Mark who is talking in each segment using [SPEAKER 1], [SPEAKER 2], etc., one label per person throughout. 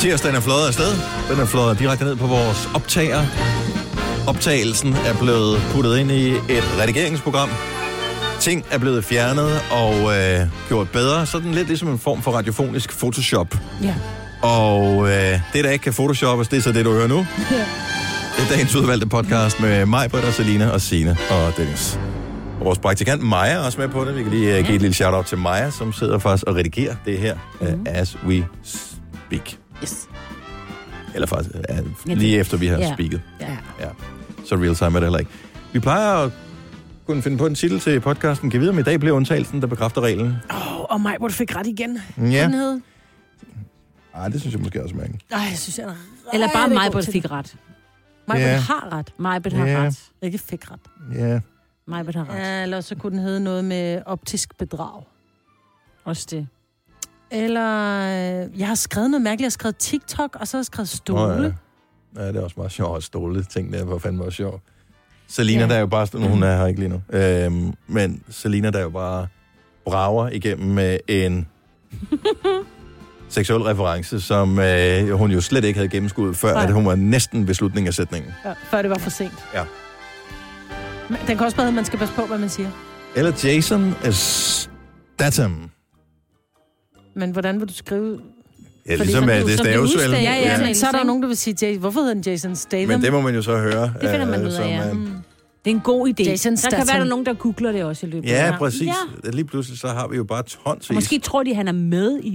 [SPEAKER 1] Tirsdagen er fløjet afsted. Den er fløjet direkte ned på vores optager. Optagelsen er blevet puttet ind i et redigeringsprogram. Ting er blevet fjernet og øh, gjort bedre. Sådan lidt ligesom en form for radiofonisk Photoshop.
[SPEAKER 2] Ja.
[SPEAKER 1] Og øh, det, der ikke kan photoshoppes, det er så det, du hører nu. Det er dagens udvalgte podcast med mig, Britt og Selina og Sine og Dennis. Og vores praktikant Maja er også med på det. Vi kan lige uh, give et lille shout-out til Maja, som sidder faktisk og redigerer det her, uh, as we speak.
[SPEAKER 2] Mhm. Yes.
[SPEAKER 1] Eller faktisk uh, lige efter vi har
[SPEAKER 2] Ja.
[SPEAKER 1] speaket.
[SPEAKER 2] Ja.
[SPEAKER 1] Ja. Så real time er det heller ikke. Vi plejer at kunne finde på en titel til podcasten. Kan vi vide, om i dag bliver undtagelsen, der bekræfter reglen?
[SPEAKER 2] Oh, og mig, hvor du fik ret igen.
[SPEAKER 1] Ja.
[SPEAKER 2] Den hed-
[SPEAKER 1] Nej, det synes jeg måske også er mærkeligt.
[SPEAKER 2] Ej, jeg synes, jeg er
[SPEAKER 3] Eller bare mig,
[SPEAKER 2] hvor
[SPEAKER 3] Britt fik ret.
[SPEAKER 2] Mig,
[SPEAKER 1] Ja.
[SPEAKER 2] har ret.
[SPEAKER 3] Mig, Britt har
[SPEAKER 1] Ja.
[SPEAKER 3] ret.
[SPEAKER 2] Ikke fik ret.
[SPEAKER 1] Ja.
[SPEAKER 3] Mig, Britt har ret.
[SPEAKER 2] Ja, eller så kunne den hedde noget med optisk bedrag.
[SPEAKER 3] Også det.
[SPEAKER 2] Eller øh, jeg har skrevet noget mærkeligt. Jeg har skrevet TikTok, og så har jeg skrevet stole.
[SPEAKER 1] Nå,
[SPEAKER 2] Oh,
[SPEAKER 1] ja.
[SPEAKER 2] ja.
[SPEAKER 1] ja. det er også meget sjovt at stole ting der. Hvor fanden var sjovt. Selina,
[SPEAKER 3] Ja.
[SPEAKER 1] der er jo bare... Nu, hun er her ikke lige nu. Øhm, men Selina, der er jo bare brager igennem med en seksuel reference, som øh, hun jo slet ikke havde gennemskuddet før,
[SPEAKER 2] Nej.
[SPEAKER 1] at hun var næsten ved slutningen af sætningen.
[SPEAKER 2] Ja, før det var for sent.
[SPEAKER 1] Ja.
[SPEAKER 2] Men Den kan også bare hedde, at man skal passe på, hvad man siger.
[SPEAKER 1] Eller Jason Statham.
[SPEAKER 2] Men hvordan vil du skrive?
[SPEAKER 1] Ja,
[SPEAKER 2] Fordi
[SPEAKER 1] ligesom
[SPEAKER 2] som
[SPEAKER 1] at
[SPEAKER 3] du-
[SPEAKER 1] det er
[SPEAKER 3] som du
[SPEAKER 1] stavesvælden.
[SPEAKER 3] udstaver-
[SPEAKER 2] Ja, ja, ja,
[SPEAKER 3] Ja.
[SPEAKER 2] men så er der jo nogen, der vil sige, Jay, hvorfor hedder den Jason Statham?
[SPEAKER 1] Men det må man jo så høre.
[SPEAKER 3] Det finder man
[SPEAKER 1] øh,
[SPEAKER 3] ud af,
[SPEAKER 1] som,
[SPEAKER 3] ja. Mm.
[SPEAKER 1] øh,
[SPEAKER 3] Det er en god idé.
[SPEAKER 2] Jason
[SPEAKER 3] der kan
[SPEAKER 2] Statham.
[SPEAKER 3] være, der er nogen, der googler det også i løbet af
[SPEAKER 1] Ja,
[SPEAKER 3] dagen.
[SPEAKER 1] præcis.
[SPEAKER 3] Ja.
[SPEAKER 1] Ja. Lige pludselig så har vi jo bare tonsvis.
[SPEAKER 3] Og måske tror de, han er med i...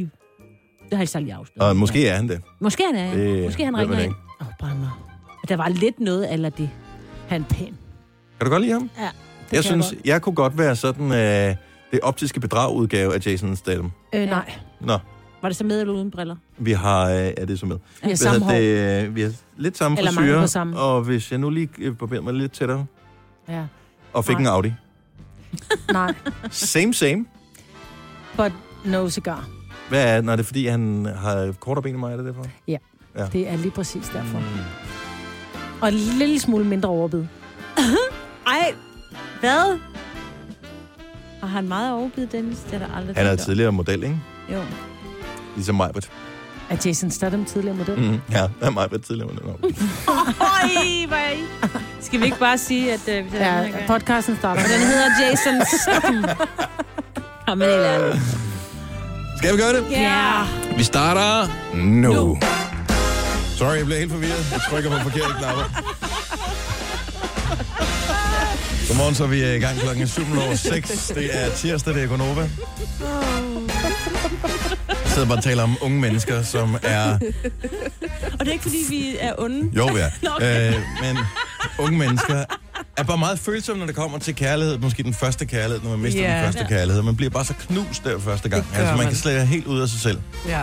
[SPEAKER 3] Det har jeg særlig afsløret.
[SPEAKER 1] Og måske er han det.
[SPEAKER 3] Måske han er.
[SPEAKER 1] Det
[SPEAKER 3] Det, måske han
[SPEAKER 1] ved man
[SPEAKER 3] ringer ind.
[SPEAKER 1] ikke.
[SPEAKER 2] Åh, oh, bare mig.
[SPEAKER 3] Der var lidt noget af det.
[SPEAKER 2] Han er pæn.
[SPEAKER 1] Kan du godt lide ham?
[SPEAKER 2] Ja, det
[SPEAKER 1] Jeg
[SPEAKER 2] kan
[SPEAKER 1] synes,
[SPEAKER 2] Jeg
[SPEAKER 1] jeg, kunne godt være sådan øh, det optiske bedragudgave af Jason Statham.
[SPEAKER 2] godt. øh, nej,
[SPEAKER 1] Nå,
[SPEAKER 3] Var det så med eller uden briller?
[SPEAKER 1] vi har... Øh, er det så med?
[SPEAKER 2] vi har
[SPEAKER 1] Hvad
[SPEAKER 2] samme hår.
[SPEAKER 1] hedder det, øh, vi har lidt samme
[SPEAKER 2] Eller mange
[SPEAKER 1] frisyrer,
[SPEAKER 2] på samme.
[SPEAKER 1] og hvis jeg nu lige øh, barberer mig lidt tættere
[SPEAKER 2] Ja.
[SPEAKER 1] og fik
[SPEAKER 2] Nej.
[SPEAKER 1] en Audi.
[SPEAKER 2] Nej,
[SPEAKER 1] Same, same.
[SPEAKER 2] but no cigar.
[SPEAKER 1] Hvad er, nej, det er fordi, han har kortere ben end mig, er det derfor? Mm.
[SPEAKER 2] Det er lige præcis derfor. Og en lille smule mindre overbid.
[SPEAKER 3] Ej, hvad? Og har han meget overgivet, Dennis? Det er der aldrig
[SPEAKER 1] Han er
[SPEAKER 3] tænkt over.
[SPEAKER 1] tidligere model, ikke?
[SPEAKER 3] Jo.
[SPEAKER 1] Ligesom Majbert.
[SPEAKER 2] Er Jason Statham tidligere model? Mm.
[SPEAKER 1] Mm, ja, han er Majbert tidligere model.
[SPEAKER 3] Oj, hvor er I? Skal vi ikke bare sige, at... Øh, vi tager den her
[SPEAKER 2] Ja,
[SPEAKER 3] gang?
[SPEAKER 2] podcasten starter.
[SPEAKER 3] Den hedder Jason Statham. Jamen, helt ærligt.
[SPEAKER 1] Skal vi gøre det?
[SPEAKER 3] Ja.
[SPEAKER 1] Vi starter nu. No. Sorry, jeg blev helt forvirret. Jeg trykker på forkerte knapper. Godmorgen, så er vi øh, i gang klokken 7.06. Det er tirsdag, det er Gonova. Jeg sidder bare og taler om unge mennesker, som er...
[SPEAKER 3] Og det er ikke, fordi vi er onde.
[SPEAKER 1] Jo, vi er.
[SPEAKER 3] Okay.
[SPEAKER 1] Øh, men unge mennesker er bare meget følsomme, når det kommer til kærlighed. Måske den første kærlighed, når man mister
[SPEAKER 4] Ja.
[SPEAKER 1] den første kærlighed. Man bliver bare så knust der første gang.
[SPEAKER 4] Det gør
[SPEAKER 1] Altså, man, man kan
[SPEAKER 4] man.
[SPEAKER 1] slet helt ud af sig selv.
[SPEAKER 4] Ja.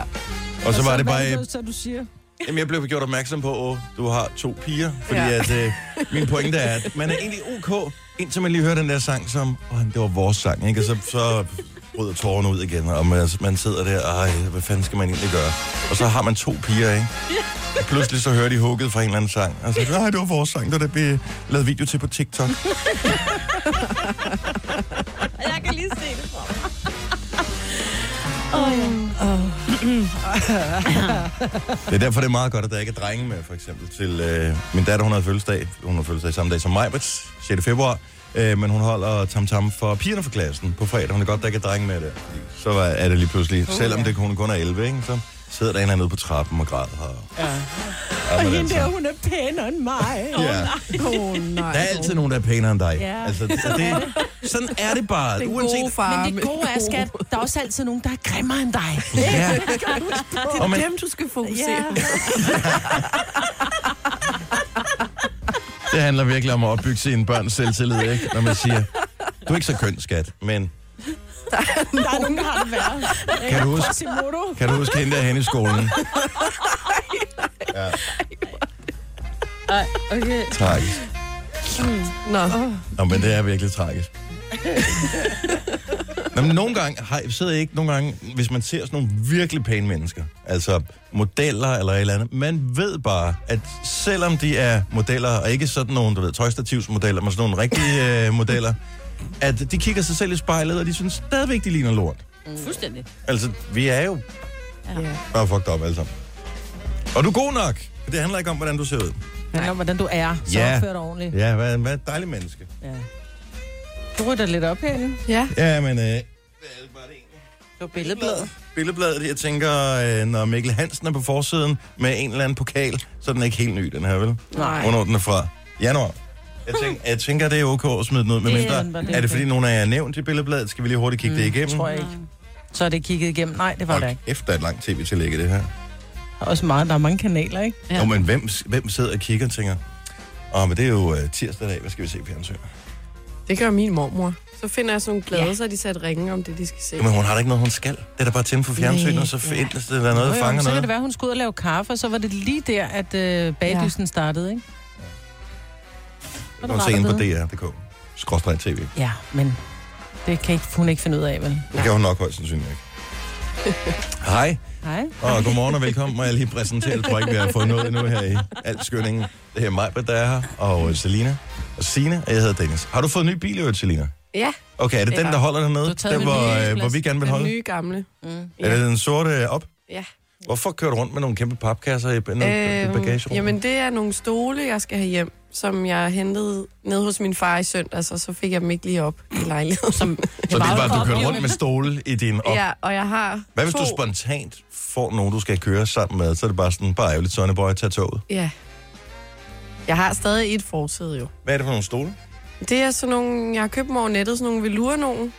[SPEAKER 1] Og så var det bare... øh,
[SPEAKER 4] Så du siger...
[SPEAKER 1] Jamen, jeg blev gjort opmærksom på, at du har to piger, fordi ja.
[SPEAKER 4] Ja.
[SPEAKER 1] at, øh, min pointe er, at man er egentlig ok, indtil man lige hører den der sang, som, åh, det var vores sang, ikke? Og så, så bryder tårerne ud igen, og man, man sidder der, ej, hvad fanden skal man egentlig gøre? Og så har man to piger, ikke? Og pludselig så hører de hugget fra en eller anden sang, og så, nej, det var vores sang, der blev lavet video til på TikTok.
[SPEAKER 3] Jeg kan lige se det for mig.
[SPEAKER 1] Det er derfor, det er meget godt, at der ikke er drenge med, for eksempel til øh, min datter, hun havde fødselsdag. Hun har fødselsdag samme dag som mig, 6. februar. Øh, men hun holder tam-tam for pigerne fra klassen på fredag. Hun er godt, der ikke er drenge med der. Fordi Så var- er det lige pludselig, oh, selvom det hun kun er 11, ikke, så sidder der en eller anden ude på trappen og græder. Og, ja. Og, og hende der, hun er pænere end mig. altså. Ja.
[SPEAKER 4] Åh, oh, nej.
[SPEAKER 1] Der er altid nogen, der er pænere end dig.
[SPEAKER 3] Ja.
[SPEAKER 1] Altså, så det, sådan er det bare.
[SPEAKER 4] Den
[SPEAKER 1] uanset,
[SPEAKER 4] gode far.
[SPEAKER 2] Men det gode er, skat, der er også altid nogen, der er grimmere end dig.
[SPEAKER 1] Ja. Og man,
[SPEAKER 4] Dem, du skal fokusere
[SPEAKER 2] Ja.
[SPEAKER 4] på.
[SPEAKER 1] Det handler virkelig om at opbygge sine børns selvtillid, ikke? Når man siger, du er ikke så køn, skat, men...
[SPEAKER 2] Der er nogen, der har det værre.
[SPEAKER 1] Kan du huske,
[SPEAKER 2] Simodo.
[SPEAKER 1] kan du huske hende der henne i skolen? Ja,
[SPEAKER 3] Ej, okay.
[SPEAKER 1] tragisk.
[SPEAKER 4] Nå.
[SPEAKER 1] Nå, men det er virkelig tragisk. Nå, men nogle gange, har, sidder I ikke nogle gange, hvis man ser sådan nogle virkelig pæne mennesker, altså modeller eller et eller andet, man ved bare, at selvom de er modeller, og ikke sådan nogle, du ved, tøjstativsmodeller, men sådan nogle rigtige øh, modeller, at de kigger sig selv i spejlet, og de synes stadigvæk, de ligner lort.
[SPEAKER 3] Fuldstændig.
[SPEAKER 1] Altså, vi er jo
[SPEAKER 4] Mm. Ja.
[SPEAKER 1] bare fucked up alle sammen. Og du er god nok, for det handler ikke om, hvordan du ser ud.
[SPEAKER 2] Det handler om, hvordan du er. Så
[SPEAKER 1] Ja.
[SPEAKER 2] opfører dig ordentligt.
[SPEAKER 1] Ja, hvad, hvad et dejligt menneske.
[SPEAKER 2] Ja. Du rytter lidt op herinde.
[SPEAKER 4] Ja.
[SPEAKER 1] Ja, men... Øh,
[SPEAKER 2] Det var billedbladet.
[SPEAKER 1] Billedbladet, jeg tænker, øh, når Mikkel Hansen er på forsiden med en eller anden pokal, så er den ikke helt ny, den her, vel?
[SPEAKER 2] Nej.
[SPEAKER 1] Hvornår den er fra? Januar. Jeg, tænk, jeg tænker, det er okay at smide den ud, men
[SPEAKER 2] Det
[SPEAKER 1] mindre,
[SPEAKER 2] er den, var det
[SPEAKER 1] er det
[SPEAKER 2] okay.
[SPEAKER 1] fordi, nogen af jer er nævnt i Billedbladet? Skal vi lige hurtigt kigge mm, det igennem?
[SPEAKER 2] Tror jeg ikke. Så er det kigget igennem. Nej, det var det ikke.
[SPEAKER 1] Og efter et langt tv-tillæg i det her.
[SPEAKER 2] Der er også meget, der er mange kanaler, ikke?
[SPEAKER 1] Ja. Nå, men hvem, hvem sidder og kigger og tænker, åh, men det er jo øh, tirsdag dag, hvad skal vi se i fjernsyn?
[SPEAKER 4] Det gør min mormor. Så finder jeg sådan nogle glade, ja. så har de sat ringe om det, de skal se.
[SPEAKER 1] Jamen, hun har da ikke noget, hun skal. Det er da bare tænde for fjernsynet,
[SPEAKER 2] Nej,
[SPEAKER 1] og så
[SPEAKER 2] ja.
[SPEAKER 1] findes det der noget,
[SPEAKER 2] Nå
[SPEAKER 1] der
[SPEAKER 2] jo,
[SPEAKER 1] fanger
[SPEAKER 2] men så kan
[SPEAKER 1] noget.
[SPEAKER 2] det være, at hun skulle ud og lave kaffe, og så var det lige der, at øh, bagdysten ja. startede, ikke?
[SPEAKER 1] Det kan hun se ind på DR.dk. Skråstrej tv.
[SPEAKER 2] Ja, men det kan ikke, hun ikke finde ud af, vel?
[SPEAKER 1] Det kan hun nok højst sandsynligt ikke. Hej,
[SPEAKER 2] Nej.
[SPEAKER 1] og godmorgen og velkommen. Må jeg lige præsentere, jeg tror ikke, vi har fået noget endnu her i alt skønningen. Det her er mig, der er her, og øh, Selina, og Sine, og jeg hedder Dennis. Har du fået en ny bil i øvrigt, Selina?
[SPEAKER 4] Ja,
[SPEAKER 1] Okay, er det den, der holder
[SPEAKER 2] Du
[SPEAKER 1] dernede?
[SPEAKER 2] har taget
[SPEAKER 1] Den,
[SPEAKER 2] min
[SPEAKER 1] hvor,
[SPEAKER 2] nye
[SPEAKER 1] øh, hvor vi gerne vil
[SPEAKER 4] den
[SPEAKER 1] holde?
[SPEAKER 4] nye gamle.
[SPEAKER 2] Mm.
[SPEAKER 1] Er det den sorte øh, op?
[SPEAKER 4] Ja.
[SPEAKER 1] Hvorfor kører du rundt med nogle kæmpe papkasser i, i bagagerummet?
[SPEAKER 4] Øhm, jamen, det er nogle stole, jeg skal have hjem, som jeg hentede ned hos min far i søndags, og så fik jeg dem ikke lige op i lejligheden. Som,
[SPEAKER 1] så det er bare, at du kører rundt med stole i din op.
[SPEAKER 4] ja, og jeg har
[SPEAKER 1] Hvad hvis
[SPEAKER 4] to...
[SPEAKER 1] du spontant får nogen, du skal køre sammen med, så er det bare sådan, bare ærgerligt, Sonny Boy, tag toget.
[SPEAKER 4] Ja. Jeg har stadig et forsæde jo.
[SPEAKER 1] Hvad er det for nogle stole?
[SPEAKER 4] Det er sådan nogle, jeg har købt dem over nettet, sådan nogle velour nogen.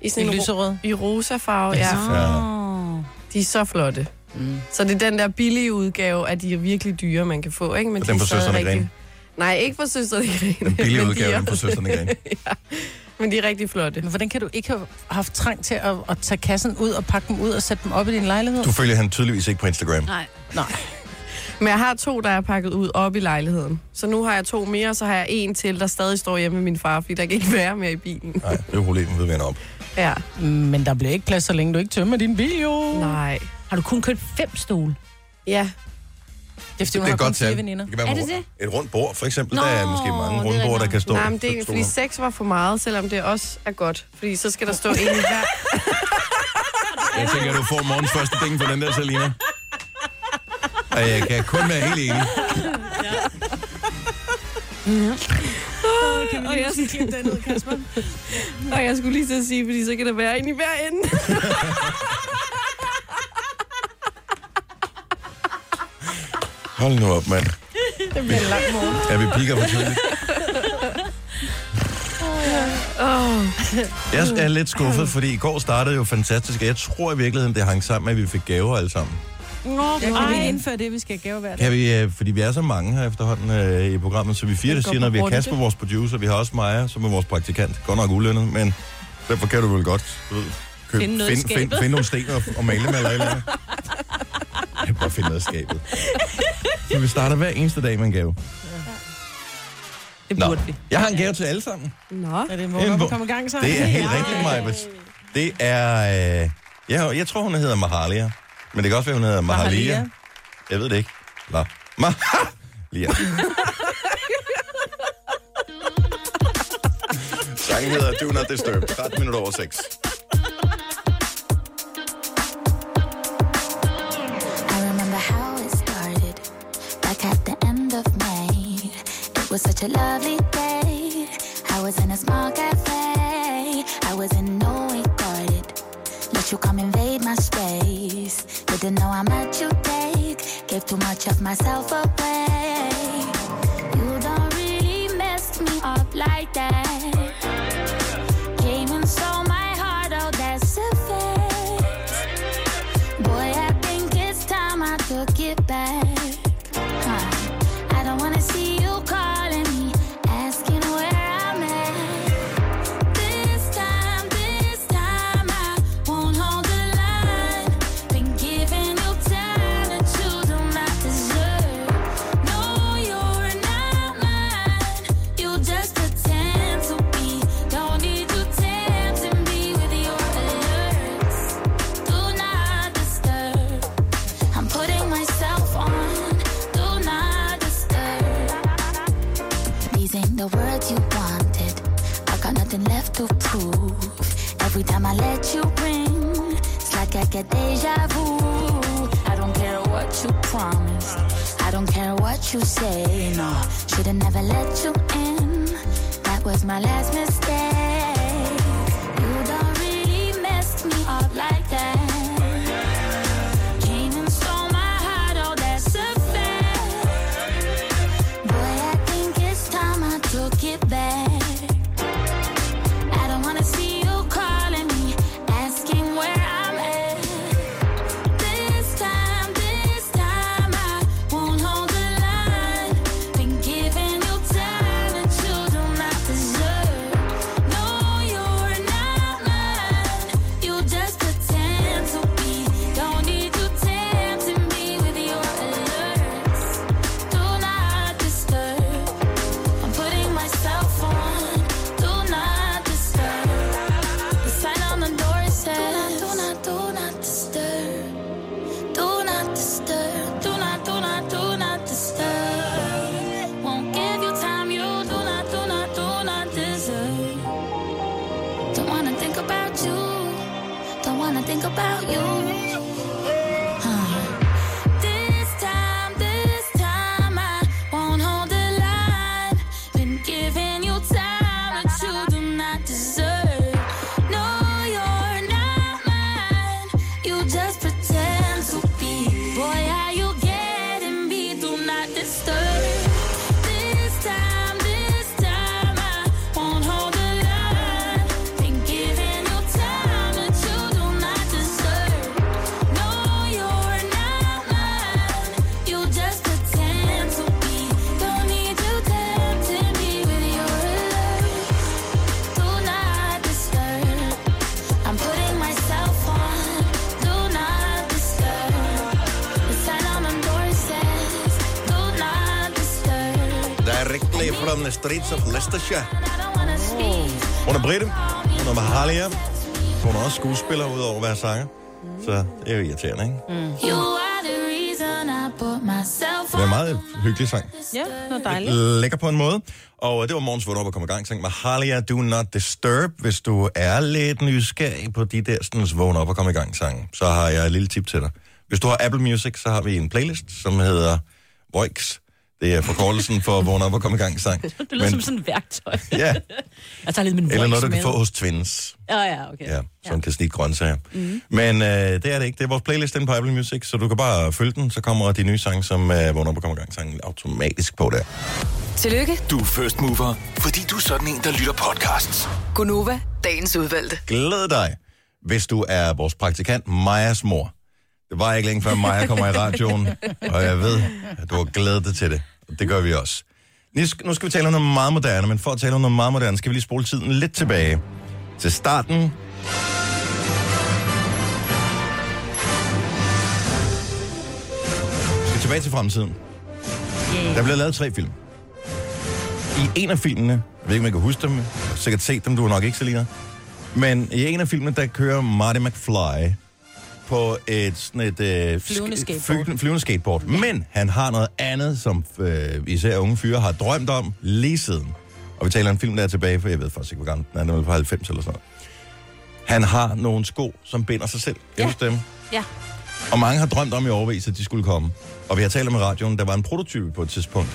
[SPEAKER 4] I sådan
[SPEAKER 2] En
[SPEAKER 4] en, ro-
[SPEAKER 2] lyserød. Ah.
[SPEAKER 4] i rosa farve, ja. De er så flotte.
[SPEAKER 2] Mm.
[SPEAKER 4] Så det er den der billige udgave af de virkelig dyre, man kan få, ikke? Men
[SPEAKER 1] Og
[SPEAKER 4] de
[SPEAKER 1] den
[SPEAKER 4] er
[SPEAKER 1] fra
[SPEAKER 4] stadig
[SPEAKER 1] Søstrene
[SPEAKER 4] rigtig-
[SPEAKER 1] Grene?
[SPEAKER 4] Nej, ikke fra Søstrene Grene.
[SPEAKER 1] Den billige
[SPEAKER 4] men de
[SPEAKER 1] udgave,
[SPEAKER 4] er-
[SPEAKER 1] den fra Søstrene Grene.
[SPEAKER 4] ja, men de er rigtig flotte.
[SPEAKER 2] Men hvordan kan du ikke have haft trang til at, at tage kassen ud og pakke dem ud og sætte dem op i din lejlighed?
[SPEAKER 1] Du følger han tydeligvis ikke på Instagram.
[SPEAKER 3] Nej.
[SPEAKER 4] Men jeg har to, der er pakket ud op i lejligheden. Så nu har jeg to mere, og så har jeg en til, der stadig står hjemme med min far, fordi der kan ikke være mere i bilen.
[SPEAKER 1] Nej, det er jo problemet ved at vende op.
[SPEAKER 4] Ja,
[SPEAKER 2] Men der bliver ikke plads, så længe du ikke tømmer din bil, jo.
[SPEAKER 4] nej.
[SPEAKER 3] Har du kun købt fem stole?
[SPEAKER 4] Ja,
[SPEAKER 2] Det er, fordi
[SPEAKER 1] det
[SPEAKER 2] hun har
[SPEAKER 1] er
[SPEAKER 2] kun
[SPEAKER 1] godt
[SPEAKER 2] fire
[SPEAKER 1] tal.
[SPEAKER 2] veninder.
[SPEAKER 1] kan være
[SPEAKER 3] Er
[SPEAKER 1] med
[SPEAKER 3] det
[SPEAKER 1] Et rundt bord, for eksempel.
[SPEAKER 3] Nå,
[SPEAKER 1] der er måske mange
[SPEAKER 3] det er
[SPEAKER 1] runde bord, der
[SPEAKER 3] rigtigt.
[SPEAKER 1] kan stå.
[SPEAKER 4] nej, men det er,
[SPEAKER 1] to-
[SPEAKER 4] fordi seks var for meget, selvom det også er godt. Fordi så skal der stå en i hver.
[SPEAKER 1] Jeg tænker, at du får morgens første penge for den der, Selina. Og jeg kan kun være helt enig.
[SPEAKER 4] Mhm. Og jeg, og jeg skulle lige til at sige, fordi så kan der være en i hver ende.
[SPEAKER 1] Hold nu op, mand.
[SPEAKER 2] Det bliver en lang morgen.
[SPEAKER 1] Ja, vi piker for tidligt. Jeg er lidt skuffet, fordi i går startede jo fantastisk, og jeg tror i virkeligheden, det hang sammen med, at vi fik gaver alle sammen.
[SPEAKER 3] Nå,
[SPEAKER 2] Jeg kan
[SPEAKER 3] ej.
[SPEAKER 2] lige indføre det, vi skal have gave hver dag.
[SPEAKER 1] Kan vi, øh, fordi vi er så mange her efterhånden øh, i programmet, så vi er fire, der
[SPEAKER 2] Det går
[SPEAKER 1] siger noget. Vi har
[SPEAKER 2] hurtigt.
[SPEAKER 1] Kasper, vores producer, vi har også Maja, som er vores praktikant. Godt nok ulønnet, men derfor kan du vel godt du ved, købe,
[SPEAKER 3] Finde noget i
[SPEAKER 1] find, find,
[SPEAKER 3] skabet.
[SPEAKER 1] find nogle sten og, og male dem eller et eller andet. Jeg kan bare finde noget i skabet. Så vi starter hver eneste dag med en gave.
[SPEAKER 2] Det
[SPEAKER 1] Nå,
[SPEAKER 2] burde vi.
[SPEAKER 1] jeg har en gave til alle sammen.
[SPEAKER 4] Nå.
[SPEAKER 2] Er det
[SPEAKER 1] En
[SPEAKER 2] morgen,
[SPEAKER 1] bog.
[SPEAKER 2] at komme i gang så?
[SPEAKER 1] Det er helt rigtigt, Majbets. Det er... Øh, jeg, jeg tror, hun hedder Mahalia. Men det kan også være, hun hedder Mahalia.
[SPEAKER 2] Mahalia.
[SPEAKER 1] Jeg ved det ikke. La. Mahalia. Sangen hedder Do Not Disturb. 13 minutter over 6.
[SPEAKER 5] I remember how it started, back at the end of May. It was such a lovely day. I was in a small cafe. I was in no way guarded. Let you come invade my space. Didn't know how much you take. Gave too much of myself away. You don't really mess me up like that. Came and stole my heart, oh that's a fact. Boy, I think it's time I took it back. Huh. I don't wanna see you calling me, asking where I'm at. This time, this time I won't hold the line. Been giving you time that you do not deserve. No, you're not mine. You just pretend to be. Don't need you tempting me with your alerts. Do not disturb. I'm putting myself on. Do not disturb. These ain't the words you wanted. I got nothing left to prove. Every time I let you ring, it's like I get deja vu. I don't care what what you promised. I don't care what you say, no. Should've never let you in. That was my last mistake. You don't really mess me up like that. Came and stole my heart, oh, that's a fact. Boy, I think it's time I took it back. I don't wanna see you calling me, asking where I'm at. This time, this time I won't hold the line. Been giving you time that you do not deserve. No, you're not mine. You just pretend to be. Don't need you tempting me with your alerts. Do not disturb. I'm putting myself on. Do not disturb. The sign on the door says, Do not, do not, do not disturb. Do not disturb. Do not, do not, do not disturb. Won't give you time you do not, do not, do not deserve. Don't wanna think about you. Don't wanna think about you. Huh. This time, this time I won't hold the line. Been giving you time that you do not deserve. No, you're not mine. You just pretend to be. Boy, are you getting me? Do not disturb. This time, this time I won't hold the line. Been giving you time that you do not deserve. No, you're not mine. You just pretend to be. Don't need you tempting me with your love. Do not disturb. I'm putting myself on. Do not disturb. The sign on the door says, Do not disturb.
[SPEAKER 1] Directly from the streets of Leicestershire.
[SPEAKER 5] And I don't wanna speak.
[SPEAKER 1] Hun er Britte, hun er Mahalia. Hun er også skuespiller, udover at være sanger. Så det er jo irriterende, ikke?
[SPEAKER 5] You are the reason I put myself
[SPEAKER 1] Det er en
[SPEAKER 5] on.
[SPEAKER 1] meget hyggelig sang.
[SPEAKER 3] Ja, det var dejligt.
[SPEAKER 1] Lækker på en måde. Og øh, det var morgens vågn op og komme i gang. Tænk, Mahalia, do not disturb. Hvis du er lidt nysgerrig på de der sådan, vågn op og komme i gang sang, så har jeg et lille tip til dig. Hvis du har Apple Music, så har vi en playlist, som hedder Voix. Det er forkortelsen for vågn op og komme i gang sang.
[SPEAKER 2] Det lyder Men... som sådan et værktøj.
[SPEAKER 1] ja,
[SPEAKER 2] Jeg tager lidt min
[SPEAKER 1] eller
[SPEAKER 2] voice
[SPEAKER 1] noget, du kan
[SPEAKER 2] med.
[SPEAKER 1] få hos Twins.
[SPEAKER 2] Ja,
[SPEAKER 3] Ah,
[SPEAKER 2] ja, okay.
[SPEAKER 1] Ja, som kan snitte grøntsager. Mm. Men øh, det er det ikke. Det er vores playlist inde på Apple Music, så du kan bare følge den, så kommer de nye sange, som øh, vågner på kommer i gang sangen automatisk på der.
[SPEAKER 6] Tillykke,
[SPEAKER 7] Du er first mover, fordi du er sådan en, der lytter podcasts.
[SPEAKER 6] Gunova, dagens udvalgte.
[SPEAKER 1] Glæd dig, hvis du er vores praktikant, Majas mor. Det var ikke længe før Maja kommer i radioen, og jeg ved, at du har glædet dig til det. Og det gør vi også. Nu skal, nu skal vi tale om noget meget moderne, men for at tale om noget meget moderne, skal vi lige spole tiden lidt tilbage til starten Vi skal tilbage til fremtiden. Yeah. Der blev lavet tre film. I en af filmene, jeg ved ikke, om jeg kan huske dem, jeg har sikkert set dem, du har nok ikke, Selina, men i en af filmene, der kører Marty McFly på et, sådan et øh,
[SPEAKER 2] Flyvende
[SPEAKER 1] sk-
[SPEAKER 2] skateboard.
[SPEAKER 1] fly- flyvende skateboard. Men han har noget andet, som øh, især unge fyre har drømt om lige siden. Og vi taler om en film, der er tilbage, for jeg ved faktisk ikke, hvor gammel den er, den er vel fra 90 eller sådan noget. Han har nogle sko, som binder sig selv. Kan
[SPEAKER 2] Ja.
[SPEAKER 1] ja. dem?
[SPEAKER 2] Ja.
[SPEAKER 1] Og mange har drømt om i overvis, at de skulle komme. Og vi har talt om i radioen, der var en prototype på et tidspunkt.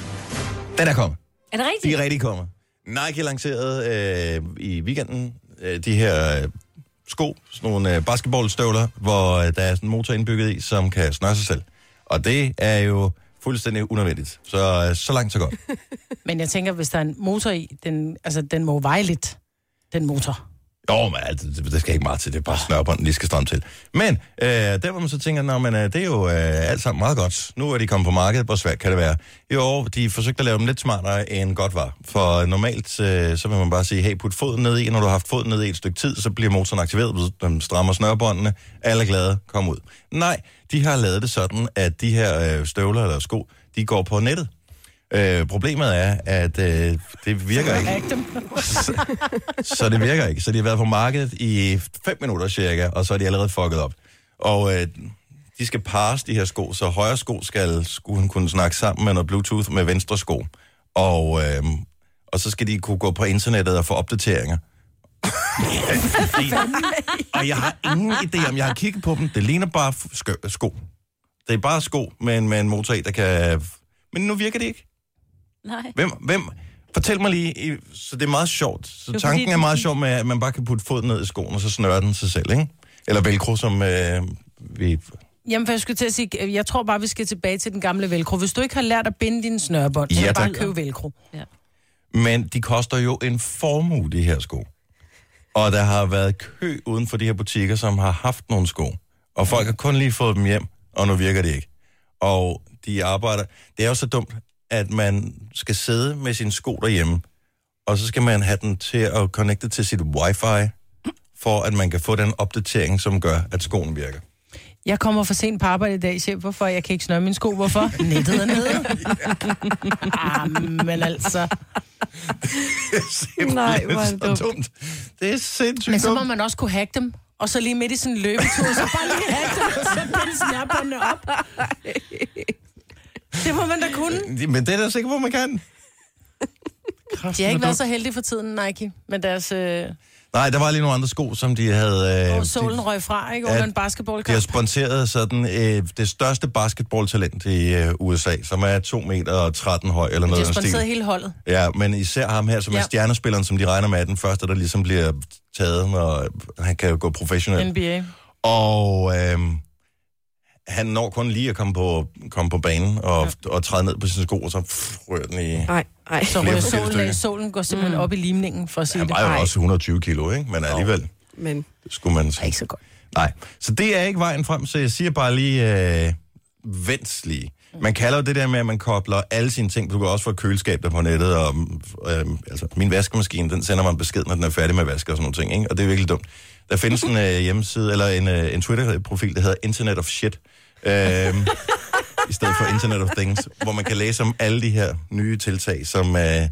[SPEAKER 1] Den er kommet.
[SPEAKER 2] Er det
[SPEAKER 1] De
[SPEAKER 2] rigtigt?
[SPEAKER 1] er rigtig kommet. Nike lancerede øh, i weekenden øh, de her øh, sko, sådan nogle øh, basketballstøvler, hvor øh, der er sådan en motor indbygget i, som kan snøre sig selv. Og det er jo fuldstændig unødvendigt. Så øh, så langt, så godt.
[SPEAKER 2] Men jeg tænker, hvis der er en motor i, den, altså, den må veje lidt, den motor.
[SPEAKER 1] Jo, men altså, det, det skal ikke meget til. Det er bare snørbånden, lige skal stramme til. Men øh, der, hvor man så tænker, Nå, men, øh, det er jo øh, alt sammen meget godt. Nu er de kommet på markedet. Hvor svært kan det være? Jo, de forsøgte at lave dem lidt smartere, end godt var. For normalt, øh, så vil man bare sige, hey, put foden ned i. Når du har haft foden ned i et stykke tid, så bliver motoren aktiveret. Den strammer snørbåndene. Alle er glade. Kom ud. Nej, de har lavet det sådan, at de her øh, støvler eller sko, de går på nettet. Øh, problemet er, at øh, det virker ikke. Så det virker ikke. Så de har været på markedet i 5 minutter cirka, og så er de allerede fucket op. Og øh, de skal pares, de her sko, så højre sko skal skulle hun kunne snakke sammen med noget Bluetooth med venstre sko. Og, øh, og så skal de kunne gå på internettet og få opdateringer. og jeg har ingen idé om, jeg har kigget på dem. Det ligner bare f- skø- sko. Det er bare sko med en, med en motor i, der kan... Men nu virker det ikke.
[SPEAKER 3] Nej.
[SPEAKER 1] Hvem, hvem? Fortæl mig lige, i- så det er meget sjovt. Så
[SPEAKER 3] Det er
[SPEAKER 1] tanken
[SPEAKER 3] fordi,
[SPEAKER 1] er
[SPEAKER 3] du-
[SPEAKER 1] meget sjov med, at man bare kan putte foden ned i skoen, og så snører den sig selv, ikke? Eller velcro, som øh, vi...
[SPEAKER 2] Jamen, for jeg skulle til at sige, øh, jeg tror bare, vi skal tilbage til den gamle velcro. Hvis du ikke har lært at binde dine snørebånd, så
[SPEAKER 1] Ja,
[SPEAKER 2] ja, bare
[SPEAKER 1] tak.
[SPEAKER 2] købe velcro.
[SPEAKER 1] Men de koster jo en formue, de her sko. Og der har været kø uden for de her butikker, som har haft nogle sko. Og folk har kun lige fået dem hjem, og nu virker det ikke. Og de arbejder... Det er jo så dumt, at man skal sidde med sine sko derhjemme, og så skal man have den til at connecte til sit wifi, for at man kan få den opdatering, som gør, at skoen virker.
[SPEAKER 2] Jeg kommer for sent på arbejde i dag, chef. Hvorfor? Jeg kan ikke snøre mine sko. Hvorfor? Nettet er nede. ah, men altså.
[SPEAKER 1] Simpelthen
[SPEAKER 4] Nej, hvor er det
[SPEAKER 1] så
[SPEAKER 4] dumt.
[SPEAKER 1] Det er sindssygt
[SPEAKER 2] Men så må
[SPEAKER 1] dumt.
[SPEAKER 2] man også kunne hacke dem. Og så lige midt i sådan en løbetur, så bare lige hacke dem, og så binde snørbåndene op. Det må man da kunne.
[SPEAKER 1] Men det er da sikkert, hvor man kan.
[SPEAKER 2] De har ikke været så heldige for tiden, Nike, med deres... Øh,
[SPEAKER 1] Nej, der var lige nogle andre sko, som de havde... øh,
[SPEAKER 2] hvor
[SPEAKER 1] de-
[SPEAKER 2] solen røg fra, ikke?
[SPEAKER 1] ja,
[SPEAKER 2] Under en
[SPEAKER 1] De har
[SPEAKER 2] basketballkamp.
[SPEAKER 1] sponsoreret sådan øh, det største basketballtalent i øh, USA, som er 2 meter og 13 høj eller
[SPEAKER 2] De
[SPEAKER 1] noget
[SPEAKER 2] har
[SPEAKER 1] af den
[SPEAKER 2] sponsoreret
[SPEAKER 1] stil.
[SPEAKER 2] hele holdet.
[SPEAKER 1] Ja, men især ham her, som ja. er
[SPEAKER 2] Ja.
[SPEAKER 1] stjernespilleren, som de regner med er den første, der ligesom bliver taget, når han kan jo gå professionelt.
[SPEAKER 2] NBA.
[SPEAKER 1] Og øh, han når kun lige at komme på, komme på banen og, ja. og træde ned på sine sko, og så pff, rører den i...
[SPEAKER 4] Nej, nej.
[SPEAKER 2] Så
[SPEAKER 1] Flere
[SPEAKER 2] røg
[SPEAKER 1] forskellige stykker.
[SPEAKER 2] solen, solen går simpelthen
[SPEAKER 4] Mm.
[SPEAKER 2] op i limningen, for at sige
[SPEAKER 1] Han
[SPEAKER 2] det.
[SPEAKER 1] vejer
[SPEAKER 2] Ej,
[SPEAKER 1] jo også 120 kilo, ikke? Men alligevel
[SPEAKER 4] Men
[SPEAKER 1] skulle man...
[SPEAKER 2] det er ikke så godt.
[SPEAKER 1] Nej, så det er ikke vejen frem, så jeg siger bare lige, øh, vent lige. Man kalder jo det der med, at man kobler alle sine ting. Du kan også få et køleskab der på nettet, og øh, altså, min vaskemaskine, den sender mig en besked, når den er færdig med at vaske og sådan nogle ting, ikke? og det er virkelig dumt. Der findes en øh, hjemmeside, eller en, øh, en Twitter-profil, der hedder Internet of Shit, øh, i stedet for Internet of Things, hvor man kan læse om alle de her nye tiltag, som øh,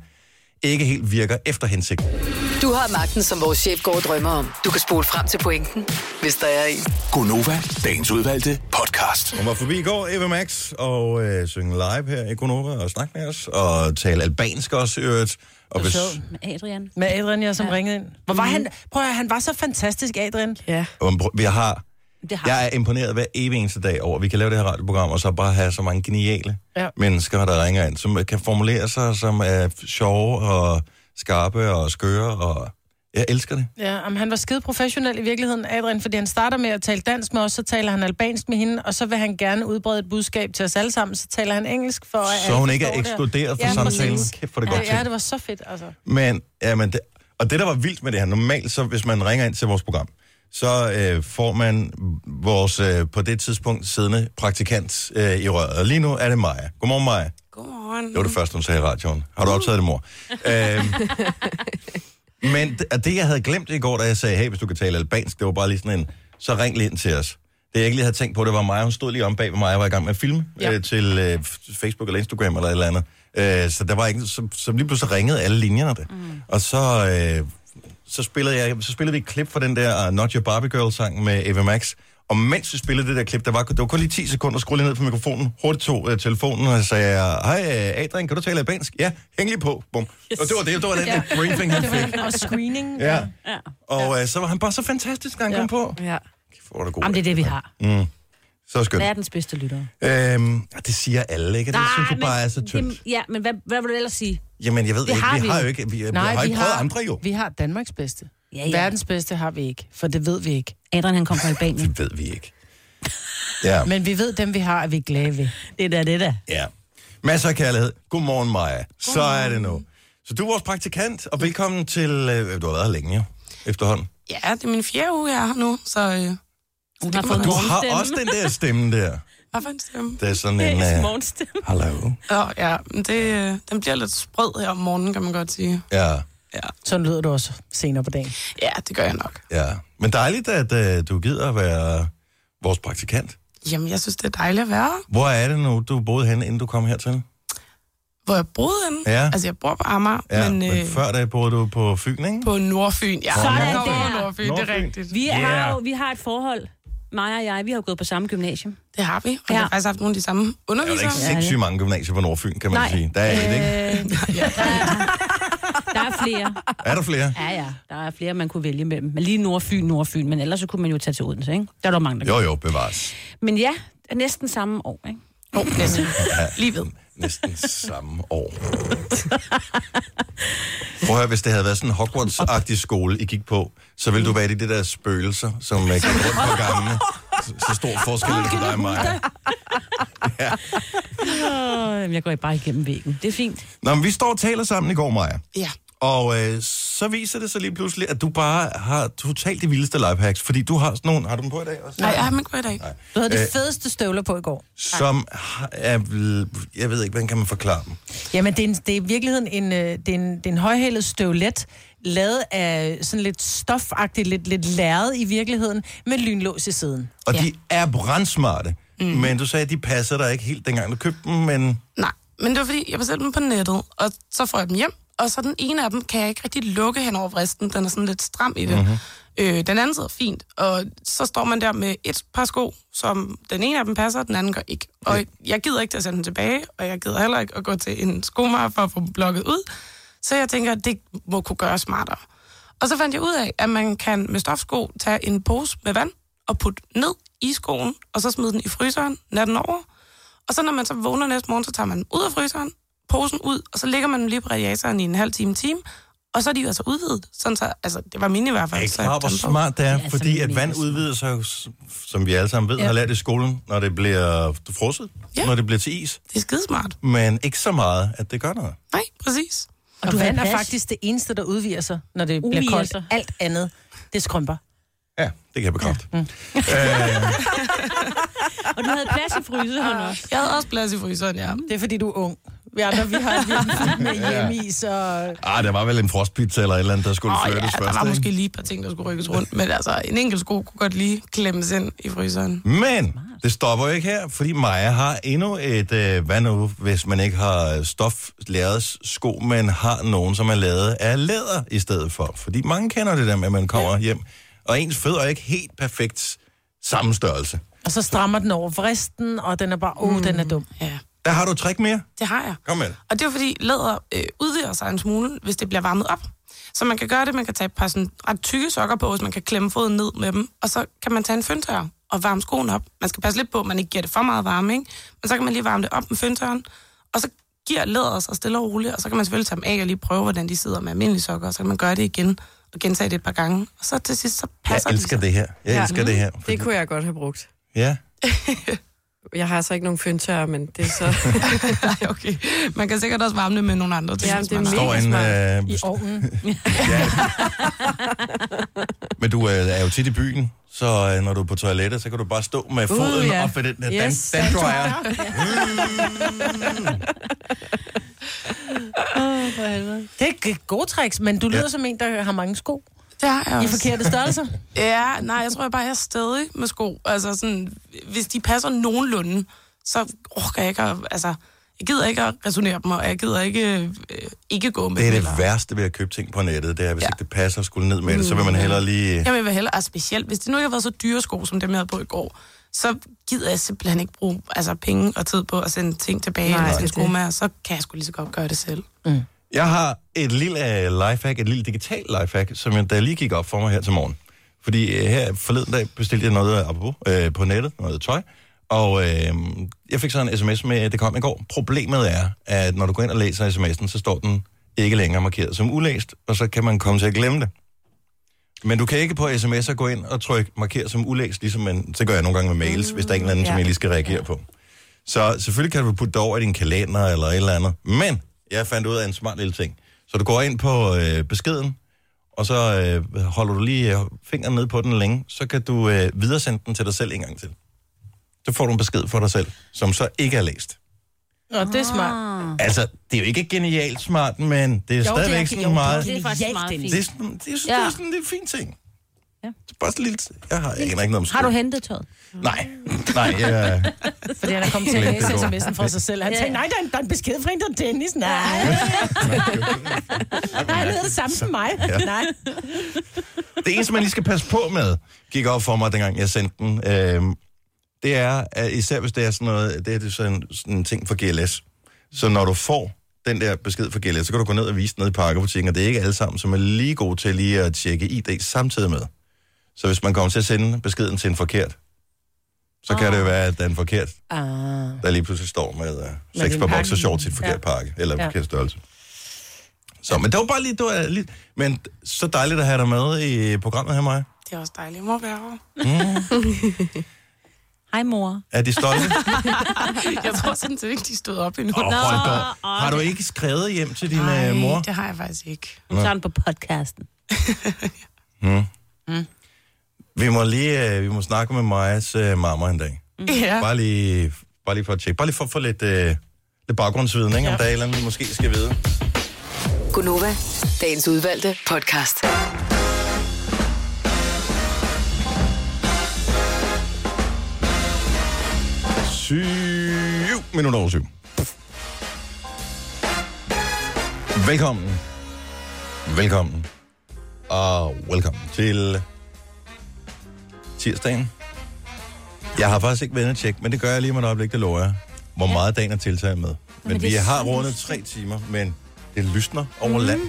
[SPEAKER 1] ikke helt virker efter hensigt.
[SPEAKER 6] Du har magten, som vores chef går og drømmer om. Du kan spole frem til pointen, hvis der er en.
[SPEAKER 7] Gonova, dagens udvalgte podcast.
[SPEAKER 1] Hun var forbi i går, Eva Max, og øh, synge live her i Konora og snakke med os, og tale albansk også i øvrigt. Og hvis,
[SPEAKER 3] Så med Adrian.
[SPEAKER 2] Med Adrian, jeg som ja. ringede ind. Mm. Hvor var han? Prøv at høre, han var så fantastisk, Adrian.
[SPEAKER 4] ja,
[SPEAKER 1] om, vi har,
[SPEAKER 3] Det har
[SPEAKER 1] jeg er imponeret hver evig eneste dag over, at vi kan lave det her radioprogram, og så bare have så mange geniale ja.
[SPEAKER 2] Ja.
[SPEAKER 1] mennesker, der ringer ind, som øh, kan formulere sig, som er sjove og skarpe og skøre, og jeg elsker det.
[SPEAKER 2] Ja, om han var skide professionel i virkeligheden, Adrian, fordi han starter med at tale dansk med os, så taler han albansk med hende, og så vil han gerne udbrede et budskab til os alle sammen, så taler han engelsk for... at
[SPEAKER 1] Så
[SPEAKER 2] alle
[SPEAKER 1] hun ikke er
[SPEAKER 2] forstår det.
[SPEAKER 1] eksploderet fra
[SPEAKER 2] Ja,
[SPEAKER 1] samtalen.
[SPEAKER 2] præcis.
[SPEAKER 1] Kæft, for det godt
[SPEAKER 2] Ja, ja,
[SPEAKER 1] tænkt.
[SPEAKER 2] det var så fedt, altså.
[SPEAKER 1] Men, ja, men det, og det, der var vildt med det her, normalt så, hvis man ringer ind til vores program, så øh, får man vores, øh, på det tidspunkt, siddende praktikant øh, i røret. Og lige nu er det Maja. Godmorgen, Maja.
[SPEAKER 4] godmorgen.
[SPEAKER 1] Det var det første, hun sagde i radioen. Har du optaget det, mor? øhm, men det, og det, jeg havde glemt i går, da jeg sagde, hey, hvis du kan tale albansk, det var bare lige sådan en, så ring lige ind til os. Det, jeg ikke lige havde tænkt på, det var mig. Hun stod lige om bag ved mig, jeg var i gang med at filme ja.
[SPEAKER 2] Ja.
[SPEAKER 1] øh, til øh, f- Facebook eller Instagram eller et eller andet. Øh, så der var ikke, så, så lige pludselig ringede alle linjerne det. Mm. Og så, øh, så, spillede jeg, så spillede vi et klip fra den der uh, Not Your Barbie Girl-sang med Eva Max. Og mens vi spillede det der klip, der var, det var kun lige 10 sekunder, skrulle ned på mikrofonen, hurtigt tog uh, telefonen, og sagde, jeg, hej øh, Adrian, kan du tale albansk? Ja, hæng lige på. Bum. Yes. Og det var det, det var den der briefing, han
[SPEAKER 2] Det
[SPEAKER 1] fik.
[SPEAKER 2] var, og screening.
[SPEAKER 1] Ja. Og øh, så var han bare så fantastisk, da han ja. kom på.
[SPEAKER 4] Ja.
[SPEAKER 1] Kæft, Hvor er det god.
[SPEAKER 3] Jamen, det er det, vi har.
[SPEAKER 1] Mm. Så skønt.
[SPEAKER 3] Verdens bedste lyttere.
[SPEAKER 1] Øhm, og det siger alle, ikke? Og Det synes jeg bare er så
[SPEAKER 3] Jamen,
[SPEAKER 1] tyndt.
[SPEAKER 3] ja, men hvad, hvad vil du ellers sige?
[SPEAKER 1] Jamen, jeg ved
[SPEAKER 3] det
[SPEAKER 1] ikke,
[SPEAKER 3] har
[SPEAKER 1] vi
[SPEAKER 3] vi.
[SPEAKER 1] har jo ikke, vi, vi har ikke prøvet andre jo.
[SPEAKER 2] Vi har Danmarks bedste.
[SPEAKER 3] Ja, ja.
[SPEAKER 2] Verdens bedste har vi ikke, for det ved vi ikke.
[SPEAKER 3] Adrian, han kom fra Albanien.
[SPEAKER 1] Det ved vi ikke. Ja,
[SPEAKER 2] Men vi ved, dem vi har, er vi glade ved.
[SPEAKER 3] det er da det der.
[SPEAKER 1] ja. Masser af kærlighed. Godmorgen, Maja. Så er det nu. Så du er vores praktikant, og velkommen til... Øh, du har været her længe, jo. Efterhånden.
[SPEAKER 8] Ja, det er min fjerde uge, jeg er her nu, så øh,
[SPEAKER 3] Hun har fået
[SPEAKER 1] Og du har
[SPEAKER 3] morgenstemme.
[SPEAKER 1] også den der stemme der.
[SPEAKER 8] hvad for en stemme?
[SPEAKER 1] Det er sådan en... Øh,
[SPEAKER 3] Morgenstemme.
[SPEAKER 1] Hallo.
[SPEAKER 8] Nå, ja, men det, øh, den bliver lidt sprød her om morgenen, kan man godt sige.
[SPEAKER 1] Ja,
[SPEAKER 2] Sådan lyder du også senere på dagen.
[SPEAKER 8] Ja, det gør jeg nok.
[SPEAKER 1] ja. Men dejligt, at øh, du gider at være vores praktikant.
[SPEAKER 8] Jamen, jeg synes, det er dejligt at være her.
[SPEAKER 1] Hvor er det nu, du boede henne, inden du kom hertil?
[SPEAKER 8] Hvor jeg boede henne.
[SPEAKER 1] Ja.
[SPEAKER 8] Altså, jeg bor på Amager,
[SPEAKER 1] Ja,
[SPEAKER 8] men,
[SPEAKER 1] men,
[SPEAKER 8] øh,
[SPEAKER 1] men før da boede du på Fyn, ikke?
[SPEAKER 8] på Nordfyn. Ja,
[SPEAKER 3] Sådan
[SPEAKER 8] jeg kommer
[SPEAKER 3] der.
[SPEAKER 8] fra Nordfyn, det er
[SPEAKER 1] Nordfyn.
[SPEAKER 8] rigtigt.
[SPEAKER 3] Vi, yeah. har
[SPEAKER 1] Yeah.
[SPEAKER 3] jo, vi har et forhold. Maja og jeg, vi har jo gået på samme gymnasium.
[SPEAKER 8] Det har vi, og
[SPEAKER 3] Ja.
[SPEAKER 8] jeg har faktisk haft nogle af de samme
[SPEAKER 1] Der er jo
[SPEAKER 8] undervisere.
[SPEAKER 1] ikke sindssygt mange gymnasier på Nordfyn, kan man
[SPEAKER 3] Nej.
[SPEAKER 1] sige. Der er et, ikke?
[SPEAKER 3] Der er flere.
[SPEAKER 8] Øh,
[SPEAKER 1] Er der flere?
[SPEAKER 3] Ja, ja. Der er flere, man kunne vælge mellem. Men lige Nordfyn, Nordfyn. Men ellers så kunne man jo tage til Odense, ikke? Der er der mange, der
[SPEAKER 1] Jo, jo, bevares.
[SPEAKER 3] Men ja, næsten samme år, ikke?
[SPEAKER 8] Åh, oh, næsten. Lige ved.
[SPEAKER 1] Næsten samme år. Prøv at høre, hvis det havde været sådan en Hogwarts-agtig skole, I gik på, så ville du være i det der spøgelser, som uh, gik rundt på gangene. Så, så stor forskel er det på dig og mig.
[SPEAKER 9] Øh, jeg går bare igennem væggen. Det er fint.
[SPEAKER 1] Nå, men vi står og taler sammen i går, Maja.
[SPEAKER 8] Ja.
[SPEAKER 1] Og øh, så viser det sig lige pludselig, at du bare har totalt de vildeste lifehacks, fordi du har sådan nogle, har du dem på i dag også?
[SPEAKER 8] Nej, jeg har dem ikke på i dag. Nej.
[SPEAKER 2] Du havde de
[SPEAKER 1] Øh.
[SPEAKER 2] fedeste støvler på i går.
[SPEAKER 1] Som har- er, jeg ved ikke, hvordan kan man forklare dem?
[SPEAKER 2] Jamen, det er, en, det er i virkeligheden en, øh, det er en, det er en højhældet støvlet, lavet af sådan lidt stofagtigt, lidt, lidt lærret i virkeligheden, med lynlås i siden.
[SPEAKER 1] Og ja. de er brandsmarte, mm. men du sagde, at de passer dig ikke helt dengang du købte dem, men
[SPEAKER 8] Nej, men det var fordi, jeg bestilte dem på nettet, og så får jeg dem hjem, og så den ene af dem kan jeg ikke rigtig lukke hen over vristen, den er sådan lidt stram i det.
[SPEAKER 1] Mhm.
[SPEAKER 8] Mm-hmm. Øh, den anden sidder fint, og så står man der med et par sko, som den ene af dem passer, og den anden gør ikke. Og jeg gider ikke til at sende den tilbage, og jeg gider heller ikke at gå til en skomager for at få dem blokket ud. Så jeg tænker, at det må kunne gøres smartere. Og så fandt jeg ud af, at man kan med stofsko tage en pose med vand og putte ned i skoen, og så smide den i fryseren natten over. Og så når man så vågner næste morgen, så tager man den ud af fryseren, posen ud, og så lægger man den lige på radiatoren i en halv time, time og så er de jo altså udvidet. Sådan så, altså, det var min i hvert
[SPEAKER 1] er
[SPEAKER 8] fald.
[SPEAKER 1] ikke
[SPEAKER 8] så
[SPEAKER 1] klar,
[SPEAKER 8] jeg
[SPEAKER 1] hvor
[SPEAKER 8] tog den på.
[SPEAKER 1] smart det er,
[SPEAKER 9] er
[SPEAKER 1] fordi
[SPEAKER 9] så
[SPEAKER 1] at
[SPEAKER 9] mega
[SPEAKER 1] vand
[SPEAKER 9] smart.
[SPEAKER 1] udvider sig, jo, s- som vi alle sammen ved, ja. har lært i skolen, når det bliver frosset, ja.
[SPEAKER 8] Ja.
[SPEAKER 1] når det bliver til is,
[SPEAKER 8] Det er skidesmart.
[SPEAKER 1] men ikke så meget, at det gør noget.
[SPEAKER 8] Nej, præcis.
[SPEAKER 2] Og,
[SPEAKER 9] du
[SPEAKER 2] og vand
[SPEAKER 9] havde
[SPEAKER 2] er
[SPEAKER 9] pas.
[SPEAKER 2] faktisk det eneste, der udviger sig, når det bliver
[SPEAKER 9] Udviger
[SPEAKER 2] koldt.
[SPEAKER 9] sig.
[SPEAKER 2] Alt andet, det skrømper.
[SPEAKER 1] Ja, det kan jeg Øh, bekræfte. Ja.
[SPEAKER 8] Mm.
[SPEAKER 9] Og du havde plads i fryseren også.
[SPEAKER 8] Jeg havde også plads i fryseren, ja.
[SPEAKER 2] Det er, fordi du er ung. Vi andre, vi har virkelig fint med hjemmeis og...
[SPEAKER 1] Ah, der var vel en frostpizza eller et eller andet, der skulle
[SPEAKER 8] Åh
[SPEAKER 1] oh,
[SPEAKER 8] ja,
[SPEAKER 1] flyttes ja,
[SPEAKER 8] der
[SPEAKER 1] først,
[SPEAKER 8] var
[SPEAKER 1] ikke?
[SPEAKER 8] måske lige et par ting, der skulle rykkes rundt, men altså, en enkelt sko kunne godt lige klemmes ind i fryseren.
[SPEAKER 1] Men det stopper jo ikke her, fordi Maja har endnu et, øh, hvad nu, hvis man ikke har stoflærets sko, men har nogen, som er lavet af læder i stedet for. Fordi mange kender det der med, at man kommer hjem, og ens fødder er ikke helt perfekt samme størrelse.
[SPEAKER 2] Og så strammer den over vristen, og den er bare,
[SPEAKER 9] Mm.
[SPEAKER 2] åh, oh, den er dum.
[SPEAKER 8] Ja,
[SPEAKER 1] Der har du et trick mere.
[SPEAKER 8] det har jeg.
[SPEAKER 1] Kom med det.
[SPEAKER 8] Og det er fordi læder øh, udvider sig en smule, hvis det bliver varmet op. Så man kan gøre det, man kan tage et par sådan ret tykke sokker på, hvis man kan klemme foden ned med dem. Og så kan man tage en føntørrer og varme skoen op. Man skal passe lidt på, at man ikke giver det for meget varme, ikke? Men så kan man lige varme det op med føntørren, og så giver læderet sig stille og roligt, og så kan man selvfølgelig tage dem af og lige prøve, hvordan de sidder med almindelige sokker, og så kan man gøre det igen og gentage det et par gange. Og så til sidst, så
[SPEAKER 1] Jeg
[SPEAKER 8] passer
[SPEAKER 1] elsker
[SPEAKER 8] de sig.
[SPEAKER 1] det her. Jeg
[SPEAKER 4] Ja.
[SPEAKER 1] elsker det her.
[SPEAKER 4] Det kunne jeg godt have brugt.
[SPEAKER 1] Ja.
[SPEAKER 4] Jeg har altså ikke nogen føntørrer, men det er så...
[SPEAKER 8] Nej, okay. Man kan sikkert også varme det med nogle andre ting.
[SPEAKER 4] Ja,
[SPEAKER 8] hvis
[SPEAKER 4] det er
[SPEAKER 8] man har-
[SPEAKER 4] mega
[SPEAKER 1] Står en, øh,
[SPEAKER 2] I ovnen.
[SPEAKER 1] ja. Men du øh, er jo tit i byen, så øh, når du er på toilettet, så kan du bare stå med
[SPEAKER 8] Uh,
[SPEAKER 9] Uh,
[SPEAKER 1] foden
[SPEAKER 4] ja.
[SPEAKER 1] op ved den der dan-
[SPEAKER 4] Yes,
[SPEAKER 1] dandryer.
[SPEAKER 2] Det er g- gode tricks, men du lyder som en, der har mange sko
[SPEAKER 8] det har jeg
[SPEAKER 2] i
[SPEAKER 8] også.
[SPEAKER 2] forkerte størrelser.
[SPEAKER 8] altså. Ja, nej, jeg tror jeg bare, jeg er stadig med sko. Altså sådan, hvis de passer nogenlunde, så orker jeg ikke at, altså, jeg gider ikke at resonere dem, og jeg gider ikke, øh, ikke gå med
[SPEAKER 1] Det er
[SPEAKER 8] dem,
[SPEAKER 1] det
[SPEAKER 8] eller-
[SPEAKER 1] værste ved at købe ting på nettet, det er, hvis ja. Mm. ikke det passer at skulle ned med det, så vil man hellere lige...
[SPEAKER 8] Jamen, jeg vil hellere, altså specielt, hvis det nu ikke har været så dyre sko, som dem, jeg havde på i går, så gider jeg simpelthen ikke bruge altså, penge og tid på at sende ting tilbage
[SPEAKER 4] Nej,
[SPEAKER 8] nej,
[SPEAKER 4] det er
[SPEAKER 8] til
[SPEAKER 4] det.
[SPEAKER 8] sko med, så kan jeg sgu lige så godt gøre det selv.
[SPEAKER 1] Jeg har et lille øh, lifehack, et lille digitalt lifehack, som jeg, der lige gik op for mig her til morgen. Fordi øh, her forleden dag bestilte jeg noget apropos, øh, på nettet, noget tøj, og øh, jeg fik så en sms med, at det kom i går. Problemet er, at når du går ind og læser sms'en, så står den ikke længere markeret som ulæst, og så kan man komme til at glemme det. Men du kan ikke på sms'er gå ind og trykke marker som ulæst, ligesom man, så gør jeg nogle gange med mails, hvis der er en eller anden, ja. som jeg lige skal reagere ja. på. Så selvfølgelig kan du putte det over i din kalender eller et eller andet. Men jeg fandt ud af en smart lille ting. Så du går ind på øh, beskeden, og så øh, holder du lige øh, fingeren ned på den længe, så kan du øh, videresende den til dig selv en gang til. Så får du en besked for dig selv, som så ikke er læst.
[SPEAKER 2] Nå,
[SPEAKER 9] Ah.
[SPEAKER 2] det er smart.
[SPEAKER 1] Altså, det er jo ikke genialt smart, men det er jo, stadigvæk det er, sådan meget...
[SPEAKER 9] Det er faktisk meget fint.
[SPEAKER 1] Det er sådan, det, jeg synes, ja.
[SPEAKER 3] Ja.
[SPEAKER 1] det er sådan en lille fin ting.
[SPEAKER 3] Ja.
[SPEAKER 1] Det er bare sådan en lille... Jeg har jeg aner ikke noget om sko.
[SPEAKER 3] Har du hentet tøjet?
[SPEAKER 1] Nej, nej, jeg,
[SPEAKER 2] Fordi han er kommet til at
[SPEAKER 1] Glemte
[SPEAKER 2] læse
[SPEAKER 1] det går.
[SPEAKER 2] sms'en fra sig selv. Han tænkte, nej, der er en, der er en besked fra en, der er Dennis. Nej, nej, han hedder det samme som mig. Nej.
[SPEAKER 1] Det eneste, man lige skal passe på med, gik op for mig, dengang jeg sendte den, øh, det er, at især hvis det er sådan noget, det er det sådan, sådan en ting for GLS. Så når du får den der besked fra GLS, så kan du gå ned og vise den ned i pakkebutikken, og det er ikke alle sammen, som er lige gode til lige at tjekke ID samtidig med. Så hvis man kommer til at sende beskeden til en forkert, Så kan det jo være, at den er forkert,
[SPEAKER 2] Ah.
[SPEAKER 1] der lige pludselig står med uh, seks
[SPEAKER 2] din
[SPEAKER 1] par
[SPEAKER 2] pakke.
[SPEAKER 1] bukser shorts i en forkert
[SPEAKER 2] Ja.
[SPEAKER 1] pakke, eller en
[SPEAKER 2] Ja.
[SPEAKER 1] forkert størrelse. Så, men det var bare lige, det var lige, men så dejligt at have dig med i programmet her, Maja. Mm.
[SPEAKER 8] Det er også dejligt, mor være her.
[SPEAKER 9] Hej mor.
[SPEAKER 1] Er de stolte?
[SPEAKER 8] Jeg tror sådan set ikke, de stod op endnu.
[SPEAKER 1] Åh, oh, hold da. Har du ikke skrevet hjem til din øh, mor?
[SPEAKER 8] det har jeg faktisk ikke.
[SPEAKER 9] Hun tager den på podcasten.
[SPEAKER 1] Mm.
[SPEAKER 2] Mm.
[SPEAKER 1] Vi må lige øh, vi må snakke med Majas øh, mamma en dag.
[SPEAKER 8] Ja.
[SPEAKER 1] Bare lige, bare lige for at tjekke. Bare lige for at få lidt, øh, lidt baggrundsviden, ikke? Om der er et eller andet, vi måske skal vide.
[SPEAKER 6] Gunova, dagens udvalgte podcast.
[SPEAKER 1] Syv minutter over syv. Velkommen. Velkommen. Og velkommen til tirsdagen. Jeg har faktisk ikke været inde at tjekke, men det gør jeg lige med et øjeblik, det lover jeg. Hvor meget dagen er tiltaget med. Men
[SPEAKER 9] det
[SPEAKER 1] vi
[SPEAKER 9] er Mhm,
[SPEAKER 1] har
[SPEAKER 9] så
[SPEAKER 1] rundet tre timer, men det lysner over land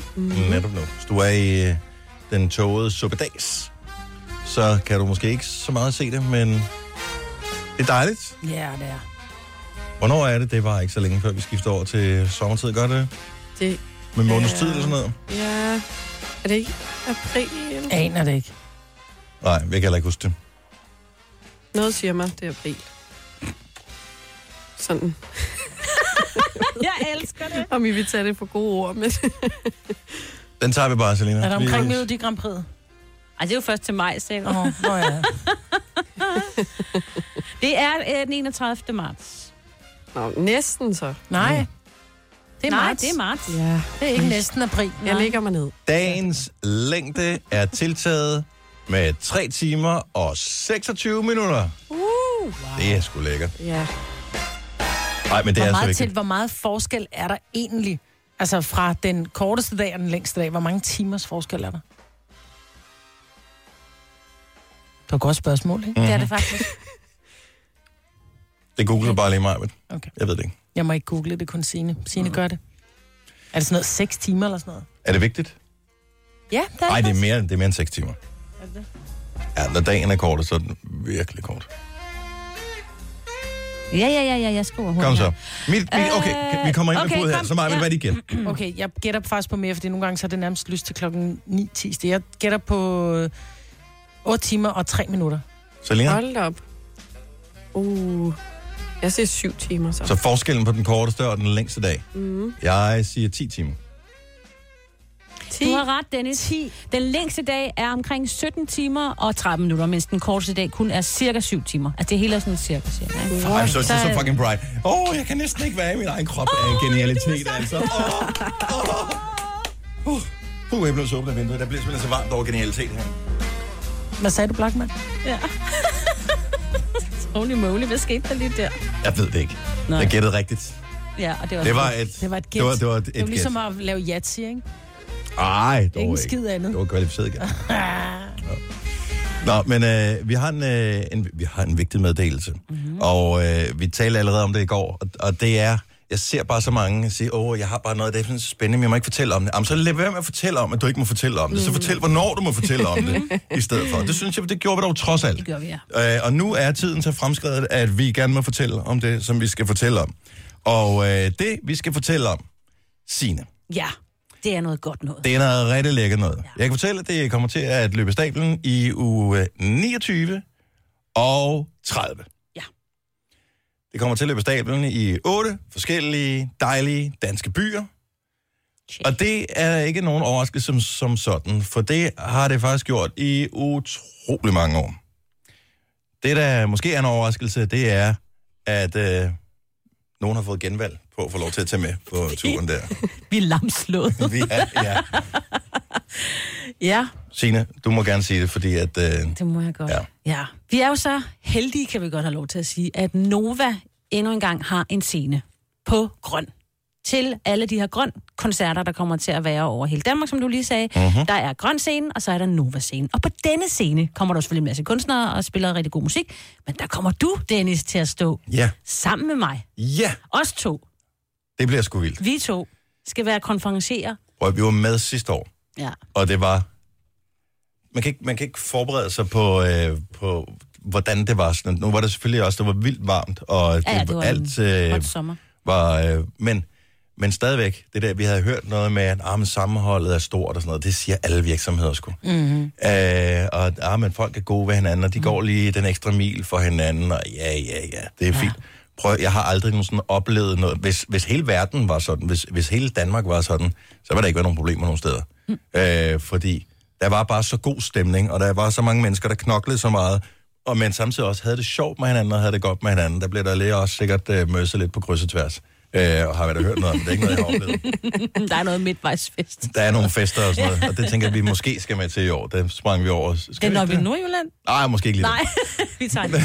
[SPEAKER 1] netop nu. Hvis du er i øh, den tågede suppedags, så kan du måske ikke så meget se det, men det er dejligt.
[SPEAKER 2] Ja, det er.
[SPEAKER 1] Hvornår er det? Det var ikke så længe før, vi skifter over til sommertid. Gør det?
[SPEAKER 4] Det-
[SPEAKER 1] Med måneds
[SPEAKER 4] Ja.
[SPEAKER 1] tid eller sådan noget?
[SPEAKER 4] Ja, er det ikke april? eller-
[SPEAKER 2] Jeg aner det ikke.
[SPEAKER 1] Nej, jeg kan heller ikke huske det.
[SPEAKER 4] Noget siger mig, det er april. Sådan.
[SPEAKER 9] Jeg elsker det.
[SPEAKER 4] Om I vil tage det for gode ord, men
[SPEAKER 1] Den tager vi bare, Selina.
[SPEAKER 2] Er der omkring
[SPEAKER 1] Vi-
[SPEAKER 2] Melodi Grand Prix?
[SPEAKER 9] Ej, det er jo først til maj, sagde
[SPEAKER 2] Åh,
[SPEAKER 9] hun.
[SPEAKER 2] oh, hvor er
[SPEAKER 9] Det er øh, den 31. marts.
[SPEAKER 4] Nå, næsten så.
[SPEAKER 2] Nej. Det er
[SPEAKER 9] Nej,
[SPEAKER 2] marts.
[SPEAKER 9] det er marts.
[SPEAKER 4] Ja.
[SPEAKER 2] det er ikke næsten april.
[SPEAKER 4] Jeg
[SPEAKER 9] Nej.
[SPEAKER 4] lægger mig ned.
[SPEAKER 1] Dagens længde er tiltaget med 3 timer og 26 minutter. Uh, wow. Det er sgu lækkert.
[SPEAKER 4] Ja.
[SPEAKER 1] Nej, men det
[SPEAKER 2] Hvor
[SPEAKER 1] er altså så
[SPEAKER 2] meget, til,
[SPEAKER 1] vigtigt.
[SPEAKER 2] hvor meget forskel er der egentlig? Altså fra den korteste dag og den længste dag, hvor mange timers forskel er der? Det var et godt spørgsmål, ikke?
[SPEAKER 9] Det er det faktisk.
[SPEAKER 1] Det googler bare lige mig, men
[SPEAKER 2] Okay.
[SPEAKER 1] jeg ved det ikke. Mm.
[SPEAKER 2] Jeg må ikke google det, det er kun Signe. Signe gør det. Er det sådan noget 6 timer eller sådan noget?
[SPEAKER 1] Er det vigtigt?
[SPEAKER 2] Ja, det er
[SPEAKER 1] Nej, det er
[SPEAKER 2] faktisk.
[SPEAKER 1] mere, det er mere end 6 timer. Ja, når dagen er kort, så er den virkelig kort.
[SPEAKER 9] Ja, ja, ja, ja, jeg skriver hurtigt.
[SPEAKER 1] Kom så.
[SPEAKER 9] her.
[SPEAKER 1] Mit, mit, okay, vi kommer ind med
[SPEAKER 9] okay,
[SPEAKER 1] bud her.
[SPEAKER 9] kom.
[SPEAKER 1] Så meget vil
[SPEAKER 9] Ja.
[SPEAKER 1] ja. det igen.
[SPEAKER 2] Okay, jeg gætter faktisk på mere, fordi nogle gange så er det nærmest lyst til klokken 9.10. Så Jeg gætter på øh, 8 timer og 3 minutter.
[SPEAKER 1] Selina?
[SPEAKER 4] Hold da op. Uh. Jeg ser syv timer så.
[SPEAKER 1] Så forskellen på den korteste og den længste dag. Mm. Jeg siger 10 timer.
[SPEAKER 4] ti.
[SPEAKER 9] Du har ret, Dennis. 10. Den længste dag er omkring 17 timer og 13 minutter, mens den korteste dag kun er cirka 7 timer. Altså, det hele er sådan cirka, cirka. ikke?
[SPEAKER 1] I'm so, so, so fucking bright. Åh, oh, jeg kan næsten ikke være i min egen krop af oh, genialitet, altså. Åh, åh. Uh, Uh, jeg blev så åbnet af vinduet. Der bliver simpelthen så varmt over genialitet her.
[SPEAKER 2] Hvad sagde du, Blackman?
[SPEAKER 9] Holy moly, hvad skete der lige der?
[SPEAKER 1] Jeg ved det ikke.
[SPEAKER 9] Nej.
[SPEAKER 1] Jeg gættede rigtigt.
[SPEAKER 9] Ja, og det var,
[SPEAKER 1] Det var et...
[SPEAKER 2] Det var et gæt.
[SPEAKER 1] Det var, det var et,
[SPEAKER 2] Det var
[SPEAKER 1] et
[SPEAKER 2] ligesom
[SPEAKER 1] gæt.
[SPEAKER 2] at lave jatsi, ikke?
[SPEAKER 1] Ej, det var
[SPEAKER 2] Ikke en
[SPEAKER 1] ikke.
[SPEAKER 2] skid andet.
[SPEAKER 1] Det var kvalificeret gæt. Nå, men øh, vi, har en, øh, en, vi har en vigtig meddelelse,
[SPEAKER 9] Mhm.
[SPEAKER 1] mm-hmm. og øh, vi talte allerede om det i går, og, og det er, jeg ser bare så mange sige, åh, jeg har bare noget, det er sådan spændende, men jeg må ikke fortælle om det. Jamen, så lad være med at fortælle om, at du ikke må fortælle om
[SPEAKER 9] Mhm.
[SPEAKER 1] det. Så fortæl, hvornår du må fortælle om det, i stedet for. Det synes jeg, det gjorde vi dog trods alt. Det
[SPEAKER 9] gjorde vi,
[SPEAKER 1] ja. øh, og nu er tiden så fremskrevet, at vi gerne må fortælle om det, som vi skal fortælle om. Og øh, det, vi skal fortælle om, Signe.
[SPEAKER 9] ja, det er noget godt noget.
[SPEAKER 1] Det er noget rigtig lækkert noget. Ja. Jeg kan fortælle, at det kommer til at løbe af stablen i uge 29 og 30.
[SPEAKER 9] Ja.
[SPEAKER 1] Det kommer til at løbe af stablen i otte forskellige dejlige danske byer.
[SPEAKER 9] Tjek.
[SPEAKER 1] Og det er ikke nogen overraskelse som, som sådan, for det har det faktisk gjort i utrolig mange år. Det, der måske er en overraskelse, det er, at øh, nogen har fået genvalg på at få lov til at tage med på turen der.
[SPEAKER 9] Vi er lamslået.
[SPEAKER 1] Vi er, ja.
[SPEAKER 9] ja,
[SPEAKER 1] Signe, du må gerne sige det, fordi at... Øh,
[SPEAKER 9] det må jeg godt.
[SPEAKER 1] Ja.
[SPEAKER 9] Ja. ja. Vi er jo så heldige, kan vi godt have lov til at sige, at Nova endnu engang har en scene på grøn til alle de her grøn koncerter, der kommer til at være over hele Danmark, som du lige sagde.
[SPEAKER 1] Mhm.
[SPEAKER 9] Uh-huh. Der er grøn scene, og så er der Nova scene. Og på denne scene kommer der selvfølgelig en masse kunstnere og spiller rigtig god musik, men der kommer du, Dennis, til at stå
[SPEAKER 1] ja,
[SPEAKER 9] sammen med mig.
[SPEAKER 1] ja,
[SPEAKER 9] Os to,
[SPEAKER 1] det bliver sgu vildt.
[SPEAKER 9] vi to, skal være konferencerer.
[SPEAKER 1] Og vi var med sidste år,
[SPEAKER 9] Ja.
[SPEAKER 1] og det var man kan ikke, man kan ikke forberede sig på, øh, på, hvordan det var. Sådan, nu var det selvfølgelig også, det var vildt varmt, og det,
[SPEAKER 9] Ja, ja, det var
[SPEAKER 1] alt
[SPEAKER 9] en
[SPEAKER 1] øh,
[SPEAKER 9] hot sommer.
[SPEAKER 1] var... Øh, men, men stadigvæk, det der, vi havde hørt noget med, at ah, men sammenholdet er stort og sådan noget, det siger alle virksomheder sgu.
[SPEAKER 2] Mm-hmm.
[SPEAKER 1] Øh, og ah, men folk er gode ved hinanden, og de mm. går lige den ekstra mil for hinanden, og ja, ja, ja, det er fint. Prøv, jeg har aldrig nogensinde oplevet noget. Hvis, hvis hele verden var sådan, hvis, hvis hele Danmark var sådan, så var der ikke være nogen problemer nogen steder. Mm. Øh, fordi der var bare så god stemning, og der var så mange mennesker, der knoklede så meget, og men samtidig også havde det sjovt med hinanden, og havde det godt med hinanden. Der blev der lige også sikkert øh, møsset lidt på kryds og tværs. Øh, og har vi da hørt noget om det? Det er ikke noget, jeg har oplevet.
[SPEAKER 9] der er noget midtvejsfest.
[SPEAKER 1] Der er nogle fester og sådan noget, og det tænker jeg, vi måske skal med til i år. Det sprang vi over. Skal
[SPEAKER 9] Det er, når
[SPEAKER 1] ikke
[SPEAKER 9] vi er i Nordjylland.
[SPEAKER 1] Nej, måske ikke lige
[SPEAKER 9] Nej, vi tager den.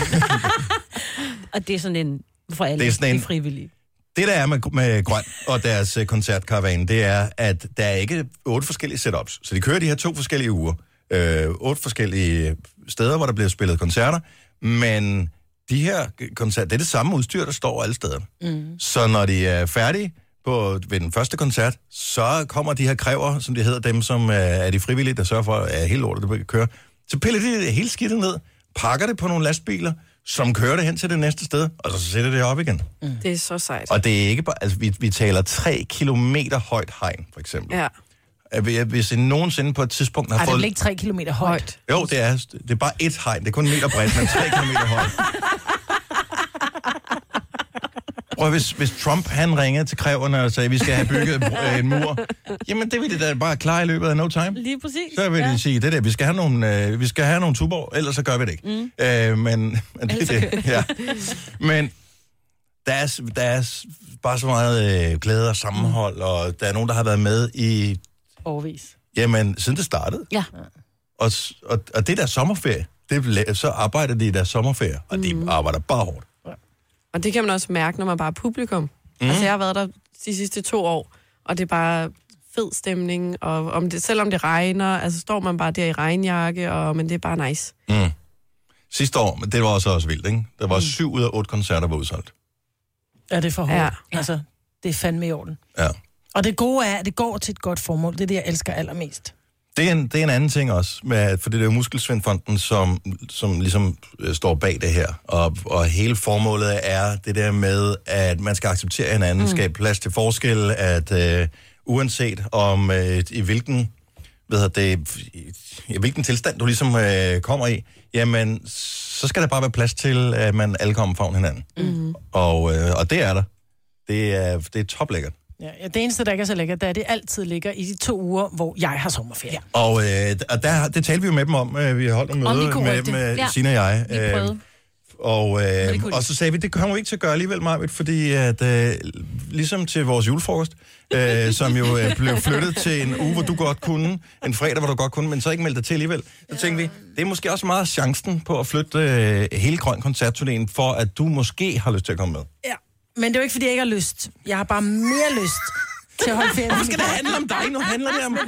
[SPEAKER 9] Og det er sådan en for alle.
[SPEAKER 1] Det er sådan en-
[SPEAKER 9] De frivillige.
[SPEAKER 1] Det, der er med, med Grøn og deres øh, koncertkaravane, det er, at der er ikke otte forskellige setups. Så de kører de her to forskellige uger. Øh, otte forskellige steder, hvor der bliver spillet koncerter. Men de her koncerter, det er det samme udstyr, der står alle steder.
[SPEAKER 3] Mhm.
[SPEAKER 1] Mm. Så når de er færdige på, ved den første koncert, så kommer de her kræver, som de hedder, dem som øh, er de frivillige, der sørger for, at hele lortet det kører. Så piller de det hele skidtet ned, pakker det på nogle lastbiler, som kører det hen til det næste sted, og så sætter det op igen.
[SPEAKER 2] Mm.
[SPEAKER 4] Det er så sejt.
[SPEAKER 1] Og det er ikke bare, altså vi, vi taler 3 kilometer højt hegn, for eksempel.
[SPEAKER 4] Ja.
[SPEAKER 1] Ja. Hvis en nogensinde på et tidspunkt har
[SPEAKER 2] Ej, det er
[SPEAKER 1] fået...
[SPEAKER 2] vel ikke 3 km højt.
[SPEAKER 1] Jo, det er, det er bare et hegn. Det er kun en meter bredt, men 3 kilometer højt. Prøv, at- hvis, hvis Trump han ringede til kræverne og sagde, at vi skal have bygget en bro- øh, en mur, jamen det vil det da bare klare i løbet af no time.
[SPEAKER 9] Lige præcis.
[SPEAKER 1] Så vil de sige, det der, vi skal have nogle, øh, vi skal have nogle tuber, ellers så gør vi det ikke. Mm. Øh, men, men, det, det, ja. men der er, s- der er s- bare så meget øh, glæde og sammenhold, og der er nogen, der har været med i,
[SPEAKER 2] Overvis.
[SPEAKER 1] jamen, siden det startede.
[SPEAKER 9] Ja.
[SPEAKER 1] Og, s- og, og det der sommerferie, det, la- så arbejder de i deres sommerferie, og de arbejder bare hårdt.
[SPEAKER 4] Og det kan man også mærke, når man bare er publikum. Mm. Altså, jeg har været der de sidste to år, og det er bare fed stemning, og om det, selvom det regner, altså står man bare der i regnjakke, og, men det er bare nice.
[SPEAKER 1] Mm. Sidste år, men det var også, også vildt, ikke? Der var syv ud af otte koncerter, der var udsolgt.
[SPEAKER 2] Ja, det er for hårdt.
[SPEAKER 4] Ja.
[SPEAKER 2] Ja. Altså, det er fandme i orden.
[SPEAKER 1] Ja.
[SPEAKER 2] Og det gode er, at det går til et godt formål. Det er det, jeg elsker allermest.
[SPEAKER 1] Det er, en, det er en anden ting også, med, for det er jo Muskelsvindfonden, som, som ligesom øh, står bag det her. Og, og hele formålet er det der med, at man skal acceptere hinanden, mm. skabe plads til forskel, at øh, uanset om øh, i hvilken ved jeg, det, i, i hvilken tilstand du ligesom øh, kommer i, jamen så skal der bare være plads til, at man alle kommer favn hinanden. Mm. Og, øh, og det er der. Det er, det er toplækkert.
[SPEAKER 2] Ja, ja, det eneste, der ikke er så lækkert, det er, at det altid ligger i de to uger, hvor jeg har sommerferie.
[SPEAKER 1] Og, øh, og der, det talte vi jo med dem om. Øh, Vi holdt en
[SPEAKER 9] Om
[SPEAKER 1] møde
[SPEAKER 9] vi kunne
[SPEAKER 1] med
[SPEAKER 9] rykke
[SPEAKER 1] dem,
[SPEAKER 9] det.
[SPEAKER 1] øh,
[SPEAKER 9] Ja.
[SPEAKER 1] Signe og jeg. Øhm,
[SPEAKER 9] Vi prøvede.
[SPEAKER 1] og, øh,
[SPEAKER 9] det kunne de
[SPEAKER 1] og så sagde vi, det kommer vi ikke til at gøre alligevel, Marvitt, fordi at, øh, ligesom til vores julefrokost, øh, som jo øh, blev flyttet til en uge, hvor du godt kunne, en fredag, hvor du godt kunne, men så ikke meldte dig til alligevel, så tænkte vi, det er måske også meget chancen på at flytte øh, hele Grøn Koncertturnéen, for at du måske har lyst til at komme med.
[SPEAKER 2] Ja. Men det er jo ikke, fordi jeg ikke har lyst. Jeg har bare mere lyst til at holde ferie. Nu
[SPEAKER 1] Skal det handle om dig? Nu handler det om...
[SPEAKER 2] Nej,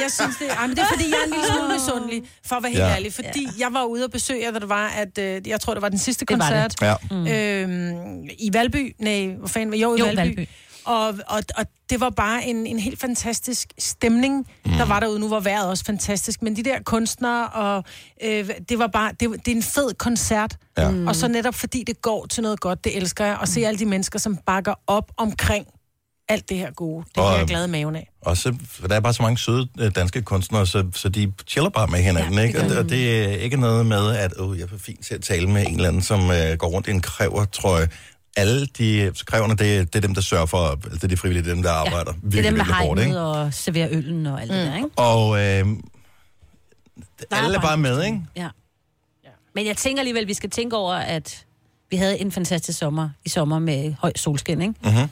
[SPEAKER 2] jeg synes det. Ej, men det er fordi, jeg er en lille smule misundelig, for at være helt
[SPEAKER 1] Ah. Ja.
[SPEAKER 2] ja. ærlig. Fordi ja. jeg var ude og besøge jer, da det var, at øh, jeg tror, det var den sidste
[SPEAKER 9] Det var
[SPEAKER 2] koncert.
[SPEAKER 1] Ja.
[SPEAKER 2] Øhm, I Valby. Nej, hvor fanden var Jo, i
[SPEAKER 9] Jo,
[SPEAKER 2] Valby.
[SPEAKER 9] Valby.
[SPEAKER 2] Valby. Og, og, og det var bare en, en helt fantastisk stemning, mm. der var derude. Nu var vejret også fantastisk, men de der kunstnere, og øh, det var bare, det, det er en fed koncert.
[SPEAKER 1] Ja. Mm.
[SPEAKER 2] Og så netop fordi det går til noget godt, det elsker jeg. Og se alle de mennesker, som bakker op omkring alt det her gode. Det bliver
[SPEAKER 1] Og- øhm,
[SPEAKER 2] jeg glad i maven af.
[SPEAKER 1] Og så, for der er bare så mange søde øh, danske kunstnere, så, så de chiller bare med hinanden, ja,
[SPEAKER 2] Ja,
[SPEAKER 1] ikke? Og, det- og det er ikke noget med, at åh, jeg er for fint til at tale med en eller anden, som øh, går rundt i en kræver, tror jeg. Alle de så kræverne, det, det er dem, der sørger for, altså, det er de frivillige, det er dem, der arbejder ja,
[SPEAKER 9] Det er
[SPEAKER 1] virkelig,
[SPEAKER 9] dem, der
[SPEAKER 1] virkelig
[SPEAKER 9] har
[SPEAKER 1] hårdt, ikke?
[SPEAKER 9] hegnet og serverer øllen og alt mm. det der, ikke?
[SPEAKER 1] Og øh, alle er
[SPEAKER 9] bare
[SPEAKER 1] bare med, ikke?
[SPEAKER 9] Ja. Men jeg tænker alligevel, vi skal tænke over, at vi havde en fantastisk sommer i sommer med høj solskin, ikke? Mm-hmm.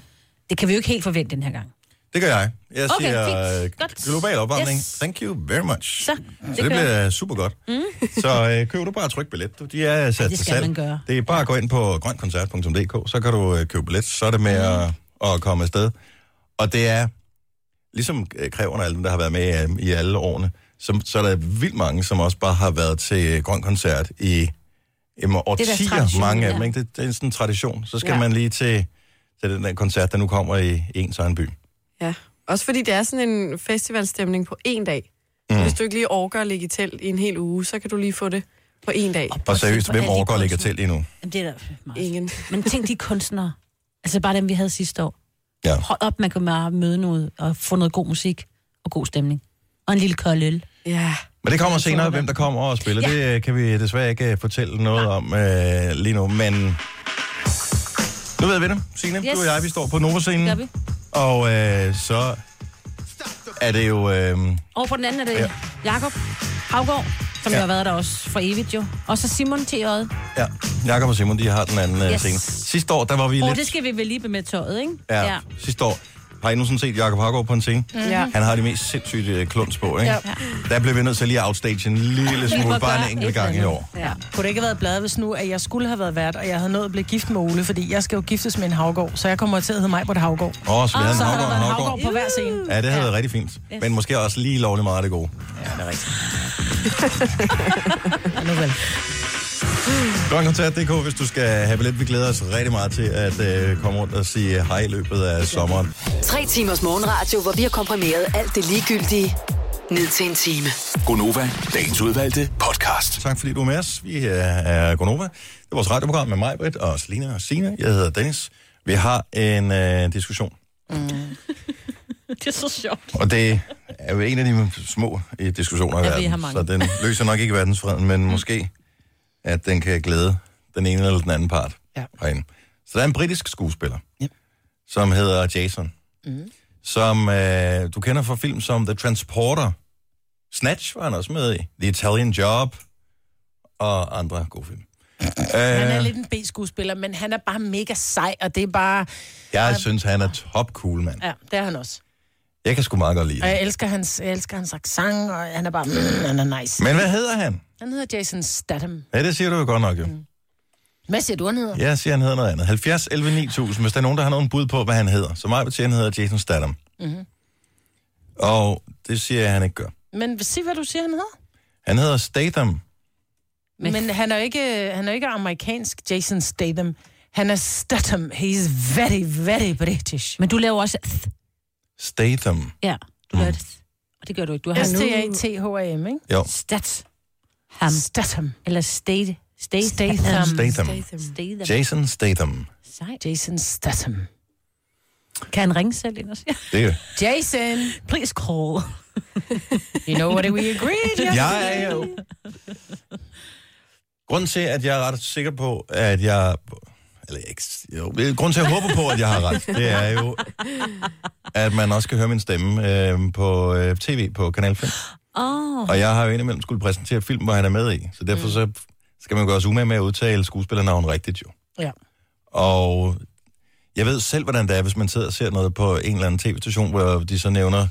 [SPEAKER 9] Det kan vi jo ikke helt forvente den her gang.
[SPEAKER 1] Mhm. Det gør jeg. Jeg
[SPEAKER 9] Okay,
[SPEAKER 1] siger
[SPEAKER 9] fint.
[SPEAKER 1] øh,
[SPEAKER 9] Godt.
[SPEAKER 1] global opvarmning. Yes.
[SPEAKER 9] Yes.
[SPEAKER 1] Thank you very much.
[SPEAKER 9] Så,
[SPEAKER 1] Mm. Så det
[SPEAKER 9] kører.
[SPEAKER 1] bliver super godt. Mm. så øh, køb du bare tryk billet. Du, De er sat
[SPEAKER 9] det
[SPEAKER 1] til
[SPEAKER 9] skal
[SPEAKER 1] salg.
[SPEAKER 9] man gøre.
[SPEAKER 1] Det er bare at gå ind på grønkoncert.dk, så kan du øh, købe billet. Så er det med
[SPEAKER 9] Mm.
[SPEAKER 1] at, at komme afsted. Og det er, ligesom øh, kræverne og alle dem, der har været med øh, i alle årene, så, så er der vildt mange, som også bare har været til øh, Grøn Koncert i jamen, årtier.
[SPEAKER 9] tradition,
[SPEAKER 1] Mange af dem,
[SPEAKER 9] ja.
[SPEAKER 1] ikke? Det, det er sådan en tradition. Så skal ja.
[SPEAKER 4] Ja.
[SPEAKER 1] man lige til, til den der koncert, der nu kommer i ens egen by.
[SPEAKER 4] Ja. Også fordi det er sådan en festivalstemning på en dag. Mm. Hvis du ikke lige orker at ligge i telt i en hel uge, så kan du lige få det på en dag.
[SPEAKER 1] Og seriøst, hvem
[SPEAKER 9] Hvor er de
[SPEAKER 1] overgår at lægge
[SPEAKER 9] kunstnere?
[SPEAKER 1] til lige nu?
[SPEAKER 9] Jamen, det er da meget.
[SPEAKER 4] Ingen.
[SPEAKER 9] Men tænk de kunstnere. Altså bare dem, vi havde sidste år.
[SPEAKER 1] Ja.
[SPEAKER 9] Hold op, man kan bare møde noget og få noget god musik og god stemning. Og en lille kold øl.
[SPEAKER 4] Ja.
[SPEAKER 1] Men det kommer senere, hvem der kommer og spiller. Ja. Det øh, kan vi desværre ikke øh, fortælle noget om øh, lige nu, men... Nu ved vi det, Signe. Yes.
[SPEAKER 9] Yes.
[SPEAKER 1] Du og jeg, vi står på Nova-scenen.
[SPEAKER 9] Gør vi.
[SPEAKER 1] Og øh, så er det jo... Øh,
[SPEAKER 9] Over på den anden er det
[SPEAKER 1] Ja.
[SPEAKER 9] ja. Jakob Havgård, som
[SPEAKER 1] Ja.
[SPEAKER 9] ja. jo har været der også for evigt jo. Og så Simon T. Åh,
[SPEAKER 1] ja, Jakob og Simon, de har den anden yes.
[SPEAKER 9] Yes.
[SPEAKER 1] scene. Sidste år, der var vi
[SPEAKER 9] oh,
[SPEAKER 1] lidt...
[SPEAKER 9] det skal vi vel lige med tøjet, ikke?
[SPEAKER 1] Ja, ja, sidste år. Har I nogensinde set Jakob Haggaard på en scene?
[SPEAKER 9] Mhm.
[SPEAKER 1] Mm.
[SPEAKER 4] Ja.
[SPEAKER 1] Han har de mest sindssygt øh, klunds på, ikke? Ja. Der blev vi nødt til lige at outstage en lille
[SPEAKER 9] Vi må
[SPEAKER 1] smule, bare
[SPEAKER 9] gøre
[SPEAKER 1] en enkelt
[SPEAKER 9] et
[SPEAKER 1] gang i
[SPEAKER 9] eller
[SPEAKER 1] år.
[SPEAKER 9] andet. Ja.
[SPEAKER 2] Kunne det ikke have været bladet, hvis nu, at jeg skulle have været vært, og jeg havde nået at blive gift med Ole, fordi jeg skal jo giftes med en havgård, så jeg kommer til at hedde mig på et havgård.
[SPEAKER 1] Åh, oh, så vi havde en
[SPEAKER 2] Ah, Så har der
[SPEAKER 1] Haggaard og en
[SPEAKER 2] været en havgård
[SPEAKER 1] Haggaard.
[SPEAKER 2] på hver scene.
[SPEAKER 1] Ja, det havde været rigtig fint. Men måske også lige lovligt meget af det gode.
[SPEAKER 2] Ja, nu vel.
[SPEAKER 1] Grønkoncert.dk, hvis du skal have billet. Vi glæder os rigtig meget til at øh, komme rundt og sige hej i løbet af sommeren.
[SPEAKER 6] Tre timers morgenradio, hvor vi har komprimeret alt det ligegyldige ned til en time.
[SPEAKER 7] Gonova, dagens udvalgte podcast.
[SPEAKER 1] Tak fordi du er med os. Vi øh, er Gonova. Det er vores radioprogram med mig, Britt og Selina og Signe. Jeg hedder Dennis. Vi har en øh, diskussion,
[SPEAKER 3] Mhm.
[SPEAKER 9] Det er så sjovt.
[SPEAKER 1] og det er jo en af de små øh, diskussioner i
[SPEAKER 9] Ja, vi har
[SPEAKER 1] verden.
[SPEAKER 9] mange. Mm.
[SPEAKER 1] Så den løser nok ikke verdensfreden, men måske at den kan glæde den ene eller den anden part.
[SPEAKER 2] Ja.
[SPEAKER 1] Herinde. Så der er en britisk skuespiller,
[SPEAKER 2] Ja.
[SPEAKER 1] som hedder Jason,
[SPEAKER 2] Mm.
[SPEAKER 1] som øh, du kender fra film som The Transporter. Snatch var han også med i. The Italian Job og andre gode film.
[SPEAKER 2] Han er
[SPEAKER 1] Øh,
[SPEAKER 2] lidt en B-skuespiller, men han er bare mega sej, og det er bare...
[SPEAKER 1] jeg synes, han er top cool, mand.
[SPEAKER 2] Ja, det er han også.
[SPEAKER 1] Jeg kan sgu meget godt lide
[SPEAKER 2] Og
[SPEAKER 1] det.
[SPEAKER 2] jeg elsker hans, jeg elsker hans accent, og han er bare... Mm, han er nice.
[SPEAKER 1] Men hvad hedder han?
[SPEAKER 2] Han hedder Jason Statham.
[SPEAKER 1] Ja, det siger du jo godt nok,
[SPEAKER 2] Mm.
[SPEAKER 1] jo.
[SPEAKER 2] Hvad siger du, han hedder?
[SPEAKER 1] Jeg siger, han hedder noget andet. 70 11 9000, hvis der er nogen, der har nogen bud på, hvad han hedder. Så mig vil sige, han hedder Jason Statham. Mm-hmm.
[SPEAKER 2] Mhm.
[SPEAKER 1] Og det siger jeg, han ikke gør.
[SPEAKER 2] Men sig, hvad du siger, han hedder.
[SPEAKER 1] Han hedder Statham.
[SPEAKER 2] Men, men han er jo ikke, han er jo ikke amerikansk Jason Statham. Han er Statham. He's very, very British.
[SPEAKER 9] Men du laver også... th.
[SPEAKER 1] Statham.
[SPEAKER 9] Ja, du gør det. Og det gør du ikke. Du har
[SPEAKER 2] S-T-A-T-H-A-M, ikke?
[SPEAKER 1] Jo,
[SPEAKER 9] Stat. Ham.
[SPEAKER 2] Statham.
[SPEAKER 9] Eller state. State.
[SPEAKER 2] Statham.
[SPEAKER 1] Statham.
[SPEAKER 9] State.
[SPEAKER 1] Jason Statham.
[SPEAKER 9] Sejt.
[SPEAKER 2] Jason Statham.
[SPEAKER 9] Kan han ringe selv ind og sige,
[SPEAKER 1] Det er
[SPEAKER 2] Jason,
[SPEAKER 9] please call.
[SPEAKER 2] you know what we agreed? Yeah?
[SPEAKER 1] Jeg er jo... Grunden til, at jeg er ret sikker på, at jeg... Eller ikke... Jo, grunden til, at jeg håber på, at jeg har ret, det er jo, at man også kan høre min stemme øh, på øh, tv på Kanal 5.
[SPEAKER 9] Åh, oh,
[SPEAKER 1] Og jeg har jo indimellem skulle præsentere film, hvor han er med i. Så
[SPEAKER 2] Mm.
[SPEAKER 1] derfor så skal man jo gøre sig umage med at udtale skuespillernavn rigtigt jo.
[SPEAKER 2] Ja.
[SPEAKER 1] Og jeg ved selv, hvordan det er, hvis man sidder og ser noget på en eller anden tv-station, hvor de så nævner,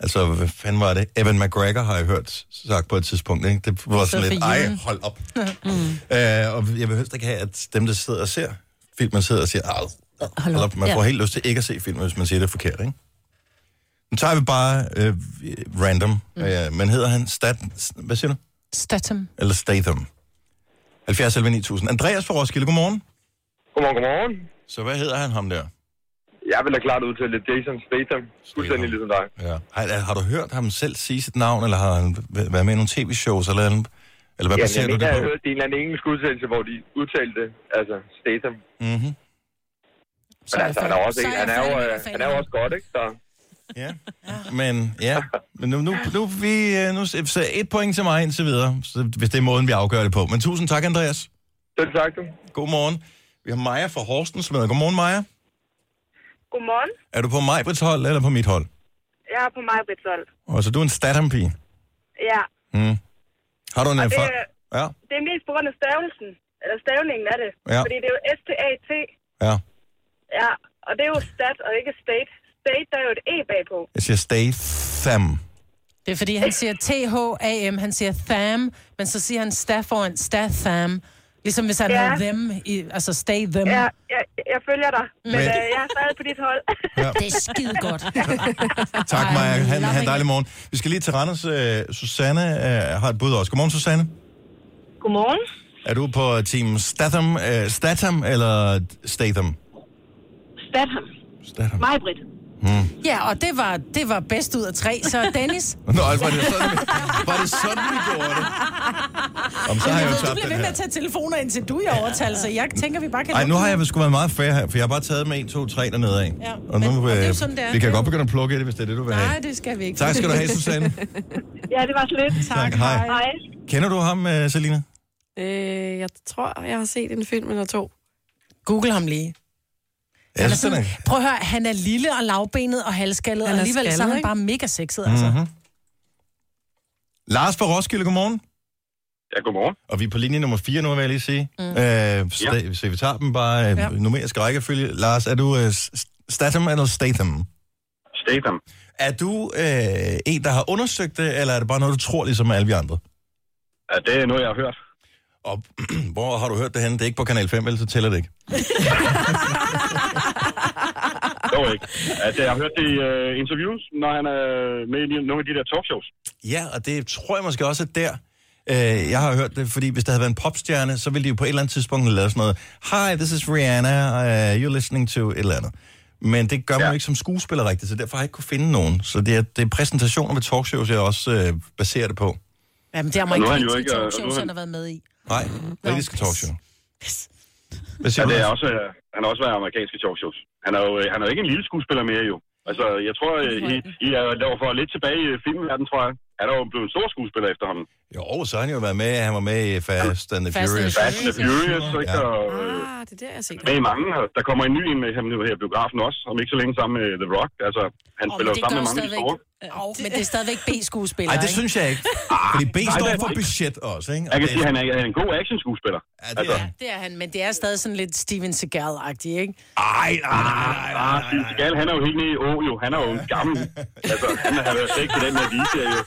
[SPEAKER 1] altså, hvad fanden var det? Evan McGregor har jeg hørt sagt på et tidspunkt, ikke? Det var sådan
[SPEAKER 2] for
[SPEAKER 1] lidt, ej,
[SPEAKER 2] jævn."
[SPEAKER 1] hold op. mm. øh, og jeg vil helst ikke have, at dem, der sidder og ser filmen, sidder og siger, "Au, au, hold op. Man
[SPEAKER 9] Ja.
[SPEAKER 1] får helt lyst til ikke at se filmen, hvis man siger det forkert, ikke? Nu tager vi bare øh, random. Mm. Øh, men hedder han Stat... Hvad siger du?
[SPEAKER 2] Statham.
[SPEAKER 1] Eller Statham. 70 11 9000. Andreas fra Roskilde, godmorgen.
[SPEAKER 10] Godmorgen, godmorgen.
[SPEAKER 1] Så hvad hedder han ham der?
[SPEAKER 10] Jeg vil da klart udtale det. Jason Statham. Fuldstændig ligesom dig.
[SPEAKER 1] Ja. Har, har du hørt ham selv sige sit navn, eller har han væ- været med i nogle tv-shows, eller, andet? eller hvad
[SPEAKER 10] Ja,
[SPEAKER 1] baserer
[SPEAKER 10] jeg
[SPEAKER 1] du
[SPEAKER 10] mener, jeg
[SPEAKER 1] det
[SPEAKER 10] har
[SPEAKER 1] på?
[SPEAKER 10] hørt det er en eller anden engelsk udtalelse, hvor de udtalte det. Altså, Statham.
[SPEAKER 1] Mm-hmm.
[SPEAKER 10] Men altså, han er, også,
[SPEAKER 2] Så
[SPEAKER 10] ikke, han, er jo, øh, han er jo også godt, ikke? Så
[SPEAKER 1] Ja. Men, ja. Men nu, nu, nu, vi, øh, nu så et point til mig indtil videre, så, hvis det er måden, vi afgør det på. Men tusind tak, Andreas.
[SPEAKER 10] selv tak, du.
[SPEAKER 1] Godmorgen. Vi har Maja fra Horsens med. Godmorgen, Maja.
[SPEAKER 11] Godmorgen.
[SPEAKER 1] Er du på Majbrits hold, eller på mit hold?
[SPEAKER 11] Jeg er på mig, Britsvold.
[SPEAKER 1] Og så du er en Statham-pige.
[SPEAKER 11] Ja,
[SPEAKER 1] Mm. Har du en
[SPEAKER 11] Og det-
[SPEAKER 1] erfaring? Ja,
[SPEAKER 11] det er mest på grund af stavelsen, eller stavningen af det.
[SPEAKER 1] Ja.
[SPEAKER 11] Fordi det er jo S-T-A-T,
[SPEAKER 1] ja.
[SPEAKER 11] ja, og det er jo stat og ikke state. State, der er jo et E bagpå.
[SPEAKER 1] Jeg siger Statham.
[SPEAKER 2] Det er fordi, han siger T-H-A-M, han siger tham, men så siger han staff foran Statham. Ligesom hvis han
[SPEAKER 11] Ja.
[SPEAKER 2] havde them, i, altså stay them.
[SPEAKER 11] Ja, jeg, jeg følger dig, men
[SPEAKER 1] Men-
[SPEAKER 11] øh, jeg er stadig på dit hold.
[SPEAKER 9] det er skide godt.
[SPEAKER 1] Tak, Maja. Han,
[SPEAKER 9] love
[SPEAKER 1] han
[SPEAKER 9] it.
[SPEAKER 1] dejlig morgen. Vi skal lige til Randers. Øh, Susanne øh, har et bud også. Godmorgen, Susanne.
[SPEAKER 11] Godmorgen.
[SPEAKER 1] Er du på Team Statham, øh, Statham eller Statham?
[SPEAKER 11] Statham.
[SPEAKER 1] Statham.
[SPEAKER 11] Majbrit.
[SPEAKER 1] Mm.
[SPEAKER 2] Ja, og det var, det var bedst ud af tre, så Dennis...
[SPEAKER 1] Nå, altså, var det sådan, var det sådan vi gjorde det? Om, så har jeg jo
[SPEAKER 2] du
[SPEAKER 1] tabt
[SPEAKER 2] bliver
[SPEAKER 1] den
[SPEAKER 2] ved med
[SPEAKER 1] her.
[SPEAKER 2] at tage telefoner, indtil du er i overtal, så jeg tænker, vi bare kan...
[SPEAKER 1] Ej,
[SPEAKER 2] lukke
[SPEAKER 1] nu har
[SPEAKER 2] den.
[SPEAKER 1] jeg vel sgu været meget fair her, for jeg har bare taget med 1, 2, 3 dernede af.
[SPEAKER 2] Ja,
[SPEAKER 1] Og nu,
[SPEAKER 2] men- og det er jo
[SPEAKER 1] øh,
[SPEAKER 2] sådan, det er.
[SPEAKER 1] vi
[SPEAKER 2] Det
[SPEAKER 1] kan
[SPEAKER 2] er
[SPEAKER 1] godt
[SPEAKER 2] jo-
[SPEAKER 1] begynde at plukke i det, hvis det er det, du vil have.
[SPEAKER 2] Nej, det skal vi ikke.
[SPEAKER 1] Tak skal du have, Susanne.
[SPEAKER 12] Ja, det var så lidt.
[SPEAKER 1] Tak, hej.
[SPEAKER 12] Hej.
[SPEAKER 1] Kender du ham, øh, Selina?
[SPEAKER 4] Øh, jeg tror, jeg har set en film eller to.
[SPEAKER 2] Google ham lige.
[SPEAKER 1] Jeg
[SPEAKER 2] Eller
[SPEAKER 1] synes, den
[SPEAKER 2] sådan,
[SPEAKER 1] er...
[SPEAKER 2] prøv at høre, han er lille og lavbenet og halvskaldet, og
[SPEAKER 4] Han er
[SPEAKER 2] alligevel så er
[SPEAKER 4] skaldet,
[SPEAKER 2] han
[SPEAKER 4] ikke?
[SPEAKER 2] bare mega sexet, altså.
[SPEAKER 1] Mm-hmm. Lars fra Roskilde, godmorgen.
[SPEAKER 13] Ja, godmorgen.
[SPEAKER 1] Og vi er på linje nummer 4 nu, vil jeg lige sige. Mm. Øh, sta- Så vi tager dem bare øh,
[SPEAKER 13] Ja.
[SPEAKER 1] numerisk rækkefølge. Lars, er du øh, S- Statham eller Statham?
[SPEAKER 13] Statham.
[SPEAKER 1] Er du øh, en, der har undersøgt det, eller er det bare noget, du tror, ligesom alle vi andre?
[SPEAKER 13] Ja, det er noget, jeg har hørt.
[SPEAKER 1] Og hvor har du hørt det henne? Det er ikke på Kanal 5, ellers så tæller det ikke.
[SPEAKER 13] Dog ikke. Altså, jeg har hørt det i
[SPEAKER 10] øh,
[SPEAKER 13] uh, interviews, når han er med i nogle af de der talkshows.
[SPEAKER 1] Ja, og det tror jeg måske også er der. Øh, jeg har hørt det, fordi hvis der havde været en popstjerne, så ville de jo på et eller andet tidspunkt have lavet sådan noget. Hi, this is Rihanna, uh, you're listening to et eller andet. Men det gør man ja. jo ikke som skuespiller rigtigt, så derfor har jeg ikke kunne finde nogen. Så det er, det er præsentationer ved talkshows, jeg også øh, baserer det på.
[SPEAKER 2] Jamen, det er
[SPEAKER 1] Og nu er han jo
[SPEAKER 2] amerikanske
[SPEAKER 1] ikke, øh, nu
[SPEAKER 2] talkshows,
[SPEAKER 1] er han-
[SPEAKER 2] han har været med i.
[SPEAKER 1] Nej,
[SPEAKER 13] Mhm.
[SPEAKER 1] britiske talkshow. Hvad
[SPEAKER 13] Ja,
[SPEAKER 1] siger
[SPEAKER 13] det
[SPEAKER 1] du?
[SPEAKER 13] er
[SPEAKER 1] Lars?
[SPEAKER 13] også, øh, han har også været i amerikanske talkshows. Han er jo, øh, han er jo ikke en lille skuespiller mere, jo. Altså, jeg tror, øh, I, I er der for lidt tilbage i filmverdenen, tror jeg. Han er jo blevet en stor skuespiller efterhånden.
[SPEAKER 1] Jo, så har han jo været med. Han var med i Fast and the
[SPEAKER 13] Fast and the
[SPEAKER 1] Furious.
[SPEAKER 13] Fast and the Furious, ikke?
[SPEAKER 1] Ja.
[SPEAKER 13] Og, øh,
[SPEAKER 4] Ah, det er der, jeg har set.
[SPEAKER 13] med i mange. og Der kommer en ny ind med ham nu her i biografen også, om ikke så længe sammen med The Rock. Altså, han
[SPEAKER 2] Åh,
[SPEAKER 13] spiller
[SPEAKER 2] men
[SPEAKER 13] jo
[SPEAKER 2] det
[SPEAKER 13] sammen
[SPEAKER 2] gør
[SPEAKER 13] med mange af de
[SPEAKER 2] stadigvæk-
[SPEAKER 13] store.
[SPEAKER 2] Åh, men det er stadigvæk B-skuespillere,
[SPEAKER 1] Ej, det synes jeg ikke. Fordi B
[SPEAKER 13] Nej, det
[SPEAKER 1] står
[SPEAKER 13] er
[SPEAKER 1] for
[SPEAKER 13] ikke.
[SPEAKER 1] budget også, ikke?
[SPEAKER 13] Jeg kan
[SPEAKER 1] det-
[SPEAKER 13] sige, at han er, han er en god actionskuespiller. Altså,
[SPEAKER 1] Ja, det er.
[SPEAKER 2] Det er han, men det er stadig sådan lidt Steven Seagal-agtigt, ikke?
[SPEAKER 1] Ej, nej, nej,
[SPEAKER 13] nej, nej, Skal, han er jo helt nede i Å, jo. Han er jo en gammel. Altså, han har jo slet ikke til den med vise, jo.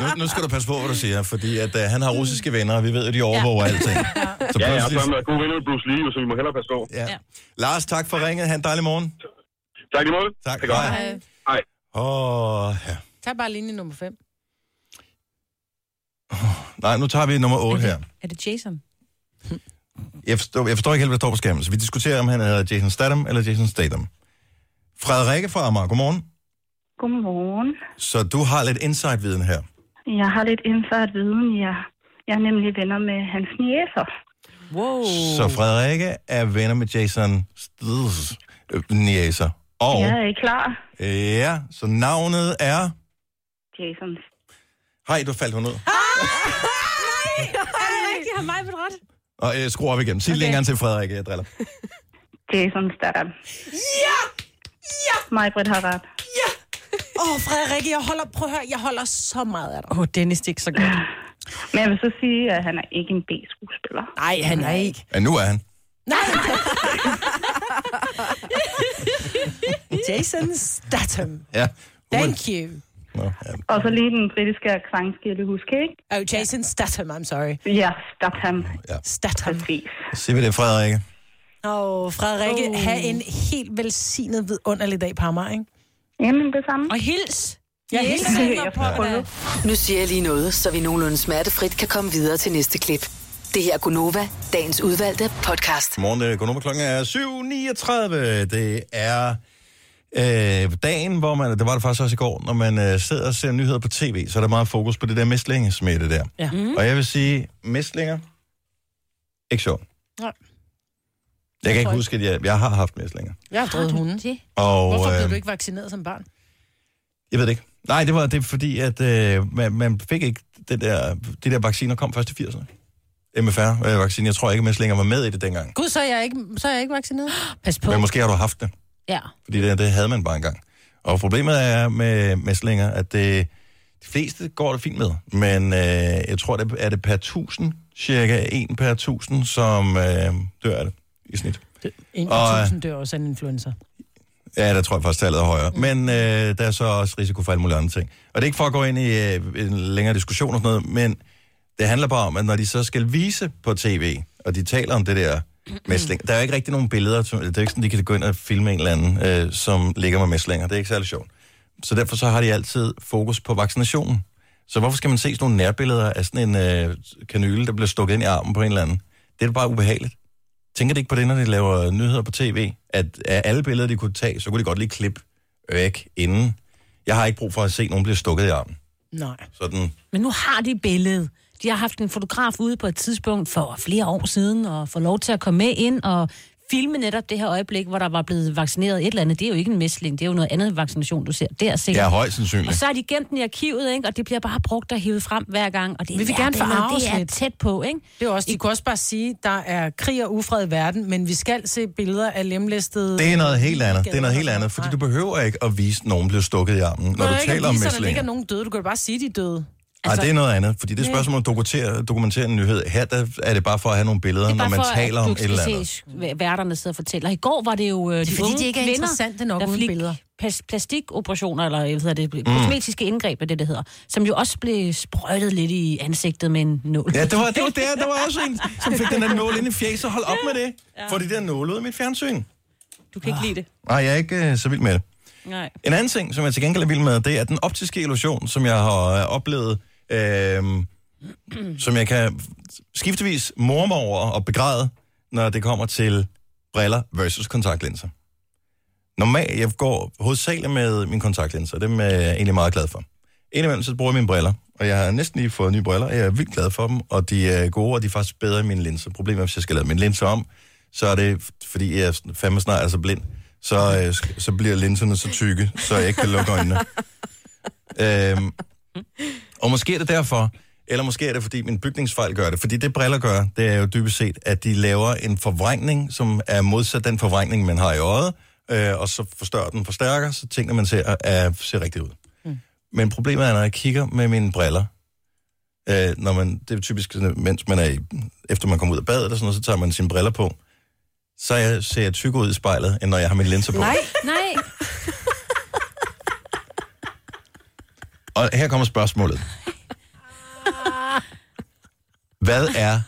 [SPEAKER 1] Nu, nu skal du passe på, hvad du siger, fordi at, øh, han har russiske venner, og vi ved, at de overvåger ja. alting.
[SPEAKER 13] Så ja, ja, og
[SPEAKER 1] pludselig-
[SPEAKER 13] så er han været god venner med Bruce Lee, jo, så vi må hellere passe på.
[SPEAKER 1] Ja. Lars, tak for ringet. Ha' en dejlig morgen.
[SPEAKER 13] Tak lige måde.
[SPEAKER 1] Tak.
[SPEAKER 13] Det er godt.
[SPEAKER 1] Hej.
[SPEAKER 2] Hej.
[SPEAKER 13] Hej.
[SPEAKER 1] Åh, ja.
[SPEAKER 2] Øh, Tag bare linje nummer 5.
[SPEAKER 1] Nej, nu tager vi nummer 8 her.
[SPEAKER 14] Er det Jason?
[SPEAKER 1] Jeg forstår, jeg forstår ikke helt, hvad der står på skærmen, så vi diskuterer, om han hedder Jason Statham eller Jason Statham. Frederikke fra Amager, godmorgen.
[SPEAKER 11] Godmorgen.
[SPEAKER 1] Så du har lidt insight-viden her.
[SPEAKER 11] Jeg har lidt indført viden. Jeg, jeg er nemlig venner med hans nieser.
[SPEAKER 14] Wow.
[SPEAKER 11] Uh.
[SPEAKER 1] Så Frederikke er venner med Jason Statham. Niaser. Og,
[SPEAKER 11] Jeg er ikke klar.
[SPEAKER 1] ja, så navnet er...
[SPEAKER 11] Jason.
[SPEAKER 1] Hej, du faldt hun ud.
[SPEAKER 15] Ah, Er det rigtigt? Har mig på ret?
[SPEAKER 1] Og øh, skru op igen. Sig okay. længere til Frederik, jeg driller.
[SPEAKER 11] Jason Statham.
[SPEAKER 2] Ja! Ja!
[SPEAKER 11] Majbrit har ret.
[SPEAKER 2] Ja! Åh, oh, Frederikke, jeg holder, prøv at høre, jeg holder så meget af dig.
[SPEAKER 14] Åh, oh, Dennis, det er ikke så godt.
[SPEAKER 11] Men jeg vil så sige, at han er ikke en B-skuespiller.
[SPEAKER 2] Nej, han er ikke.
[SPEAKER 1] Ja, nu er han.
[SPEAKER 2] Jason Statham.
[SPEAKER 1] Ja.
[SPEAKER 2] Thank you.
[SPEAKER 11] Og så lige den britiske accent skal jeg lige huske, ikke?
[SPEAKER 2] Oh, Jason Statham, I'm sorry.
[SPEAKER 11] Ja, Statham.
[SPEAKER 1] Ja.
[SPEAKER 2] Statham.
[SPEAKER 11] Præcis.
[SPEAKER 1] Sig vi det, Frederikke.
[SPEAKER 2] Åh, oh, Frederikke,
[SPEAKER 11] Oh.
[SPEAKER 2] oh. have en helt velsignet, vidunderlig dag på Amager, ikke?
[SPEAKER 11] Jamen, det samme.
[SPEAKER 2] Og hils. Jeg
[SPEAKER 6] Hils.
[SPEAKER 2] hilser hende
[SPEAKER 6] Jeg
[SPEAKER 2] på
[SPEAKER 6] prøver. Nu siger jeg lige noget, så vi nogenlunde smertefrit kan komme videre til næste klip. Det her er Gunova, dagens udvalgte podcast.
[SPEAKER 1] Morgen, øh, godnummer klokken er 7.39. Det er øh, dagen, hvor man, det var det faktisk også i går, når man øh, sidder og ser nyheder på tv, så er der meget fokus på det der mæslingesmitte der.
[SPEAKER 2] Ja. Mm.
[SPEAKER 1] Og jeg vil sige, mæslinger, ikke sjovt.
[SPEAKER 2] Nej.
[SPEAKER 1] Jeg kan ikke huske, at jeg, jeg har haft mæslinger.
[SPEAKER 2] Jeg har drevet hunden.
[SPEAKER 1] Og,
[SPEAKER 2] Hvorfor blev
[SPEAKER 1] øh,
[SPEAKER 2] du ikke vaccineret som barn?
[SPEAKER 1] Jeg ved det ikke. Nej, det var det er fordi, at øh, man, man fik ikke det der, de der vacciner kom først i 80'erne. MFR-vaccinen. øh, Jeg tror ikke, mæslinger var med i det dengang.
[SPEAKER 2] Gud, så er jeg ikke, så er jeg ikke vaccineret. Pas på.
[SPEAKER 1] Men måske har du haft det.
[SPEAKER 2] Ja.
[SPEAKER 1] Fordi det, det havde man bare engang. Og problemet er med mæslinger, at det, de fleste går det fint med, men øh, jeg tror, det er det per tusind, cirka en per tusind, som øh, dør af det i snit.
[SPEAKER 2] En
[SPEAKER 1] Og- øh,
[SPEAKER 2] og... tusind dør også af en influenza.
[SPEAKER 1] Ja, der tror jeg faktisk, tallet er højere. Mm. Men øh, der er så også risiko for alle mulige andre ting. Og det er ikke for at gå ind i øh, en længere diskussion og sådan noget, men det handler bare om, at når de så skal vise på tv, og de taler om det der mæsling, der er jo ikke rigtig nogen billeder, som- det er jo ikke sådan, de kan gå ind og filme en eller anden, øh, som ligger med mæslinger. Det er ikke særlig sjovt. Så derfor så har de altid fokus på vaccinationen. Så hvorfor skal man se sådan nogle nærbilleder af sådan en øh, kanyle, der bliver stukket ind i armen på en eller anden? Det er da bare ubehageligt. Tænker de ikke på det, når de laver nyheder på tv? At af alle billeder, de kunne tage, så kunne de godt lige klippe væk inden. Jeg har ikke brug for at se nogen blive stukket i armen.
[SPEAKER 2] Nej.
[SPEAKER 1] Sådan,
[SPEAKER 9] Men nu har de billedet. De har haft en fotograf ude på et tidspunkt for flere år siden, og får lov til at komme med ind og filme netop det her øjeblik, hvor der var blevet vaccineret et eller andet. Det er jo ikke en mæsling, det er jo noget andet vaccination, du ser der sikkert.
[SPEAKER 1] Ja, højst sandsynligt.
[SPEAKER 9] Og så har de gemt den i arkivet, ikke? og det bliver bare brugt og hævet frem hver gang. Og det er
[SPEAKER 2] Vi vil gerne
[SPEAKER 9] billede,
[SPEAKER 2] forarves
[SPEAKER 9] Det er
[SPEAKER 2] lidt.
[SPEAKER 9] tæt på, ikke?
[SPEAKER 2] Det er jo også, de kunne også bare sige, der er krig og ufred i verden, men vi skal se billeder af lemlæstede...
[SPEAKER 1] det er noget helt andet. Det er noget helt andet, fordi du behøver ikke at vise, at nogen bliver stukket i armen, når
[SPEAKER 2] Nå,
[SPEAKER 1] du
[SPEAKER 2] ikke
[SPEAKER 1] taler om
[SPEAKER 2] vise, at der ikke
[SPEAKER 1] mæslinger.
[SPEAKER 2] er nogen døde. Du kan jo bare sige, at de er døde. Altså-
[SPEAKER 1] Nej, det er noget andet, fordi det er et
[SPEAKER 2] Ja.
[SPEAKER 1] spørgsmål om at dokumentere, dokumentere en nyhed. Her der er det bare for at have nogle billeder, når man taler om et eller andet.
[SPEAKER 9] andet. værterne sidder og fortæller. I går var det jo øh, de
[SPEAKER 2] Det er, fordi
[SPEAKER 9] unge
[SPEAKER 2] det ikke er
[SPEAKER 9] kvinder,
[SPEAKER 2] interessante nok
[SPEAKER 9] der
[SPEAKER 2] uden
[SPEAKER 9] fik
[SPEAKER 2] billeder.
[SPEAKER 9] pas- plastikoperationer, eller jeg ved, det, mm.
[SPEAKER 1] Mm.
[SPEAKER 9] kosmetiske indgreb, er det, det hedder, som jo også blev sprøjtet lidt i ansigtet med en nål.
[SPEAKER 1] Ja, det var, det var der, der var også en, som fik den der nål ind i fjeset. Hold op med det. Få det der nål ud af mit fjernsyn.
[SPEAKER 9] Du kan ikke lide det.
[SPEAKER 1] Nej, jeg er ikke øh, så vild med det.
[SPEAKER 9] Nej.
[SPEAKER 1] En anden ting, som jeg til gengæld er vild med, det er den optiske illusion, som jeg har øh, oplevet, øh, som jeg kan skiftevis morme over og begræde, når det kommer til briller versus kontaktlinser. Normalt, jeg går hovedsageligt med mine kontaktlinser, dem er jeg egentlig meget glad for. Indimellem så bruger jeg mine briller, og jeg har næsten lige fået nye briller, og jeg er vildt glad for dem, og de er gode, og de er faktisk bedre end mine linser. Problemet er, hvis jeg skal lave mine linser om, så er det, fordi jeg fandme snart er så blind, så, øh, sk- så bliver linserne så tykke, så jeg ikke kan lukke øjnene. øhm, og måske er det derfor, eller måske er det, fordi min bygningsfejl gør det. Fordi det briller gør, det er jo dybest set, at de laver en forvrængning, som er modsat den forvrængning, man har i øjet, øh, og så forstørrer den forstærker, så tingene, man ser, er, ser rigtigt ud. Mm. Men problemet er, når jeg kigger med mine briller, øh, når man, det er typisk, sådan, mens man er i, efter man kommer ud af badet, eller sådan noget, så tager man sine briller på, så jeg, ser jeg tyk ud i spejlet, end når jeg har mine linser på.
[SPEAKER 9] Nej, nej.
[SPEAKER 1] Og her kommer spørgsmålet. Hvad er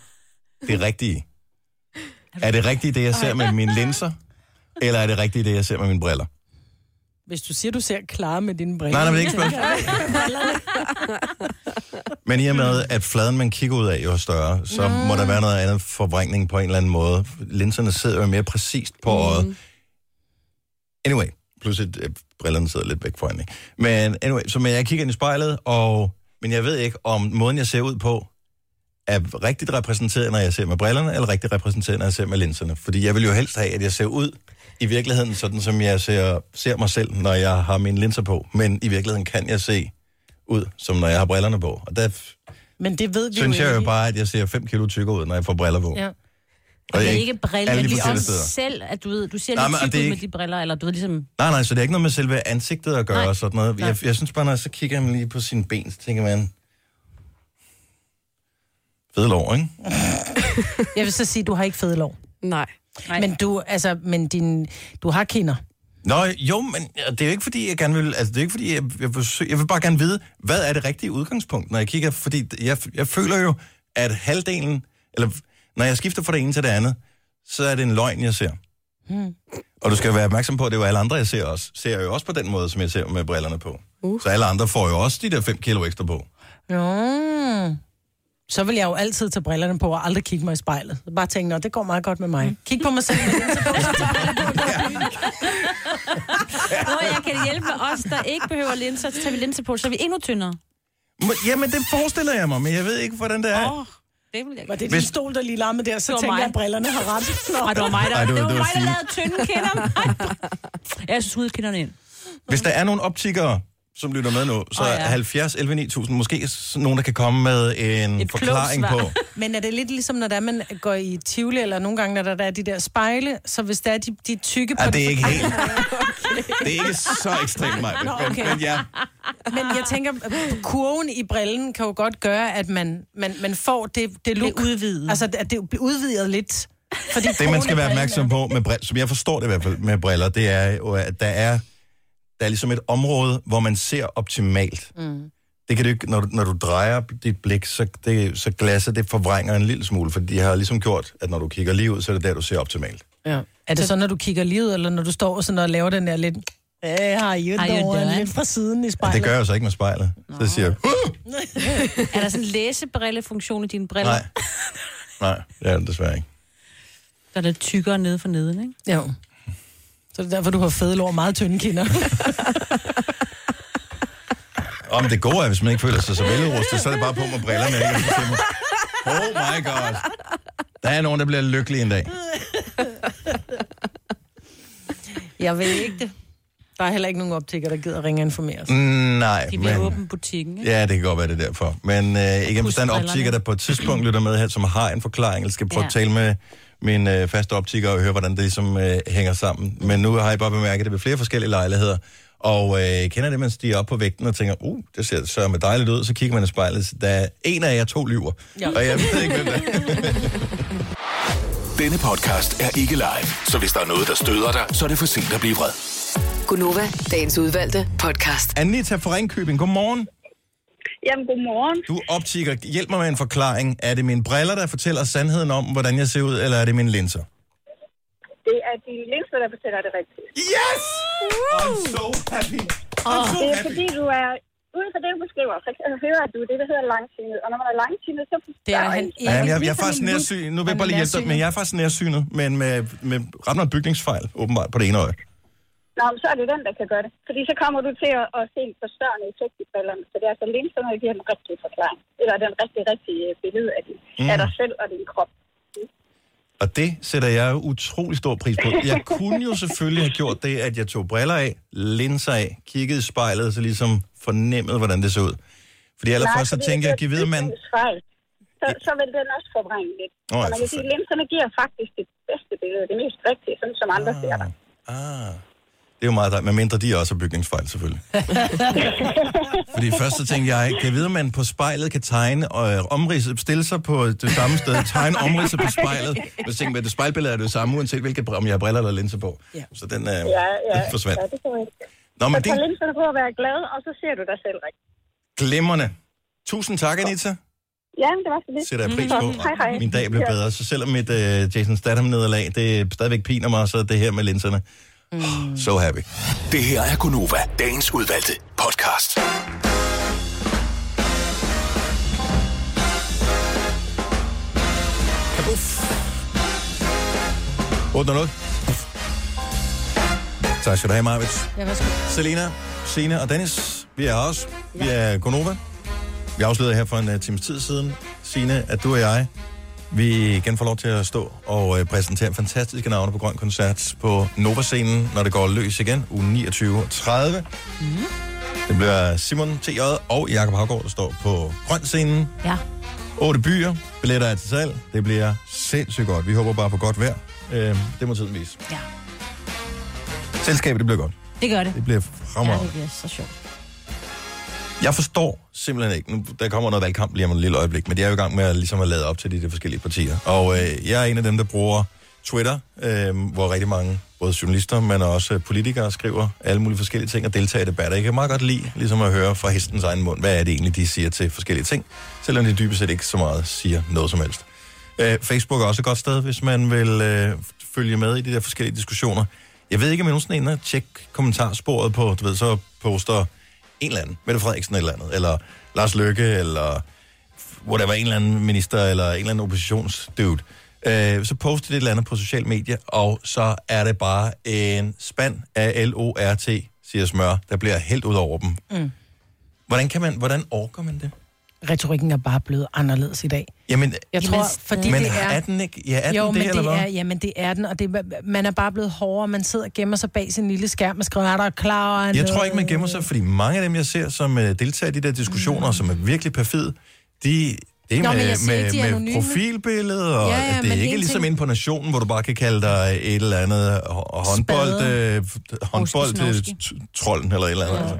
[SPEAKER 1] det rigtige? Er det rigtige det, jeg ser med mine linser? Eller er det rigtige det, jeg ser med mine briller?
[SPEAKER 2] Hvis du siger, du ser klar med dine briller.
[SPEAKER 1] Nej, nej, men det er ikke et Men i og med, at fladen, man kigger ud af, jo er større, så mm. må der være noget andet forvrængning på en eller anden måde. Linserne sidder jo mere præcist på øjet. Anyway, plus at øh, brillerne sidder lidt væk foran. ikke? Men anyway, så men jeg kigger ind i spejlet, og, men jeg ved ikke, om måden, jeg ser ud på, er rigtigt repræsenteret, når jeg ser med brillerne, eller rigtigt repræsenteret, når jeg ser med linserne. Fordi jeg vil jo helst have, at jeg ser ud i virkeligheden, sådan som jeg ser, ser mig selv, når jeg har mine linser på. Men i virkeligheden kan jeg se ud, som når jeg har brillerne på. Og der
[SPEAKER 2] Men det ved vi
[SPEAKER 1] synes
[SPEAKER 2] jo
[SPEAKER 1] jeg jo
[SPEAKER 2] ikke.
[SPEAKER 1] bare, at jeg ser 5 kilo tykkere ud, når jeg får briller på.
[SPEAKER 9] Ja.
[SPEAKER 1] Og
[SPEAKER 9] Og det er
[SPEAKER 1] ikke
[SPEAKER 9] ikke briller,
[SPEAKER 1] alle de
[SPEAKER 9] men det er
[SPEAKER 1] forskellige
[SPEAKER 9] også
[SPEAKER 1] steder.
[SPEAKER 9] selv, at du, ved, du ser
[SPEAKER 1] Nej, men-
[SPEAKER 9] lidt
[SPEAKER 1] og
[SPEAKER 9] tyk
[SPEAKER 1] det er
[SPEAKER 9] ud med
[SPEAKER 1] ikke-
[SPEAKER 9] de briller, eller du ved ligesom...
[SPEAKER 1] Nej, nej, så det er ikke noget med selve ansigtet at gøre
[SPEAKER 9] Nej.
[SPEAKER 1] og sådan noget.
[SPEAKER 9] Nej.
[SPEAKER 1] Jeg, jeg synes bare, når jeg så kigger man lige på sine ben, så tænker man... Fede lår, ikke?
[SPEAKER 2] Jeg vil så sige, du har ikke fede lov.
[SPEAKER 4] Nej.
[SPEAKER 2] Men du, altså, men din, du har kinder.
[SPEAKER 1] Nå, jo, men det er jo ikke fordi, jeg gerne vil... Altså, det er ikke fordi, jeg, jeg, forsøg, jeg vil bare gerne vide, hvad er det rigtige udgangspunkt, når jeg kigger? Fordi jeg, jeg føler jo, at halvdelen... Eller når jeg skifter fra det ene til det andet, så er det en løgn, jeg ser.
[SPEAKER 2] Hmm.
[SPEAKER 1] Og du skal være opmærksom på, at det er jo alle andre, jeg ser også. Ser jo også på den måde, som jeg ser med brillerne på.
[SPEAKER 2] Uh.
[SPEAKER 1] Så alle andre får jo også de der 5 kilo ekstra på.
[SPEAKER 2] Nå. Så vil jeg jo altid tage brillerne på og aldrig kigge mig i spejlet. Bare tænke, nå, det går meget godt med mig. Kig på mig selv.
[SPEAKER 9] Nå, jeg kan hjælpe os, der ikke behøver linser, så tager vi linser på, så er vi endnu tyndere.
[SPEAKER 1] Men- Jamen, det forestiller jeg mig, men jeg ved ikke, hvordan det er. Oh,
[SPEAKER 9] Det vil jeg
[SPEAKER 2] Var det din
[SPEAKER 1] Hvis-
[SPEAKER 2] stol, der lige larmede der, så
[SPEAKER 9] Det var
[SPEAKER 2] tænkte
[SPEAKER 9] mig.
[SPEAKER 2] jeg, at brillerne har ret.
[SPEAKER 9] Nej, det var mig, der,
[SPEAKER 1] Ej,
[SPEAKER 9] Ej,
[SPEAKER 1] det var-
[SPEAKER 9] det var,
[SPEAKER 1] det var
[SPEAKER 9] mig, der
[SPEAKER 1] Signe.
[SPEAKER 9] lavede tynde kinder. Jeg synes, kinderne ind.
[SPEAKER 1] Hvis der er nogle optikere, som lytter med nu, så oh,
[SPEAKER 2] Åh,
[SPEAKER 1] ja.
[SPEAKER 2] ja.
[SPEAKER 1] 70, 11, 9000, måske s- nogen, der kan komme med en Et forklaring på.
[SPEAKER 2] Men er det lidt ligesom, når det er, man går i Tivoli, eller nogle gange, når der, der er de der spejle, så hvis der er de, de er tykke på
[SPEAKER 1] Ja, det er
[SPEAKER 2] den
[SPEAKER 1] ikke helt.
[SPEAKER 2] forkerte-
[SPEAKER 1] Det er ikke så ekstremt meget,
[SPEAKER 2] Nå,
[SPEAKER 1] men,
[SPEAKER 2] okay.
[SPEAKER 1] men ja.
[SPEAKER 2] Men jeg tænker, at kurven i brillen kan jo godt gøre, at man, man, man får det, det look. udvidet. Altså, at det bliver udvidet lidt. Fordi
[SPEAKER 1] Det, man
[SPEAKER 2] kurven i
[SPEAKER 1] skal være
[SPEAKER 2] brillen
[SPEAKER 1] opmærksom på, med briller, som jeg forstår det i hvert fald med briller, det er jo, at der er, der er ligesom et område, hvor man ser optimalt.
[SPEAKER 2] Mm.
[SPEAKER 1] Det kan du ikke, når, du, når du drejer dit blik, så, det, så glasset det forvrænger en lille smule, fordi de har ligesom gjort, at når du kigger lige ud, så er det der, du ser optimalt.
[SPEAKER 2] Ja. Er det så, når du kigger lige ud, eller når du står sådan og laver den der lidt... Hey, har I
[SPEAKER 9] How you
[SPEAKER 2] jo
[SPEAKER 9] doing?"
[SPEAKER 2] lidt fra siden i
[SPEAKER 1] Og
[SPEAKER 2] spejlet?
[SPEAKER 1] det gør jeg så ikke med spejlet. Så siger jeg,
[SPEAKER 9] Er der sådan en læsebrillefunktion i dine briller?
[SPEAKER 1] Nej. Nej, det er det desværre ikke.
[SPEAKER 9] Der er lidt tykkere nede for neden, ikke?
[SPEAKER 2] Jo. Så det er derfor, du har fede lår og meget tynde kinder.
[SPEAKER 1] Om det gode er, hvis man ikke føler sig så velrustet, så er det bare på med brillerne. Ikke? Og så siger man, Oh my god. Der er nogen, der bliver lykkelig en dag.
[SPEAKER 2] Jeg vil ikke det. Der er heller ikke nogen optikker, der gider ringe og informere os.
[SPEAKER 1] Mm, nej,
[SPEAKER 2] De bliver
[SPEAKER 1] men-
[SPEAKER 2] åben butikken, ikke?
[SPEAKER 1] Ja, det kan godt være, det er derfor. Men øh, igen, hvis der er en
[SPEAKER 2] Pudsbrillerne.
[SPEAKER 1] optiker, der på et tidspunkt lytter med her, som har en forklaring, eller skal prøve ja. at
[SPEAKER 2] Ja.
[SPEAKER 1] tale med min øh, faste optiker og høre, hvordan det ligesom øh, hænger sammen. Men nu har jeg bare bemærket det ved flere forskellige lejligheder. Og øh, kender det, man stiger op på vægten og tænker, uh, det ser sørme dejligt ud, så kigger man i spejlet, så der er en af jer to lyver. Ja. Og jeg ved ikke, hvem det er.
[SPEAKER 7] Denne podcast er ikke live, så hvis der er noget, der støder dig, så er det for sent at blive vred.
[SPEAKER 6] Gunova, dagens udvalgte podcast.
[SPEAKER 1] Anita fra Ringkøbing, godmorgen.
[SPEAKER 11] Jamen, godmorgen.
[SPEAKER 1] Du er optiker, hjælp mig med en forklaring. Er det mine briller, der fortæller sandheden om, hvordan jeg ser ud, eller er det mine linser?
[SPEAKER 11] Det er dine linser, der fortæller det rigtigt.
[SPEAKER 1] Yes! I'm so happy.
[SPEAKER 11] Oh, det er fordi, du er... Ud fra det, du beskriver, så kan jeg høre, at du er det, der hedder langsynet. Og når man er langsynet, så forstår det er han
[SPEAKER 1] Ja, jeg, jeg, jeg er faktisk nærsynet. Nu vil jeg bare lige hjælpe dig, men jeg er faktisk nærsynet, men med, med ret meget bygningsfejl, åbenbart, på det ene øje.
[SPEAKER 11] Nå, men så er det den, der kan gøre det. Fordi så kommer du til at, at se en forstørrende effekt i brillerne. Så det er altså linserne, der giver den rigtige forklaring. Eller den rigtige, rigtige billede af, din,
[SPEAKER 1] Mm.
[SPEAKER 11] mm. af dig selv og din krop.
[SPEAKER 1] Og det sætter jeg jo utrolig stor pris på. Jeg kunne jo selvfølgelig have gjort det, at jeg tog briller af, linser af, kiggede i spejlet, og så ligesom fornemmede, hvordan det så ud. Fordi allerførst så
[SPEAKER 11] fordi
[SPEAKER 1] tænkte
[SPEAKER 11] det
[SPEAKER 1] jeg,
[SPEAKER 11] er
[SPEAKER 1] giv videre, mand.
[SPEAKER 11] bygningsfejl. Så, så vil den også forvrænge lidt.
[SPEAKER 1] Nå,
[SPEAKER 11] Oh, så
[SPEAKER 1] ja,
[SPEAKER 11] man
[SPEAKER 1] for
[SPEAKER 11] kan sige,
[SPEAKER 1] fanden.
[SPEAKER 11] at linserne giver faktisk det bedste billede, det mest rigtige, sådan som andre ser dig.
[SPEAKER 1] Ah, det er jo meget dejligt, medmindre de også har bygningsfejl, selvfølgelig. Fordi først så tænkte jeg, kan jeg vide, om man på spejlet kan tegne og øh, omridse, stille sig på det samme sted, tegne omridse på spejlet. Men så tænkte jeg, at det spejlbillede er det samme, uanset hvilket, br- om jeg har briller eller linser på. Ja. Så den, øh,
[SPEAKER 11] Ja, ja,
[SPEAKER 1] den forsvandt.
[SPEAKER 11] ja, det kan man ikke.
[SPEAKER 1] Nå,
[SPEAKER 11] Så
[SPEAKER 1] men det
[SPEAKER 11] tag
[SPEAKER 1] er
[SPEAKER 11] linserne på at være glad, og så ser du dig selv rigtigt.
[SPEAKER 1] glimrende. Tusind tak, Anita.
[SPEAKER 11] Ja, men det var så lidt.
[SPEAKER 1] Sætter jeg pris
[SPEAKER 11] Så,
[SPEAKER 1] på.
[SPEAKER 11] Hej, hej.
[SPEAKER 1] Min dag blev
[SPEAKER 11] Ja.
[SPEAKER 1] bedre. Så selvom mit øh, Jason Statham-nederlag, det stadigvæk piner mig, så det her med linserne. Mm. So happy.
[SPEAKER 7] Det her er Gunova, dagens udvalgte podcast.
[SPEAKER 1] Kabuff. 8.00. Tak skal du have, Marvits.
[SPEAKER 2] Ja, værsgo.
[SPEAKER 1] Selina, Sina og Dennis, vi er her også. Vi er Gonova. Vi afslørede her for en uh, times tid siden, Sina, at du og jeg, vi igen får lov til at stå og uh, præsentere fantastiske navne på Grøn Koncert på Nova-scenen, når det går løs igen, uge 29 og 30. Mm.
[SPEAKER 9] Mhm.
[SPEAKER 1] Det bliver Simon T.J. og Jakob Havgaard, der står på Grøn-scenen.
[SPEAKER 9] Ja.
[SPEAKER 1] Otte byer, billetter er til salg. Det bliver sindssygt godt. Vi håber bare på godt vejr. Øh, det må tiden vise.
[SPEAKER 9] Ja.
[SPEAKER 1] Selskabet, det bliver godt.
[SPEAKER 9] Det gør det.
[SPEAKER 1] Det bliver
[SPEAKER 9] Ja,
[SPEAKER 1] fremragende.
[SPEAKER 9] det bliver så sjovt.
[SPEAKER 1] Jeg forstår simpelthen ikke. Nu, der kommer noget valgkamp lige om et lille øjeblik, men det er jo i gang med at, ligesom at lade op til de, der forskellige partier. Og øh, jeg er en af dem, der bruger Twitter, øh, hvor rigtig mange, både journalister, men også øh, politikere, skriver alle mulige forskellige ting og deltager i debatter. Jeg kan meget godt lide ligesom at høre fra hestens egen mund, hvad er det egentlig, de siger til forskellige ting, selvom de dybest set ikke så meget siger noget som helst. Øh, Facebook er også et godt sted, hvis man vil øh, følge med i de der forskellige diskussioner. Jeg ved ikke, om jeg nogensinde er inde og tjekke kommentarsporet på, du ved, så poster en eller anden, Mette Frederiksen eller andet, eller Lars Løkke, eller whatever, en eller anden minister, eller en eller anden oppositionsdude, øh, så poster det et eller andet på sociale medier, og så er det bare en spand af LORT, siger smør, der bliver helt ud over dem.
[SPEAKER 2] Mm.
[SPEAKER 1] Hvordan kan man, hvordan orker man det?
[SPEAKER 2] Retorikken er bare blevet anderledes i dag.
[SPEAKER 1] Jamen,
[SPEAKER 2] Jeg tror, fordi
[SPEAKER 1] men
[SPEAKER 2] det er...
[SPEAKER 1] er den ikke? Ja, er
[SPEAKER 2] jo,
[SPEAKER 1] den
[SPEAKER 2] men
[SPEAKER 1] det, eller
[SPEAKER 2] det
[SPEAKER 1] hvad?
[SPEAKER 2] er, jamen, det er den, og det, er- man er bare blevet hårdere, man sidder og gemmer sig bag sin lille skærm og skriver, er der klar over
[SPEAKER 1] Jeg tror ikke, man gemmer sig, fordi mange af dem, jeg ser, som uh, deltager i de der diskussioner, mm. som er virkelig perfide, de, det er
[SPEAKER 2] Nå,
[SPEAKER 1] Nå,
[SPEAKER 2] men jeg
[SPEAKER 1] med,
[SPEAKER 2] siger
[SPEAKER 1] med,
[SPEAKER 2] ikke, de er
[SPEAKER 1] med
[SPEAKER 2] anonyme.
[SPEAKER 1] profilbilleder, og
[SPEAKER 2] Ja,
[SPEAKER 1] ja,
[SPEAKER 2] ja,
[SPEAKER 1] ja, det
[SPEAKER 2] men
[SPEAKER 1] er
[SPEAKER 2] en
[SPEAKER 1] ikke ligesom
[SPEAKER 2] ting-
[SPEAKER 1] inde på Nationen, hvor du bare kan kalde dig et eller andet hå- håndbold,
[SPEAKER 2] Spade.
[SPEAKER 1] øh, håndbold øh, trolden eller et eller andet. Ja. Altså.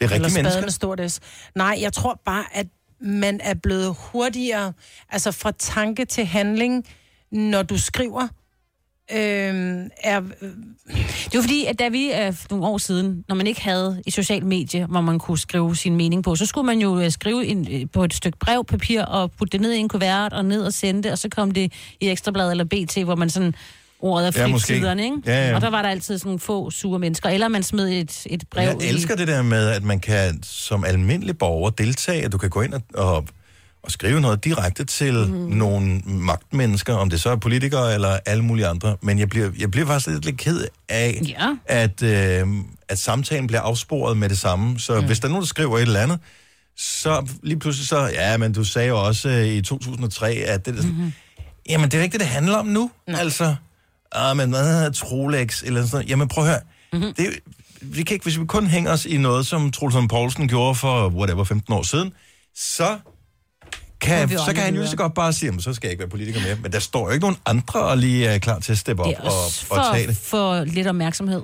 [SPEAKER 1] Det er
[SPEAKER 2] Eller
[SPEAKER 1] rigtige
[SPEAKER 2] spaden
[SPEAKER 1] mennesker.
[SPEAKER 2] er stort S. Nej, jeg tror bare, at man er blevet hurtigere, altså fra tanke til handling, når du skriver. Øhm, er,
[SPEAKER 9] Det var fordi, at da vi øh, for nogle år siden, når man ikke havde et socialt medie, hvor man kunne skrive sin mening på, så skulle man jo øh, skrive en, øh, på et stykke brev, papir, og putte det ned i en kuvert, og ned og sende det, og så kom det i Ekstrablad eller BT, hvor man sådan ordet er
[SPEAKER 1] Ja,
[SPEAKER 9] frit
[SPEAKER 1] måske.
[SPEAKER 9] siderne, ikke?
[SPEAKER 1] Ja, ja.
[SPEAKER 9] Og der var der altid sådan nogle få sure mennesker, eller man smed et, et brev
[SPEAKER 1] Jeg elsker det der med, at man kan som almindelig borger deltage, at du kan gå ind og, og, at skrive noget direkte til mm.
[SPEAKER 9] Mhm.
[SPEAKER 1] nogle magtmennesker, om det så er politikere eller alle mulige andre. Men jeg bliver, jeg bliver faktisk lidt, lidt ked af,
[SPEAKER 9] Ja.
[SPEAKER 1] at, øh, at samtalen bliver afsporet med det samme. Så mm. hvis der er nogen, der skriver et eller andet, så lige pludselig så, ja, men du sagde jo også øh, i 2003, at det,
[SPEAKER 9] Mhm.
[SPEAKER 1] mm-hmm. jamen det er jo ikke det, det handler om nu. Nej. Altså, ah, men hvad hedder Trolex eller sådan noget? Jamen prøv at høre,
[SPEAKER 9] Mhm.
[SPEAKER 1] mm-hmm. det, er jo- vi kan ikke, hvis vi kun hænger os i noget, som Troels Lund Poulsen gjorde for, whatever, 15 år siden, så
[SPEAKER 9] Kommer
[SPEAKER 1] kan,
[SPEAKER 9] vi jo
[SPEAKER 1] så
[SPEAKER 9] aldrig
[SPEAKER 1] kan han jo lige
[SPEAKER 9] videre.
[SPEAKER 1] så godt bare sige, "Jamen, så skal jeg ikke være politiker mere. Men der står jo ikke nogen andre og lige er klar til at steppe op
[SPEAKER 9] Det er
[SPEAKER 1] og,
[SPEAKER 9] også for,
[SPEAKER 1] og tage det.
[SPEAKER 9] for lidt opmærksomhed.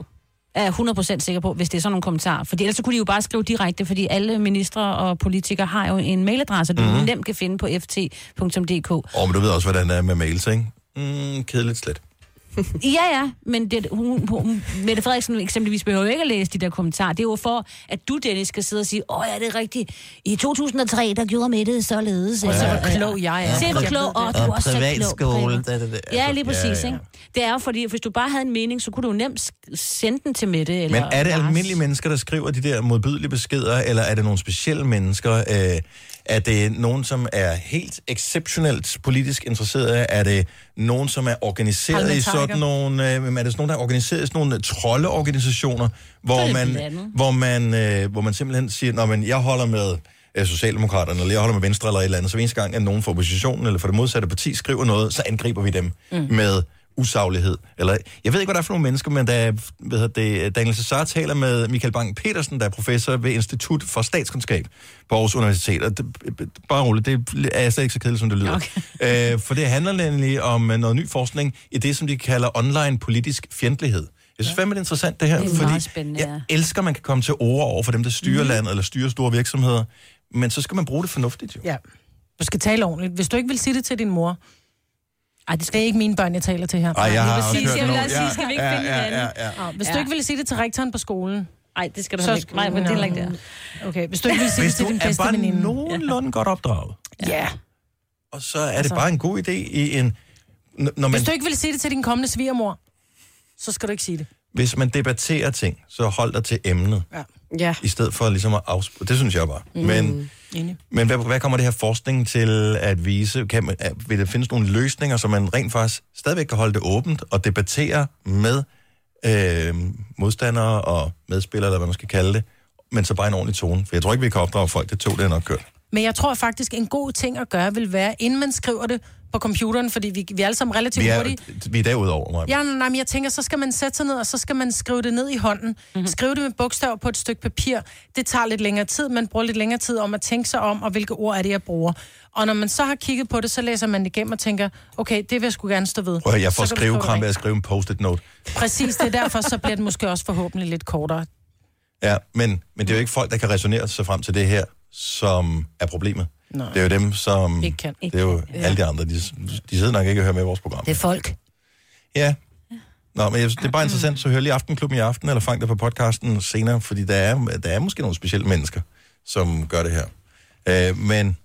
[SPEAKER 9] Jeg er 100% sikker på, hvis det er sådan nogle kommentarer. Fordi ellers så kunne de jo bare skrive direkte, fordi alle ministre og politikere har jo en mailadresse, du
[SPEAKER 1] Mhm.
[SPEAKER 9] nemt kan finde på ft.dk.
[SPEAKER 1] Og men du ved også, hvordan det er med mails, ikke? Mm, kedeligt slet.
[SPEAKER 9] Ja, ja, men det, hun, hun, Mette Frederiksen eksempelvis behøver jo ikke at læse de der kommentarer. Det er jo for, at du, Dennis, skal sidde og sige, åh, ja, det er rigtigt. I 2003, der gjorde Mette således.
[SPEAKER 2] Og
[SPEAKER 9] eller-
[SPEAKER 2] så hvor klog jeg er.
[SPEAKER 9] Se, hvor klog, og du er også så klog. Preben. Altså, Ja, lige præcis.
[SPEAKER 1] ja.
[SPEAKER 9] Ikke? Det er jo fordi, hvis du bare havde en mening, så kunne du nemt sk- sende den til Mette. Eller
[SPEAKER 1] Men er det
[SPEAKER 9] Lars.
[SPEAKER 1] almindelige mennesker, der skriver de der modbydelige beskeder, eller er det nogle specielle mennesker? Øh, er det nogen, som er helt exceptionelt politisk interesserede? Er det nogen, som er organiseret i
[SPEAKER 16] Parlamentariker.
[SPEAKER 1] sådan nogle... Øh, er det sådan nogen, der er organiseret i sådan nogle troldeorganisationer,
[SPEAKER 16] Så er
[SPEAKER 1] hvor
[SPEAKER 16] det
[SPEAKER 1] man,
[SPEAKER 16] blandet.
[SPEAKER 1] hvor, man, øh, hvor man simpelthen siger, når man, jeg holder med øh, Socialdemokraterne, eller jeg holder med Venstre, eller et eller andet, så hver eneste gang, at nogen fra oppositionen, eller fra det modsatte parti, skriver noget, så angriber vi dem mm. med usaglighed. Eller, jeg ved ikke, hvad der er for nogle mennesker, men da hvad hedder det, Daniel Cesar taler med Michael Bang Petersen, der er professor ved Institut for Statskundskab på Aarhus Universitet, og det, bare roligt, det er slet ikke så kedeligt, som det lyder. Okay. Øh, for det handler nemlig om øh, noget ny forskning i det, som de kalder online politisk fjendtlighed. Jeg synes fandme, det er interessant det her,
[SPEAKER 9] Det er
[SPEAKER 1] fordi
[SPEAKER 9] meget spændende, ja.
[SPEAKER 1] jeg elsker, at man kan komme til ord over for dem, der styrer
[SPEAKER 2] Mhm.
[SPEAKER 1] mm. landet eller styrer store virksomheder, men så skal man bruge det fornuftigt jo.
[SPEAKER 2] Ja. Du skal tale ordentligt. Hvis du ikke vil sige det til din mor...
[SPEAKER 9] Ej, det,
[SPEAKER 2] skal... det er ikke mine børn, jeg taler til her.
[SPEAKER 1] Ej, jeg har
[SPEAKER 2] vil
[SPEAKER 1] også
[SPEAKER 2] sige-
[SPEAKER 1] hørt
[SPEAKER 2] jeg vil
[SPEAKER 1] nogen.
[SPEAKER 2] også sige, skal vi ikke
[SPEAKER 1] Ja,
[SPEAKER 2] finde
[SPEAKER 1] ja, ja,
[SPEAKER 2] hinanden?
[SPEAKER 1] ja, ja.
[SPEAKER 2] Nå, Hvis du
[SPEAKER 1] Ja.
[SPEAKER 2] ikke ville sige det til rektoren på skolen...
[SPEAKER 9] Nej, det skal du heller ikke. Nej, men det er heller ikke der.
[SPEAKER 2] Okay, hvis du ikke ville sige
[SPEAKER 1] Hvis
[SPEAKER 2] det til
[SPEAKER 1] du
[SPEAKER 2] din
[SPEAKER 1] er
[SPEAKER 2] bedste
[SPEAKER 1] bare
[SPEAKER 2] veninde...
[SPEAKER 1] nogenlunde godt opdraget,
[SPEAKER 2] Ja.
[SPEAKER 1] og så er det
[SPEAKER 2] Altså-
[SPEAKER 1] bare en god idé i en... N- Når man,
[SPEAKER 2] Hvis du ikke ville sige det til din kommende svigermor, så skal du ikke sige det.
[SPEAKER 1] hvis man debatterer ting, så hold dig til emnet,
[SPEAKER 2] Ja.
[SPEAKER 4] Ja.
[SPEAKER 1] i stedet for ligesom at afspore. Det synes jeg bare. Mm. Men,
[SPEAKER 2] Enig.
[SPEAKER 1] men hvad, hvad kommer det her forskning til at vise? Kan man, er- vil der findes nogle løsninger, så man rent faktisk stadigvæk kan holde det åbent og debattere med øh, modstandere og medspillere, eller hvad man skal kalde det, men så bare i en ordentlig tone? For jeg tror ikke, vi kan opdrage folk. Det tog det er nok kørt.
[SPEAKER 2] Men jeg tror faktisk, en god ting at gøre vil være, inden man skriver det på computeren, fordi vi, vi er alle sammen relativt
[SPEAKER 1] Vi er,
[SPEAKER 2] hurtige.
[SPEAKER 1] vi er derudover, Maja.
[SPEAKER 2] Ja, nej, men jeg tænker, så skal man sætte sig ned, og så skal man skrive det ned i hånden. Mm-hmm. Skrive det med bogstaver på et stykke papir. Det tager lidt længere tid. Man bruger lidt længere tid om at tænke sig om, og hvilke ord er det, jeg bruger. Og når man så har kigget på det, så læser man det igennem og tænker, okay, det vil jeg sgu gerne stå ved.
[SPEAKER 1] Prøv at høre, jeg
[SPEAKER 2] Så
[SPEAKER 1] får
[SPEAKER 2] kan du skrive det
[SPEAKER 1] skrivekrampe af
[SPEAKER 2] rigtigt.
[SPEAKER 1] at skrive en post-it note.
[SPEAKER 2] Præcis, det er derfor, så bliver det måske også forhåbentlig lidt kortere.
[SPEAKER 1] Ja, men, men det er jo ikke folk, der kan resonere sig frem til det her, som er problemet.
[SPEAKER 2] Nej.
[SPEAKER 1] Det er jo dem, som...
[SPEAKER 2] Ikke kan.
[SPEAKER 1] Det er jo alle de andre. De, de sidder nok ikke og hører med i vores program.
[SPEAKER 9] Det er folk.
[SPEAKER 1] Ja. Nå, men jeg, det er bare interessant, så hør lige Aftenklubben i aften, eller fang dig på podcasten senere, fordi der er, der er måske nogle specielle mennesker, som gør det her. Øh, men...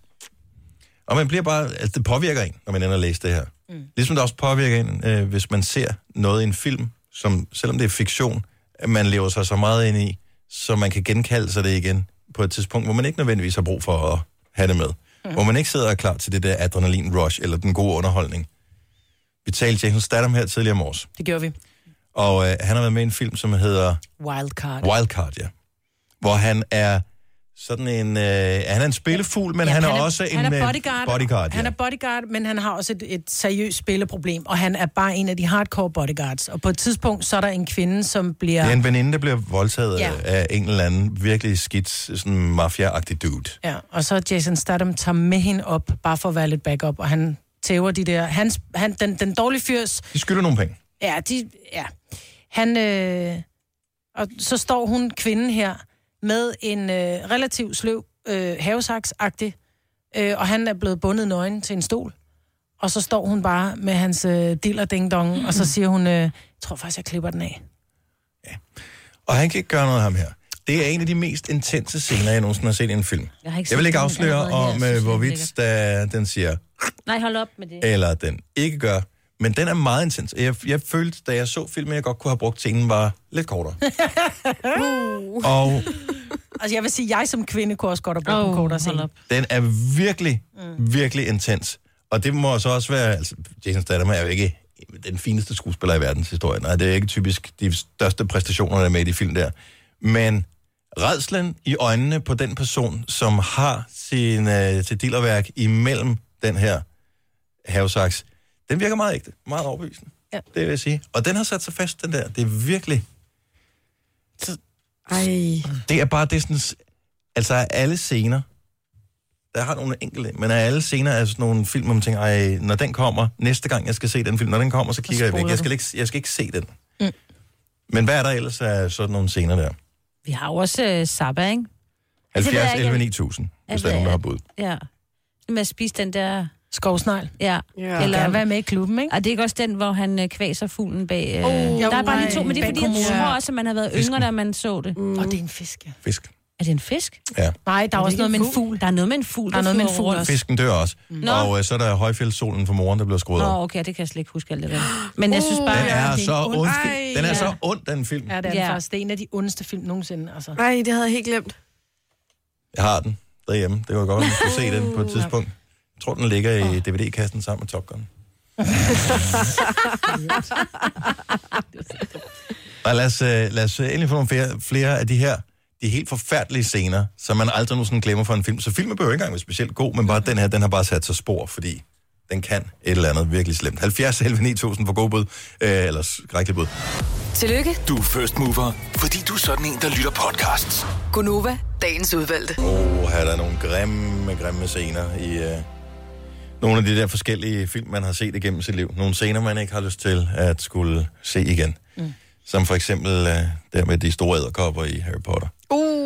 [SPEAKER 1] Og man bliver bare... Altså, det påvirker en, når man ender at læse det her. Mm. Ligesom det også påvirker en, øh, hvis man ser noget i en film, som, selvom det er fiktion, at man lever sig så meget ind i, så man kan genkalde sig det igen på et tidspunkt, hvor man ikke nødvendigvis har brug for at have det med. Mm. Hvor man ikke sidder og er klar til det der adrenalin-rush, eller den gode underholdning. Vi talte Jason Statham her tidligere om års,
[SPEAKER 2] Det gjorde vi.
[SPEAKER 1] og øh, han har været med i en film, som hedder
[SPEAKER 2] Wildcard.
[SPEAKER 1] Wildcard, ja. Hvor han er sådan en... Øh, han er en spillefugl, men
[SPEAKER 2] Ja,
[SPEAKER 1] ja, han, er også en
[SPEAKER 2] han
[SPEAKER 1] øh,
[SPEAKER 2] er bodyguard,
[SPEAKER 1] bodyguard ja.
[SPEAKER 2] Han er bodyguard, men han har også et, et seriøst spilleproblem, og han er bare en af de hardcore bodyguards. Og på et tidspunkt, så er der en kvinde, som bliver...
[SPEAKER 1] Det er en veninde, der bliver voldtaget
[SPEAKER 2] Ja.
[SPEAKER 1] ja. af en eller anden virkelig skidt, sådan mafia-agtig dude.
[SPEAKER 2] Ja, og så Jason Statham tager med hende op, bare for at være lidt backup, og han tæver de der... Hans, han, den, den dårlige fyrs...
[SPEAKER 1] De skylder nogle penge.
[SPEAKER 2] Ja, de... Ja. Han... Øh, og så står hun, kvinden her, med en øh, relativt sløv øh, havesaks-agtig, øh, og han er blevet bundet nøgen til en stol. Og så står hun bare med hans øh, diller ding dong, og så siger hun, øh, jeg tror faktisk, jeg klipper den af.
[SPEAKER 1] Og han kan ikke gøre noget ham her. Det er en af de mest intense scener, jeg nogensinde har set i en film.
[SPEAKER 9] Jeg har ikke
[SPEAKER 1] Jeg vil
[SPEAKER 9] set
[SPEAKER 1] ikke
[SPEAKER 9] den
[SPEAKER 1] afsløre
[SPEAKER 9] allerede her,
[SPEAKER 1] om,
[SPEAKER 9] jeg synes,
[SPEAKER 1] øh,
[SPEAKER 9] den er
[SPEAKER 1] hvorvidt da den siger,
[SPEAKER 9] Nej, hold op med det.
[SPEAKER 1] eller den ikke gør. Men den er meget intens. Jeg, jeg følte, da jeg så filmen, jeg godt kunne have brugt scenen, var lidt kortere.
[SPEAKER 2] uh.
[SPEAKER 1] Og
[SPEAKER 2] Altså, jeg vil sige, jeg som kvinde kunne også godt have brugt oh, en kortere scene.
[SPEAKER 1] Den er virkelig, mm. virkelig intens. Og det må så også være... Altså, Jason Statham er jo ikke den fineste skuespiller i verdenshistorien. Nej, det er ikke typisk de største præstationer, der er med i de film der. Men redslen i øjnene på den person, som har sin, øh, sit dealerværk imellem den her havesaks, den virker meget ægte, meget overbevisende. Ja. Det vil jeg sige. Og den har sat sig fast, den der. Det er virkelig...
[SPEAKER 4] Ej.
[SPEAKER 1] Det er bare, det er sådan... Altså, af alle scener... Der har nogle enkelte, men af alle scener er sådan nogle film, hvor man tænker, ej, når den kommer, næste gang jeg skal se den film, når den kommer, så kigger jeg væk.
[SPEAKER 9] spoler
[SPEAKER 1] Jeg
[SPEAKER 9] du.
[SPEAKER 1] skal, ikke, jeg skal ikke se den.
[SPEAKER 9] Mm.
[SPEAKER 1] Men hvad er der ellers af sådan nogle scener der?
[SPEAKER 9] Vi har jo også øh, Zappa, ikke? Altså, det ved jeg
[SPEAKER 1] 70,
[SPEAKER 9] ikke.
[SPEAKER 1] 11, 9000, hvis
[SPEAKER 9] Altså,
[SPEAKER 1] der er nogen, der har bud.
[SPEAKER 9] Ja. Med at spise den der...
[SPEAKER 2] Skovsnegl.
[SPEAKER 9] Ja.
[SPEAKER 2] Ja. Eller være med i klubben, ikke?
[SPEAKER 9] Og det er ikke også den, hvor han øh, kvaser fuglen bag... Øh,
[SPEAKER 2] Oh,
[SPEAKER 9] oh, der er
[SPEAKER 2] jo,
[SPEAKER 9] bare de to,
[SPEAKER 2] ej,
[SPEAKER 9] men det er
[SPEAKER 2] bag
[SPEAKER 9] fordi, jeg
[SPEAKER 2] kommoden.
[SPEAKER 9] tror også, at man har været
[SPEAKER 2] Fisken.
[SPEAKER 9] yngre, da man så det.
[SPEAKER 2] Mm. Og det er en fisk, ja.
[SPEAKER 1] Fisk.
[SPEAKER 9] Er det en fisk?
[SPEAKER 1] Ja.
[SPEAKER 2] Nej, der er,
[SPEAKER 9] Er det
[SPEAKER 2] også
[SPEAKER 9] ikke
[SPEAKER 2] noget med
[SPEAKER 9] en
[SPEAKER 2] en fugl.
[SPEAKER 9] Der er noget med en fugl,
[SPEAKER 2] Der er noget med en
[SPEAKER 9] flyver
[SPEAKER 2] fugl
[SPEAKER 9] rundt.
[SPEAKER 2] også.
[SPEAKER 1] Fisken dør også.
[SPEAKER 9] Nå.
[SPEAKER 1] Og øh, så er der højfjeldssolen fra morgen, der bliver skruet op.
[SPEAKER 9] Nå, okay, det kan jeg slet ikke huske alt det der. Men jeg synes bare...
[SPEAKER 1] den er,
[SPEAKER 9] at det
[SPEAKER 1] så
[SPEAKER 9] en ond-
[SPEAKER 1] ond.
[SPEAKER 9] Ej,
[SPEAKER 1] Den er
[SPEAKER 9] ja.
[SPEAKER 1] så ond, den film.
[SPEAKER 2] Ja, det er ja. faktisk. Det er en af de ondeste film nogensinde, altså.
[SPEAKER 4] Nej, det havde jeg helt glemt.
[SPEAKER 1] Jeg har den derhjemme. Det var godt, at man skulle se den på et tidspunkt. Jeg tror, den ligger i DVD-kassen sammen med Top Gun. Og lad os, øh, lad os øh, endelig få nogle flere, flere af de her de helt forfærdelige scener, som man aldrig nogensinde glemmer fra en film. Så filmen behøver ikke engang være specielt god, men bare den her, den har bare sat sig spor, fordi den kan et eller andet virkelig slemt. 70 11 9000 for god bud, øh, eller skrækkelig bud.
[SPEAKER 6] Tillykke,
[SPEAKER 1] Du er first mover.
[SPEAKER 7] Fordi du er sådan en, der lytter podcasts.
[SPEAKER 6] Gunova, dagens udvalgte.
[SPEAKER 1] Åh, her er der nogle grimme, grimme scener i øh, nogle af de der forskellige film, man har set igennem sit liv. Nogle scener, man ikke har lyst til at skulle se igen. Mm. Som for eksempel øh, der med de store æderkopper i Harry Potter.
[SPEAKER 2] Uh.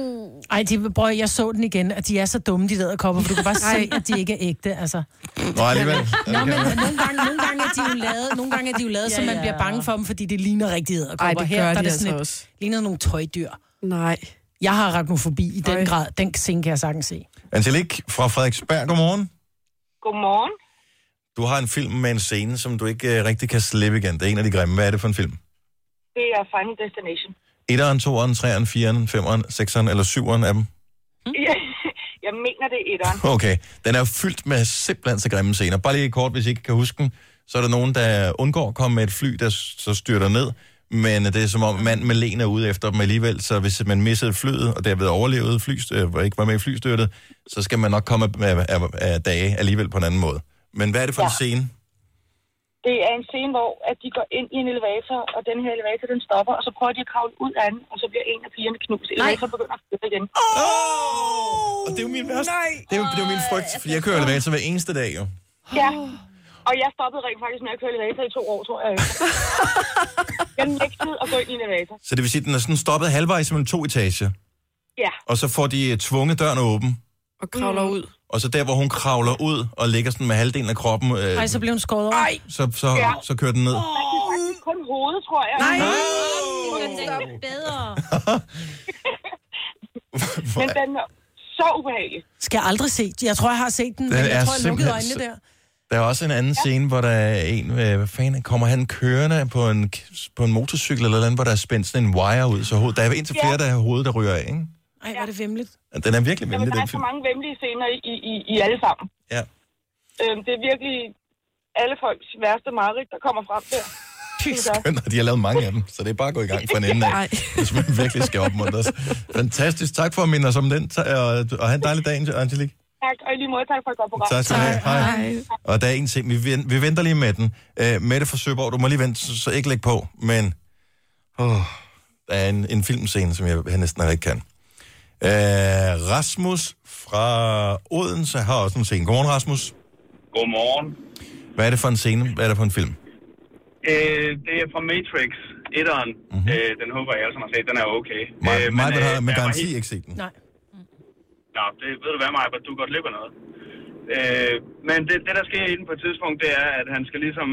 [SPEAKER 2] Ej, de, prøv, jeg så den igen, og de er så dumme, de læderkopper, for du kan bare se, at de ikke er ægte, altså.
[SPEAKER 1] Nå, alligevel.
[SPEAKER 2] Nå, men nogle gange, nogle gange er de jo lavet, nogle gange er de jo lavet, ja, så man ja. bliver bange for dem, fordi det ligner rigtige æderkopper.
[SPEAKER 4] Ej, det
[SPEAKER 2] Her,
[SPEAKER 4] gør
[SPEAKER 2] der er
[SPEAKER 4] de
[SPEAKER 2] det sådan
[SPEAKER 4] altså
[SPEAKER 2] et-
[SPEAKER 4] også.
[SPEAKER 2] Ligner nogle tøjdyr.
[SPEAKER 4] Nej.
[SPEAKER 2] Jeg har arachnofobi i den grad. Den scene kan jeg sagtens se.
[SPEAKER 1] Angelique fra Frederiksberg, godmorgen.
[SPEAKER 16] Godmorgen.
[SPEAKER 1] Du har en film med en scene, som du ikke øh, rigtig kan slippe igen. Det er en af de grimme. Hvad er det for en film?
[SPEAKER 16] Det er Final Destination.
[SPEAKER 1] 1'eren, 2'eren, 3'eren, 4'eren, 5'eren, 6'eren eller 7'eren af dem?
[SPEAKER 11] Mm.
[SPEAKER 16] jeg mener, det er etteren.
[SPEAKER 1] Okay, den er fyldt med simpelthen så grimme scener. Bare lige kort, hvis I ikke kan huske den, så er der nogen, der undgår at komme med et fly, der s- så styrter ned. Men det er som om mand med len er ude efter dem alligevel, så hvis man missede flyet, og derved overlevede flyst, øh, og ikke var med i flystyrtet, så skal man nok komme af, af, af dage alligevel på en anden måde. Men hvad er det for ja. en scene?
[SPEAKER 16] Det er en scene, hvor at de går ind i en elevator, og den her elevator, den stopper, og så prøver de at kravle ud af den, og så bliver en af pigerne knust. Elevator begynder at flytte igen.
[SPEAKER 1] Oh! Og det er jo min værste. Det er jo, det er jo min frygt, fordi jeg kører elevator hver eneste dag jo.
[SPEAKER 16] Ja. Og jeg stoppede rent faktisk med at køre elevator i to år, tror jeg. Jeg nægtede at gå ind i en elevator.
[SPEAKER 1] Så det vil sige, at den er sådan stoppet halvvejs mellem to etager,
[SPEAKER 16] Ja.
[SPEAKER 1] og så får de øh, tvunget døren åben.
[SPEAKER 4] Og kravler
[SPEAKER 2] Mm.
[SPEAKER 4] ud.
[SPEAKER 1] Og så der, hvor hun kravler ud og ligger sådan med halvdelen af kroppen, øh,
[SPEAKER 2] Ej, så blev hun skåret over. Ej.
[SPEAKER 1] så, så,
[SPEAKER 16] Ja.
[SPEAKER 1] så kører den ned.
[SPEAKER 16] Man kan faktisk kun hovedet, tror jeg.
[SPEAKER 2] Nej.
[SPEAKER 16] Den
[SPEAKER 9] er bedre.
[SPEAKER 16] Men den er så ubehagelig.
[SPEAKER 2] Skal jeg aldrig se. Jeg tror, jeg har set den,
[SPEAKER 1] Den er
[SPEAKER 2] men jeg tror, jeg lukkede
[SPEAKER 1] simpelthen
[SPEAKER 2] øjnene
[SPEAKER 1] så-
[SPEAKER 2] der.
[SPEAKER 1] Der er også en anden ja. scene, hvor der er en, øh, hvad fanden, kommer han kørende på en, på en motorcykel eller noget, hvor der er spændt sådan en wire ud, så hovedet, der er indtil flere, der har hovedet, der ryger af, ikke?
[SPEAKER 2] Ej, var det vemmeligt.
[SPEAKER 1] Og Den er virkelig
[SPEAKER 16] Jamen,
[SPEAKER 1] venlig,
[SPEAKER 16] der
[SPEAKER 1] den
[SPEAKER 16] er så
[SPEAKER 1] film.
[SPEAKER 16] mange vemmelige scener i, i, i alle sammen.
[SPEAKER 1] Ja.
[SPEAKER 16] Øhm, det er virkelig alle folks værste mareridt, der kommer frem der.
[SPEAKER 1] Skønt, og de har lavet mange af dem, så det er bare at gå i gang fra en ende af,
[SPEAKER 16] Ej.
[SPEAKER 1] hvis man virkelig skal opmuntres. Fantastisk. Tak for at minde os om den, Ta- og, og have en dejlig dag, Angelique.
[SPEAKER 16] Tak, og i lige måde tak for et godt program.
[SPEAKER 1] Tak skal du have. Hej. Og der er en ting, vi, ven- vi venter lige med den. Øh, Mette fra Søborg, du må lige vente, så, så ikke lægge på, men oh, der er en, en filmscene, som jeg, jeg næsten ikke kan. Øh, Rasmus fra Odense har også en scene. Godmorgen, Rasmus.
[SPEAKER 17] Godmorgen.
[SPEAKER 1] Hvad er det for en scene? Hvad er det for en film?
[SPEAKER 17] Øh, det er fra Matrix, etteren.
[SPEAKER 1] Mhm.
[SPEAKER 17] Mm-hmm. Øh, den håber jeg alle sammen har set. Den er okay.
[SPEAKER 1] Mig,
[SPEAKER 17] Øh,
[SPEAKER 1] øh, mig har med
[SPEAKER 17] jeg var
[SPEAKER 1] garanti
[SPEAKER 17] helt-
[SPEAKER 1] ikke set den.
[SPEAKER 2] Nej.
[SPEAKER 17] Nå, det ved du hvad, Maja, du er godt løber noget. Øh, men det, det, der sker i den på et tidspunkt, det er, at han skal ligesom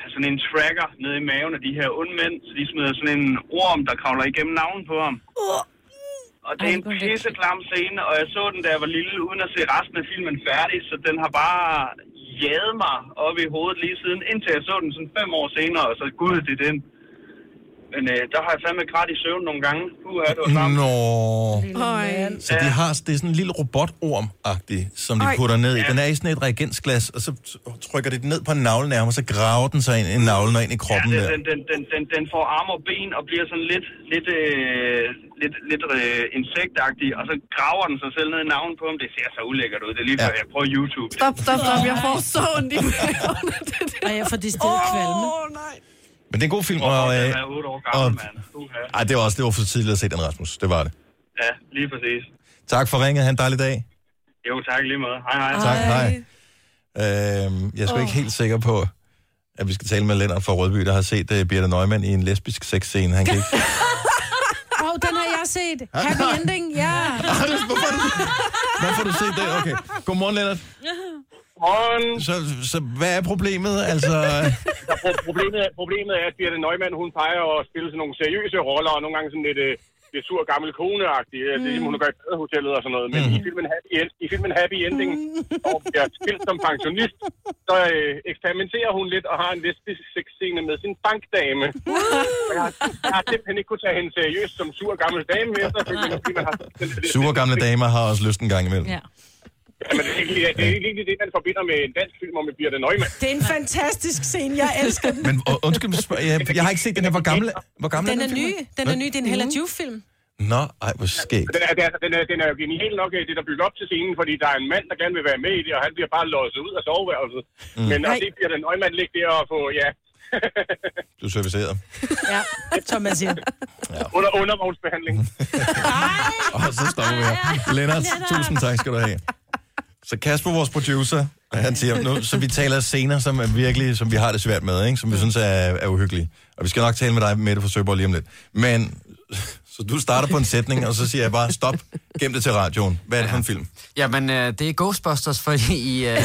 [SPEAKER 17] have sådan en tracker nede i maven af de her onde mænd, så de smider sådan en orm, der kravler igennem navnen på ham. Og det er en pisseklam scene, og jeg så den, da jeg var lille, uden at se resten af filmen færdig, så den har bare jaget mig op i hovedet lige siden, indtil jeg så den sådan fem år senere, og så gud, det er den. Men øh, der har jeg fandme gratis søvn nogle gange. Puha, det var klamt.
[SPEAKER 1] Nå.
[SPEAKER 17] Ej.
[SPEAKER 1] Så de har, det er sådan en lille robotorm-agtig, som de
[SPEAKER 17] Ej.
[SPEAKER 1] putter ned i.
[SPEAKER 17] Ja.
[SPEAKER 1] Den er i sådan et reagensglas, og så trykker de den ned på en navlenærme, og så graver den sig ind i navlen og ind i kroppen
[SPEAKER 17] ja,
[SPEAKER 1] der.
[SPEAKER 17] den, den, den, den, den får arme og ben og bliver sådan lidt, lidt, øh, lidt, lidt øh, insektagtig, og så graver den sig selv ned i navnet på ham. Det ser så ulækkert ud. Det er lige før, jeg prøver YouTube.
[SPEAKER 4] Stop, stop, stop. Jeg får så ondt i maven.
[SPEAKER 2] Og jeg får de stedet kvalme.
[SPEAKER 1] Men det er en god film, og... Øh, og ej, det var også det var for tidligt at se den, Rasmus. Det var det.
[SPEAKER 17] Ja, lige præcis.
[SPEAKER 1] Tak for ringet. Ha' en dejlig dag.
[SPEAKER 17] Jo, tak lige meget. Hej, hej.
[SPEAKER 1] Tak, hej. Øhm, jeg er sgu oh. ikke helt sikker på, at vi skal tale med Lennart fra Rødby, der har set uh, Birte Neumann i en lesbisk sexscene. Han kan ikke...
[SPEAKER 2] Åh, oh, den har jeg set. Happy ending, ja.
[SPEAKER 1] Hvorfor har du set det? Okay. Godmorgen, Lennart.
[SPEAKER 18] Godmorgen.
[SPEAKER 1] Så, så hvad er problemet? Altså...
[SPEAKER 18] Så pro- problemet, er- problemet er, at Birte Neumann, hun plejer at spille sådan nogle seriøse roller, og nogle gange sådan lidt, øh, lidt sur gammel kone-agtig. Mm. Det er ligesom, hun gør i badehotellet og sådan noget. Men mm. i, filmen Happy End, i filmen Happy Ending, hvor hun bliver skilt som pensionist, så øh, eksperimenterer hun lidt og har en lesbisk sexscene med sin bankdame. Og jeg, har, jeg har simpelthen ikke kunne tage hende seriøst som sur gammel dame efterfølgende, fordi man har...
[SPEAKER 1] Super gamle damer har også lyst en gang imellem. Ja.
[SPEAKER 18] Jamen, det er ikke lige- det, er ikke lige det, man forbinder med en dansk film og med Birte Neumann.
[SPEAKER 2] Det er en fantastisk scene, jeg elsker den.
[SPEAKER 1] Men og, undskyld, men spørg- jeg, jeg har ikke set den her. Hvor gammel, hvor gammel
[SPEAKER 2] Den er
[SPEAKER 1] film?
[SPEAKER 2] ny. Den er ny. Det er en Hella Juf-film.
[SPEAKER 1] Nå, ej, hvor skægt.
[SPEAKER 18] Den er, den, er, den, er, den er jo genial nok, øh, det der bygger op til scenen, fordi der er en mand, der gerne vil være med i det, og han bliver bare låst ud af soveværelset.
[SPEAKER 1] Mm.
[SPEAKER 18] Mm. Men og
[SPEAKER 1] Nej.
[SPEAKER 18] det bliver den øjemand ligge der og få, ja,
[SPEAKER 1] Du er serviceret.
[SPEAKER 2] Ja, som man siger.
[SPEAKER 18] under undervognsbehandling.
[SPEAKER 1] Og så stopper vi her. Lennart, tusind tak skal du have. Så Kasper, vores producer, han siger, nu, så vi taler scener, som er virkelig, som vi har det svært med, ikke? som vi synes er, er uhyggelige. Og vi skal nok tale med dig, Mette fra Søborg, lige om lidt. Men, så du starter på en sætning, og så siger jeg bare, stop, gem det til radioen. Hvad er det for en film?
[SPEAKER 19] Jamen, øh, det er Ghostbusters, fordi I... Øh...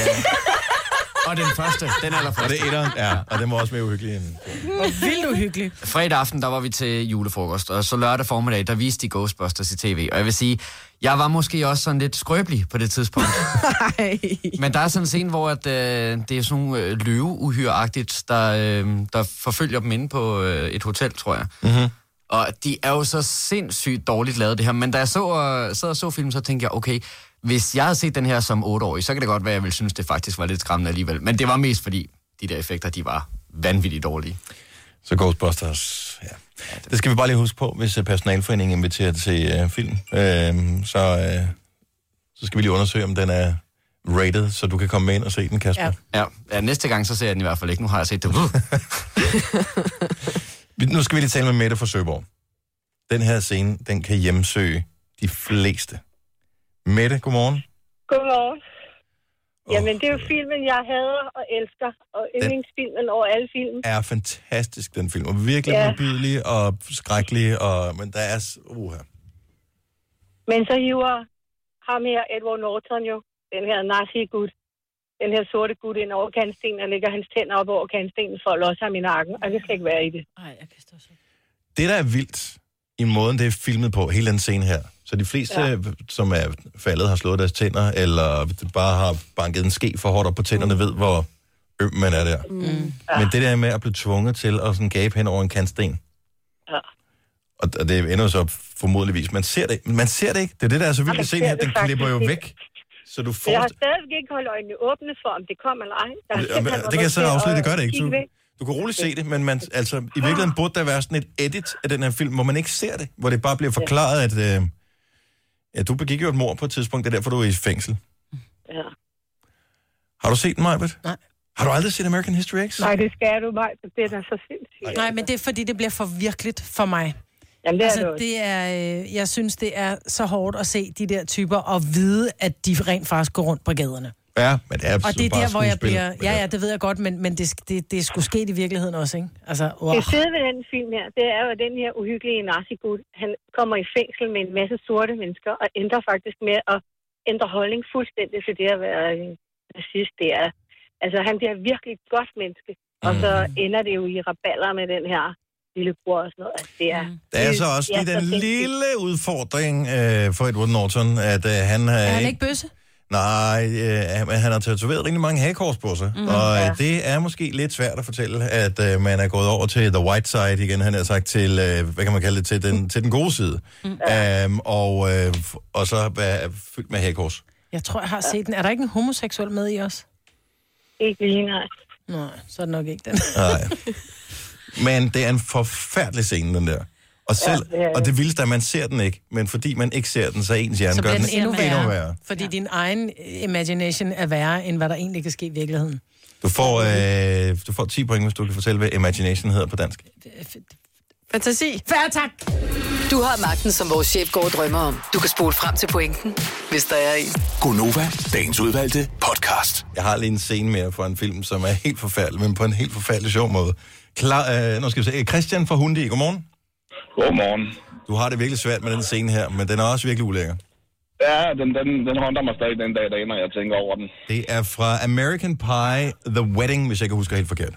[SPEAKER 19] og den første, den allerførste.
[SPEAKER 1] Og det er etteren, ja, og den var også mere uhyggelig end...
[SPEAKER 2] Hvor vildt uhyggelig.
[SPEAKER 19] fredag aften, der var vi til julefrokost, og så lørdag formiddag, der viste de Ghostbusters i tv. Og jeg vil sige, jeg var måske også sådan lidt skrøbelig på det tidspunkt. Men der er sådan en scene, hvor at, øh, det er sådan nogle øh, løveuhyreagtigt, der, øh, der forfølger dem inde på øh, et hotel, tror jeg.
[SPEAKER 1] Mhm.
[SPEAKER 20] Mm-hmm.
[SPEAKER 19] Og de er jo så sindssygt dårligt lavet det her. Men da jeg så, og, sad og så filmen, så tænkte jeg, okay, hvis jeg havde set den her som 8-årig, så kan det godt være, at jeg ville synes, det faktisk var lidt skræmmende alligevel. Men det var mest fordi, de der effekter, de var vanvittigt dårlige.
[SPEAKER 1] Så Ghostbusters, ja. Det skal vi bare lige huske på, hvis øh, personalforeningen inviterer til øh, film. Øh, så, øh, så skal vi lige undersøge, om den er rated, så du kan komme med ind og se den, Kasper. Ja.
[SPEAKER 19] Ja. ja, næste gang så ser jeg den i hvert fald ikke. Nu har jeg set det.
[SPEAKER 1] Nu skal vi lige tale med Mette fra Søborg. Den her scene, den kan hjemsøge de fleste. Mette, godmorgen.
[SPEAKER 21] Godmorgen. Jamen, det er jo filmen, jeg hader og elsker, og yndlingsfilmen over alle film.
[SPEAKER 1] Er fantastisk, den film. Og virkelig
[SPEAKER 21] Ja.
[SPEAKER 1] ja. modbydelig og skrækkelig, og, men der er... s- Uha.
[SPEAKER 21] Men så hiver ham her, Edward Norton jo, den her nazi-gut, den her sorte gut ind over kantstenen, og lægger hans tænder op over kantstenen for at losse ham i nakken, og det skal ikke være i det. Nej, jeg kan
[SPEAKER 1] det, der er vildt i måden, det er filmet på, hele den scene her. Så de fleste, ja. som er faldet, har slået deres tænder, eller bare har banket en ske for hårdt op på tænderne, mm. ved, hvor øm man er der. Mm.
[SPEAKER 21] Mm.
[SPEAKER 1] Men det der med at blive tvunget til at sådan gabe hen over en kantsten,
[SPEAKER 21] Ja.
[SPEAKER 1] og og det ender jo så formodentligvis, man ser det, man ser det ikke. Det er det, der er så vildt
[SPEAKER 21] man
[SPEAKER 1] i scenen
[SPEAKER 21] ser
[SPEAKER 1] her,
[SPEAKER 21] det
[SPEAKER 1] den klipper jo
[SPEAKER 21] faktisk
[SPEAKER 1] væk. Så du
[SPEAKER 21] Jeg
[SPEAKER 1] får...
[SPEAKER 21] har stadigvæk ikke holdt øjnene åbne for, om det kommer eller ej. Jeg har
[SPEAKER 1] Det,
[SPEAKER 21] simpelthen
[SPEAKER 1] det kan jeg så
[SPEAKER 21] været nødt til
[SPEAKER 1] afsløre, det
[SPEAKER 21] at
[SPEAKER 1] gør det ikke.
[SPEAKER 21] kigge
[SPEAKER 1] Du,
[SPEAKER 21] væk.
[SPEAKER 1] du kan roligt se det, men man, altså, i virkeligheden burde der være sådan et edit af den her film, hvor man ikke ser det, hvor det bare bliver forklaret, at øh, ja, du begik jo et mor på et tidspunkt, det er derfor, du er i fængsel.
[SPEAKER 21] Ja.
[SPEAKER 1] Har du set den, Majbet? Nej. Har du aldrig set American History X?
[SPEAKER 21] Nej, det skal du mig, for det er så sindssygt.
[SPEAKER 2] Nej, men det er, fordi det bliver for virkeligt for mig.
[SPEAKER 21] Jamen, det er
[SPEAKER 2] altså,
[SPEAKER 21] det også.
[SPEAKER 2] det er, øh, jeg synes, det er så hårdt at se de der typer og vide, at de rent faktisk går rundt på gaderne.
[SPEAKER 1] Ja, men det er
[SPEAKER 2] og det er
[SPEAKER 1] bare
[SPEAKER 2] der, hvor jeg
[SPEAKER 1] skuespil.
[SPEAKER 2] bliver... Ja, ja, det ved jeg godt, men, men det, sk- det, det skulle ske i virkeligheden også, ikke? Altså, wow.
[SPEAKER 21] Det fede ved den film her, det er jo, at den her uhyggelige nazigud, han kommer i fængsel med en masse sorte mennesker, og ændrer faktisk med at ændre holdning fuldstændig til det at være øh, racist, det er. Altså, han bliver virkelig et godt menneske, og så
[SPEAKER 1] Mm.
[SPEAKER 21] ender det jo i raballer med den her lillebror og sådan noget. Altså, det er,
[SPEAKER 1] Der er så også lige den lille udfordring øh, for Edward Norton, at øh, han... Øh,
[SPEAKER 2] Er han ikke bøsse?
[SPEAKER 1] Nej, øh, men han har tatoveret rigtig mange hagekors på sig,
[SPEAKER 20] Mhm.
[SPEAKER 1] mm, og
[SPEAKER 20] Ja.
[SPEAKER 1] ja. det er måske lidt svært at fortælle, at øh, man er gået over til the white side igen, han har sagt til, øh, hvad kan man kalde det, til den, til den gode side, mm. um, og, øh, f- og så er fyldt med hagekors.
[SPEAKER 2] Jeg tror, jeg har set den. Er der ikke en homoseksuel med i os?
[SPEAKER 21] Ikke lige, nej.
[SPEAKER 2] Nej, så er det nok ikke den.
[SPEAKER 1] Nej. Men det er en forfærdelig scene, den der. Og, selv,
[SPEAKER 2] Ja, det er det.
[SPEAKER 1] og det vildeste er, at man ser den ikke, men fordi man ikke ser den, så er ens hjerne
[SPEAKER 2] så
[SPEAKER 1] gør
[SPEAKER 2] bliver
[SPEAKER 1] den
[SPEAKER 2] den endnu værre. Fordi ja. din egen imagination er værre, end hvad der egentlig kan ske i virkeligheden.
[SPEAKER 1] Du får, øh, du får 10 point, hvis du kan fortælle, hvad imagination hedder på dansk.
[SPEAKER 6] Fantasi.
[SPEAKER 2] Færre tak.
[SPEAKER 6] Du har magten, som vores chef går og drømmer om. Du kan spole frem til pointen, hvis der er en.
[SPEAKER 1] Gonova, dagens udvalgte podcast. Jeg har lige en scene mere fra en film, som er helt forfærdelig, men på en helt forfærdelig sjov måde. Klar, øh, nu skal vi se. Christian fra Hundi, godmorgen.
[SPEAKER 10] Godmorgen.
[SPEAKER 1] Du har det virkelig svært med den scene her, men den er også virkelig ulækker.
[SPEAKER 10] Ja, den, den, den håndter mig stadig den dag i dag, når jeg tænker over den.
[SPEAKER 1] Det er fra American Pie, The Wedding, hvis jeg ikke husker helt forkert.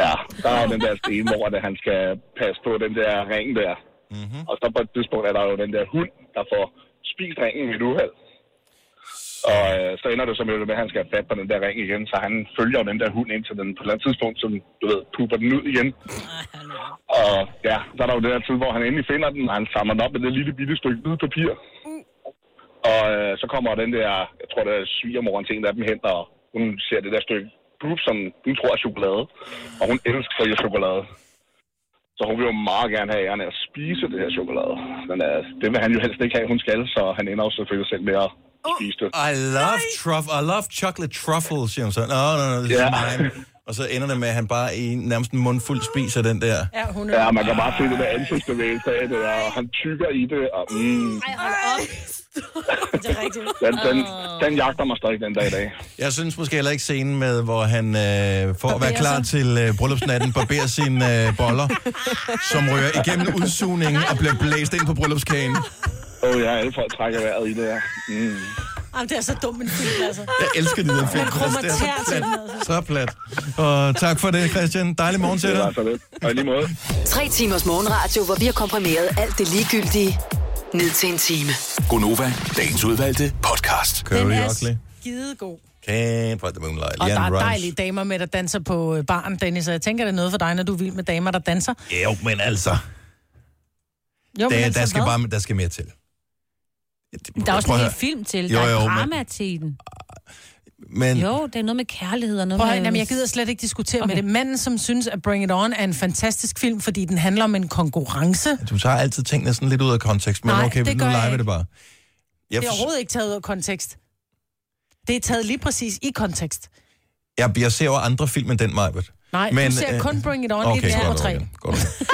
[SPEAKER 10] Ja, der er den der scene, hvor det, han skal passe på den der ring der. Mm-hmm. Og så på et tidspunkt er der jo den der hund, der får spist ringen ved et uheld. Og øh, så ender det så med, at han skal have fat på den der ring igen, så han følger jo den der hund indtil den på et eller andet tidspunkt, som du ved, puber den ud igen. Og ja, så er der jo det der tid, hvor han endelig finder den, og han samler den op med det lille bitte stykke hvidt papir. Og øh, så kommer den der, jeg tror det er svigermoren til en af dem hen, og hun ser det der stykke bub, som hun tror er chokolade. Og hun elsker jo chokolade. Så hun vil jo meget gerne have æren af at spise det her chokolade. Men øh, det vil han jo helst ikke have, hun skal, så han ender jo selvfølgelig selv med at spise det.
[SPEAKER 1] I love truff, I love chocolate truffles, siger hun så. No, no, no, this
[SPEAKER 10] Ja.
[SPEAKER 1] is mine. ligesom Og så ender det med, at han bare i nærmest en mundfuld spiser den der.
[SPEAKER 2] Ja, hun
[SPEAKER 10] Ja, man kan bare se det der ansigtsbevægelse af det, og han tykker i det, og mm,
[SPEAKER 2] Det er rigtigt.
[SPEAKER 10] den, den, den jagter mig stadig den dag i dag.
[SPEAKER 1] Jeg synes måske heller ikke scenen med, hvor han øh, for at være
[SPEAKER 10] Barberer
[SPEAKER 1] klar
[SPEAKER 10] sig.
[SPEAKER 1] til øh, bryllupsnatten, barberer sine øh, boller, som rører igennem udsugningen og bliver blæst ind på bryllupskagen.
[SPEAKER 10] Åh oh, ja, alle folk trækker vejret i det her. Mm.
[SPEAKER 2] Jamen, det er så dumt en film, altså.
[SPEAKER 1] Jeg elsker de der film.
[SPEAKER 2] kommer
[SPEAKER 1] Det er
[SPEAKER 2] til at
[SPEAKER 1] så
[SPEAKER 2] tænke
[SPEAKER 1] plat. Så plat. Og tak for det, Christian. Dejlig morgen til dig.
[SPEAKER 10] Og lige måde.
[SPEAKER 6] Tre timers morgenradio, hvor vi har komprimeret alt det ligegyldige ned til en time.
[SPEAKER 7] Gonova, dagens udvalgte podcast.
[SPEAKER 1] Kører i Oakley.
[SPEAKER 2] Skidegod.
[SPEAKER 1] Can't fight the moonlight.
[SPEAKER 2] Og der
[SPEAKER 1] Leanne
[SPEAKER 2] er
[SPEAKER 1] Rimes.
[SPEAKER 2] dejlige damer med, der danser på øh, baren, Dennis. Og jeg tænker, det er noget for dig, når du er vild med damer, der danser.
[SPEAKER 1] Jo, men altså.
[SPEAKER 9] Jo,
[SPEAKER 1] der,
[SPEAKER 9] altså
[SPEAKER 1] der, skal
[SPEAKER 9] hvad?
[SPEAKER 1] bare, der skal mere til.
[SPEAKER 9] Der er også
[SPEAKER 1] Prøv
[SPEAKER 9] en
[SPEAKER 1] at
[SPEAKER 9] hel
[SPEAKER 1] høre.
[SPEAKER 9] film til.
[SPEAKER 1] Jo,
[SPEAKER 9] der
[SPEAKER 1] jo,
[SPEAKER 9] er
[SPEAKER 1] men-
[SPEAKER 9] drama men... til den.
[SPEAKER 1] Men
[SPEAKER 9] Jo, det er noget med kærlighed og noget
[SPEAKER 2] Prøv, at høre,
[SPEAKER 9] med...
[SPEAKER 2] jamen, jeg gider slet ikke diskutere okay.
[SPEAKER 9] Okay.
[SPEAKER 2] med det. Manden, som synes, at Bring It On er en fantastisk film, fordi den handler om en konkurrence.
[SPEAKER 1] du tager altid tingene sådan lidt ud af kontekst, men
[SPEAKER 2] Nej,
[SPEAKER 1] okay,
[SPEAKER 2] det
[SPEAKER 1] nu
[SPEAKER 2] gør jeg
[SPEAKER 1] leger vi
[SPEAKER 2] ikke.
[SPEAKER 1] det bare.
[SPEAKER 2] Jeg
[SPEAKER 1] Jeg,
[SPEAKER 2] det er
[SPEAKER 1] for,
[SPEAKER 2] overhovedet ikke taget ud af kontekst. Det er taget lige præcis i kontekst.
[SPEAKER 1] jeg, jeg ser jo andre film end den, Majbert.
[SPEAKER 2] Nej, men, du ser kun Bring It On okay, 1, 2 og 3.
[SPEAKER 1] øh, Okay, godt, okay.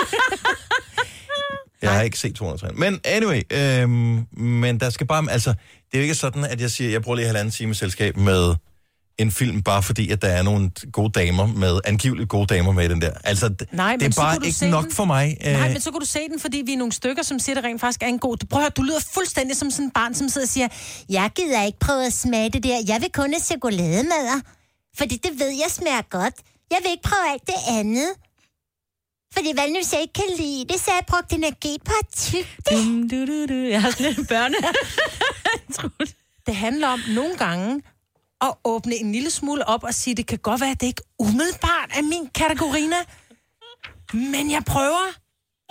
[SPEAKER 1] Jeg har ikke set 203. Men anyway, øhm, men der skal bare... Altså, det er jo ikke sådan, at jeg siger, jeg bruger lige halvanden time i selskab med en film, bare fordi, at der er nogle gode damer med, angiveligt gode damer med i den der. Altså, d-
[SPEAKER 2] Nej,
[SPEAKER 1] det
[SPEAKER 2] men
[SPEAKER 1] er
[SPEAKER 2] så
[SPEAKER 1] bare
[SPEAKER 2] kunne du se
[SPEAKER 1] ikke nok
[SPEAKER 2] den.
[SPEAKER 1] for mig.
[SPEAKER 2] Nej,
[SPEAKER 1] øh,
[SPEAKER 2] men så kunne du se den, fordi vi er nogle stykker, som siger, det rent faktisk er en god... Prøv at høre, du lyder fuldstændig som sådan en barn, som sidder og siger, jeg gider ikke prøve at smage det der, jeg vil kun have chokolade med dig, fordi det ved jeg smager godt.
[SPEAKER 22] Jeg vil ikke prøve alt det andet. Fordi hvad nu, hvis jeg ikke kan lide det, så har jeg brugt energi på at tygge det.
[SPEAKER 9] Du, du, du. Jeg har sådan en børne.
[SPEAKER 2] Det handler om nogle gange at åbne en lille smule op og sige, det kan godt være, at det ikke umiddelbart er min kategorina, men jeg prøver,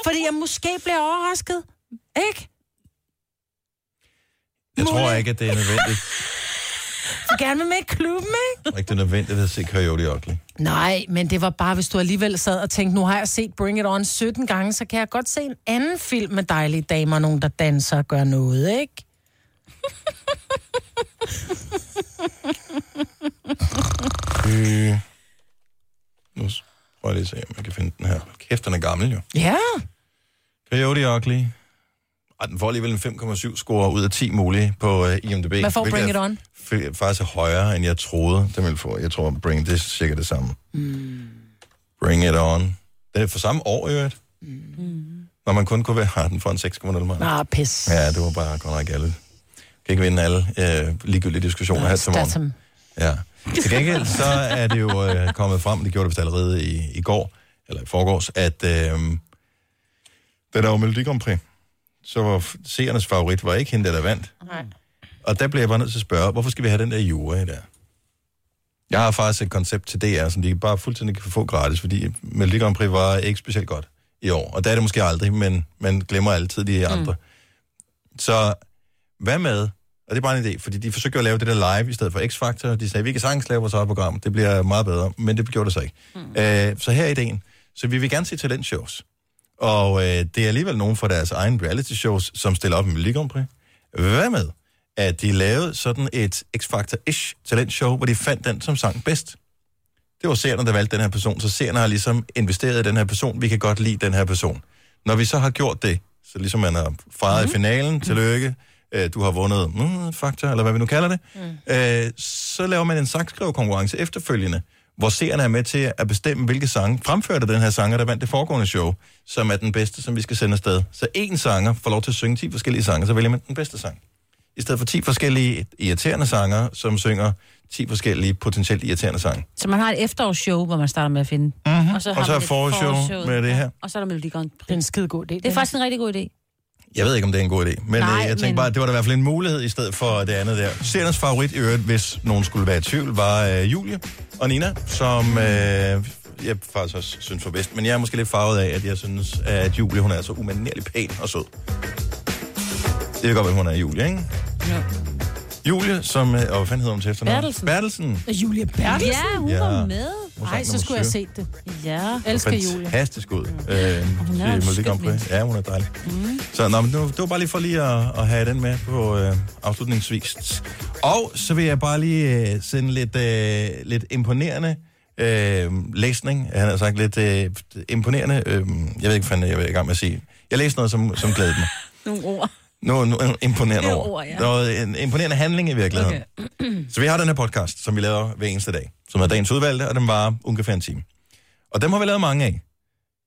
[SPEAKER 2] fordi jeg måske bliver overrasket. Ikke?
[SPEAKER 1] jeg tror ikke, at det er nødvendigt.
[SPEAKER 2] For gerne med med i klubben, ikke?
[SPEAKER 1] Jeg tror ikke, det er nødvendigt at se Coyote Ugly.
[SPEAKER 2] Nej, men det var bare, hvis du alligevel sad og tænkte, nu har jeg set Bring It On 17 gange, så kan jeg godt se en anden film med dejlige damer, og nogen, der danser og gør noget, ikke?
[SPEAKER 1] Øh, nu s- prøver jeg lige at se, om jeg kan finde den her. Kæft, den er gammel jo.
[SPEAKER 2] Ja.
[SPEAKER 1] Coyote Ugly. Ej, den får alligevel en 5,7 score ud af 10 mulige på øh, IMDb.
[SPEAKER 2] Hvad får
[SPEAKER 1] hvilket
[SPEAKER 2] Bring
[SPEAKER 1] er
[SPEAKER 2] It On?
[SPEAKER 1] f- Faktisk er højere, end jeg troede, den ville få. Jeg tror, Bring det er cirka det samme.
[SPEAKER 2] Mm.
[SPEAKER 1] Bring It On. Det er for samme år, i øvrigt. Når man kun kunne være... Ah, den får en 6,0 mand.
[SPEAKER 2] Mm. Ah, pis.
[SPEAKER 1] Ja, det var bare godt nok ærligt. Kan ikke vinde alle øh, ligegyldige diskussioner her til morgen.
[SPEAKER 2] Statham.
[SPEAKER 1] Ja. Til gengæld så er det jo øh, kommet frem, det gjorde det vist allerede i, i går, eller i forgårs, at øh, da der var Melodi Grand Prix, så var f- seernes favorit var ikke hende, der, der vandt.
[SPEAKER 2] Nej.
[SPEAKER 1] Og der bliver jeg bare nødt til at spørge, hvorfor skal vi have den der jura i der? Jeg har faktisk et koncept til DR, som de bare fuldstændig kan få gratis, fordi Melodi Grand Prix var ikke specielt godt i år. Og der er det måske aldrig, men man glemmer altid de andre. Mm. Så hvad med, og det er bare en idé, fordi de forsøgte jo at lave det der live i stedet for X-Factor. De sagde, vi kan sagtens lave vores eget program, det bliver meget bedre, men det gjorde det så ikke. Mm. Øh, så her er ideen. Så vi vil gerne se talentshows. Og øh, det er alligevel nogen fra deres egen reality shows, som stiller op med Melodi Grand Prix. Hvad med, at de lavede sådan et X-Factor-ish talentshow, hvor de fandt den, som sang bedst. Det var seerne, der valgte den her person, så seerne har ligesom investeret i den her person, vi kan godt lide den her person. Når vi så har gjort det, så ligesom man har fejret mm. i finalen, tillykke, øh, du har vundet mm, Factor, eller hvad vi nu kalder det, mm. øh, så laver man en sangskrivekonkurrence efterfølgende, hvor seerne er med til at bestemme, hvilke sange fremførte den her sanger, der vandt det foregående show, som er den bedste, som vi skal sende afsted. Så én sanger får lov til at synge 10 forskellige sange, så vælger man den bedste sang i stedet for 10 forskellige irriterende sanger, som synger 10 forskellige potentielt irriterende sange.
[SPEAKER 9] Så man har et efterårsshow, hvor man starter med at finde.
[SPEAKER 1] Mhm. Og så
[SPEAKER 9] man
[SPEAKER 1] er
[SPEAKER 9] et
[SPEAKER 1] forårsshow
[SPEAKER 9] forårsshow,
[SPEAKER 1] med det her.
[SPEAKER 9] ja. Og så er der Melodi Grand Prix. Det
[SPEAKER 2] er en skide god idé.
[SPEAKER 9] Det er faktisk en rigtig god idé.
[SPEAKER 1] Jeg ved ikke, om det er en god idé, men Nej,
[SPEAKER 9] Nej,
[SPEAKER 1] øh, jeg tænkte
[SPEAKER 9] men-
[SPEAKER 1] bare, at det var da i hvert fald en mulighed i stedet for det andet der. Seernes favorit i øvrigt, hvis nogen skulle være i tvivl, var øh, Julie og Nina, som øh, jeg faktisk også synes var bedst. Men jeg er måske lidt farvet af, at jeg synes, at Julie hun er så umanerlig pæn og sød. Det kan godt være, hun er Julie, ikke?
[SPEAKER 9] Ja.
[SPEAKER 1] Julie, som... øh, Og hvad fanden hedder hun til efternavn?
[SPEAKER 2] Bertelsen.
[SPEAKER 1] Bertelsen.
[SPEAKER 2] Og Julia Bertelsen?
[SPEAKER 9] Ja, hun
[SPEAKER 1] Ja.
[SPEAKER 9] var med.
[SPEAKER 1] Hun sang
[SPEAKER 2] Nej, så
[SPEAKER 1] nummer
[SPEAKER 2] skulle jeg
[SPEAKER 1] syv.
[SPEAKER 2] se det.
[SPEAKER 9] Ja.
[SPEAKER 2] Elsker Julie. Mm.
[SPEAKER 1] Fantastisk ud. Øh,
[SPEAKER 2] Hun
[SPEAKER 1] hun
[SPEAKER 2] er
[SPEAKER 1] er
[SPEAKER 2] et
[SPEAKER 1] Melodi
[SPEAKER 2] skønt
[SPEAKER 1] Grand Prix.
[SPEAKER 2] menneske.
[SPEAKER 1] Ja, hun er dejlig. Mm. Så nå, men nu, det var bare lige for lige at, at have den med på øh, afslutningsvis. Og så vil jeg bare lige øh, sende lidt, øh, lidt imponerende øh, læsning. Han har sagt lidt øh, imponerende. Øh, jeg ved ikke, hvad jeg er i gang med at sige. Jeg læste noget, som, som glædede mig.
[SPEAKER 9] Nogle ord.
[SPEAKER 1] Noget, noget imponerende
[SPEAKER 9] Det er
[SPEAKER 1] ord.
[SPEAKER 9] ord, ja.
[SPEAKER 1] Noget, en imponerende handling i virkeligheden. Okay. Så vi har den her podcast, som vi laver hver eneste dag, som er dagens udvalgte, og den varer ungefær en time. Og dem har vi lavet mange af.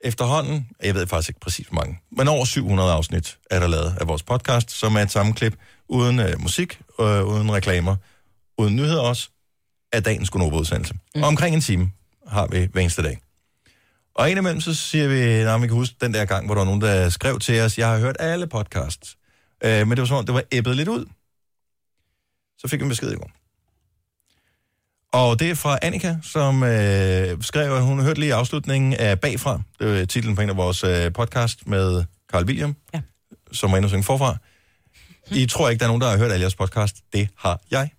[SPEAKER 1] Efterhånden, jeg ved faktisk ikke præcis hvor mange, men over 700 afsnit er der lavet af vores podcast, som er et sammenklip uden øh, musik, øh, uden reklamer, uden nyheder også, af dagens Gunova-udsendelse. Mm. Omkring en time har vi hver eneste dag. Og indimellem så siger vi, nej, vi kan huske den der gang, hvor der var nogen, der skrev til os, jeg har hørt alle podcasts, øh, men det var som om, det var æbbet lidt ud. Så fik vi en besked i går. Og det er fra Annika, som øh, skrev, at hun hørte lige afslutningen af Bagfra. Det var titlen på en af vores øh, podcast med Carl William, ja. som var inde og synge forfra. I tror ikke, der er nogen, der har hørt alle jeres podcast. Det har jeg.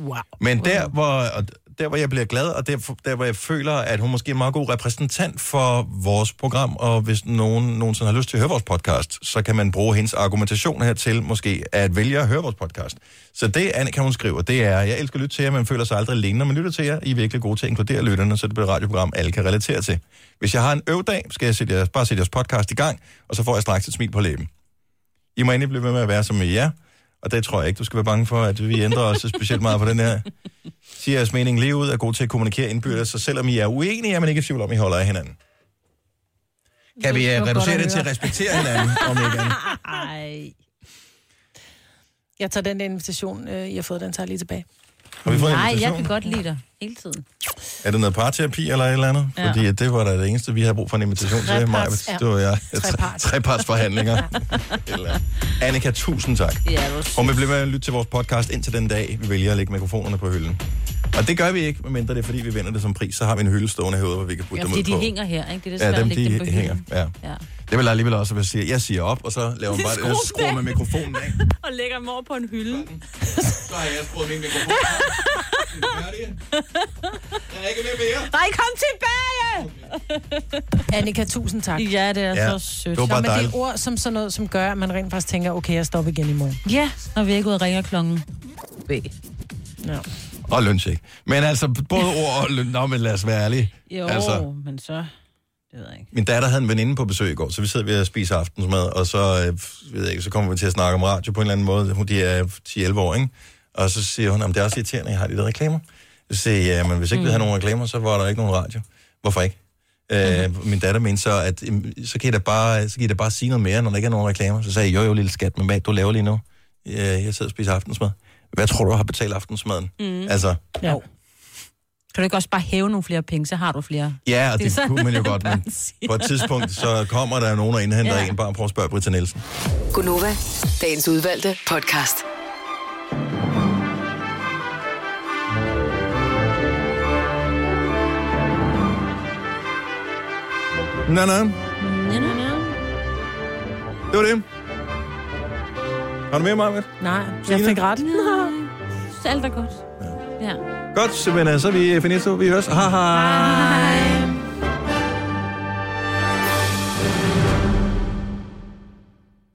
[SPEAKER 2] Wow.
[SPEAKER 1] Men der, hvor, og der, hvor jeg bliver glad, og der, der, hvor jeg føler, at hun måske er en meget god repræsentant for vores program, og hvis nogen nogensinde har lyst til at høre vores podcast, så kan man bruge hendes argumentation her til måske at vælge at høre vores podcast. Så det, Annika, hun skriver, det er, jeg elsker at lytte til jer, men føler sig aldrig alene, når man lytter til jer. I er virkelig gode til at inkludere lytterne, så det bliver et radioprogram, alle kan relatere til. Hvis jeg har en øvdag, skal jeg sætte jeres, bare sætte jeres podcast i gang, og så får jeg straks et smil på læben. I må endelig blive ved med at være som I er, og det tror jeg ikke, du skal være bange for, at vi ændrer os specielt meget på den her siger jeres mening lige ud, er god til at kommunikere indbyrdes, så selvom I er uenige, er man ikke i tvivl om, I holder af hinanden. Kan vi
[SPEAKER 2] Det
[SPEAKER 1] uh,
[SPEAKER 2] var godt
[SPEAKER 1] reducere
[SPEAKER 2] at
[SPEAKER 1] det til at
[SPEAKER 2] høre.
[SPEAKER 1] respektere hinanden, om ikke andet?
[SPEAKER 2] Ej. Jeg tager den der invitation, øh, I har fået, den tager jeg lige tilbage.
[SPEAKER 1] Har vi fået en
[SPEAKER 9] Nej, jeg
[SPEAKER 1] invitation?
[SPEAKER 9] kan godt lide dig. Hele tiden.
[SPEAKER 1] Er det noget parterapi eller et eller andet?
[SPEAKER 9] Ja.
[SPEAKER 1] Ja. Fordi at det var da det eneste, vi har brug for en invitation til.
[SPEAKER 9] Treparts,
[SPEAKER 1] Maja,
[SPEAKER 9] ja.
[SPEAKER 1] du og jeg.
[SPEAKER 9] Trepart.
[SPEAKER 1] Treparts forhandlinger. eller. Annika, tusind tak.
[SPEAKER 9] Ja, det var sødt.
[SPEAKER 1] Og vi bliver med at lytte til vores podcast indtil den dag, vi vælger at lægge mikrofonerne på hylden. Og det gør vi ikke, medmindre det er fordi, vi vinder det som pris. Så har vi en hylde stående herude, hvor vi kan putte
[SPEAKER 9] Ja,
[SPEAKER 1] dem
[SPEAKER 9] fordi
[SPEAKER 1] ud
[SPEAKER 9] de
[SPEAKER 1] på.
[SPEAKER 9] hænger her, ikke? Det er det
[SPEAKER 1] ja,
[SPEAKER 9] svært at
[SPEAKER 1] dem,
[SPEAKER 9] lægge dem
[SPEAKER 1] de
[SPEAKER 9] på
[SPEAKER 1] hænger.
[SPEAKER 9] hylden.
[SPEAKER 1] Ja.
[SPEAKER 9] Ja.
[SPEAKER 1] Det vil alligevel også, at jeg siger, jeg siger op, og så laver man bare
[SPEAKER 9] Skruer
[SPEAKER 1] det, så skruer man mikrofonen af.
[SPEAKER 9] Og lægger dem over på en hylde.
[SPEAKER 1] Så har jeg skruet min mikrofon Jeg er ikke med mere.
[SPEAKER 9] Nej, kom tilbage!
[SPEAKER 2] Annika, tusind tak.
[SPEAKER 9] Ja, det er
[SPEAKER 2] ja.
[SPEAKER 9] så sødt.
[SPEAKER 2] Nå, men det er ord som sådan noget, som gør, at man rent faktisk tænker, okay, jeg stopper igen i morgen.
[SPEAKER 9] Ja, når vi er ikke ude og ringer klokken. Ja.
[SPEAKER 1] Og lønsjek. Men altså, både ord og løn... Nå, men lad os være ærlige.
[SPEAKER 9] Jo,
[SPEAKER 1] Altså,
[SPEAKER 9] altså. men så...
[SPEAKER 1] min datter havde en veninde på besøg i går, så vi sidder ved at spise aftensmad, og så, øh, ved jeg ikke, så kommer vi til at snakke om radio på en eller anden måde. Hun de er 10-11 år, ikke? Og så siger hun, at det er også irriterende, at jeg har de der reklamer. Så siger jeg, ja, men hvis ikke mm. vi havde nogen reklamer, så var der ikke nogen radio. Hvorfor ikke? Øh, min datter mente så, at "Jamen, så kan, I da bare, så kan I da bare sige noget mere, når der ikke er nogen reklamer. Så sagde jeg, jo jo, lille skat, men hvad er det, du laver lige nu? Øh, jeg sidder og spiser aftensmad. Hvad tror du, har betalt aftensmaden?
[SPEAKER 9] Mm.
[SPEAKER 1] Altså,
[SPEAKER 9] Ja. Kan du ikke også bare hæve nogle flere penge, så har du flere?
[SPEAKER 1] Ja, og det,
[SPEAKER 9] Det er
[SPEAKER 1] det
[SPEAKER 9] sådan,
[SPEAKER 1] kunne man jo
[SPEAKER 9] man
[SPEAKER 1] godt,
[SPEAKER 9] bare
[SPEAKER 1] men
[SPEAKER 9] siger.
[SPEAKER 1] på et tidspunkt, så kommer der nogen og indhenter ja. en. Bare prøv at spørge Britta Nielsen.
[SPEAKER 6] Gunova, dagens udvalgte podcast.
[SPEAKER 1] Nå, nå. Det var det. Har du mere, Marvind?
[SPEAKER 2] Nej, jeg fik ret.
[SPEAKER 9] Alt er godt. Ja.
[SPEAKER 1] Godt, Savannah, så er vi finito. Vi høres. Hej hej. hej.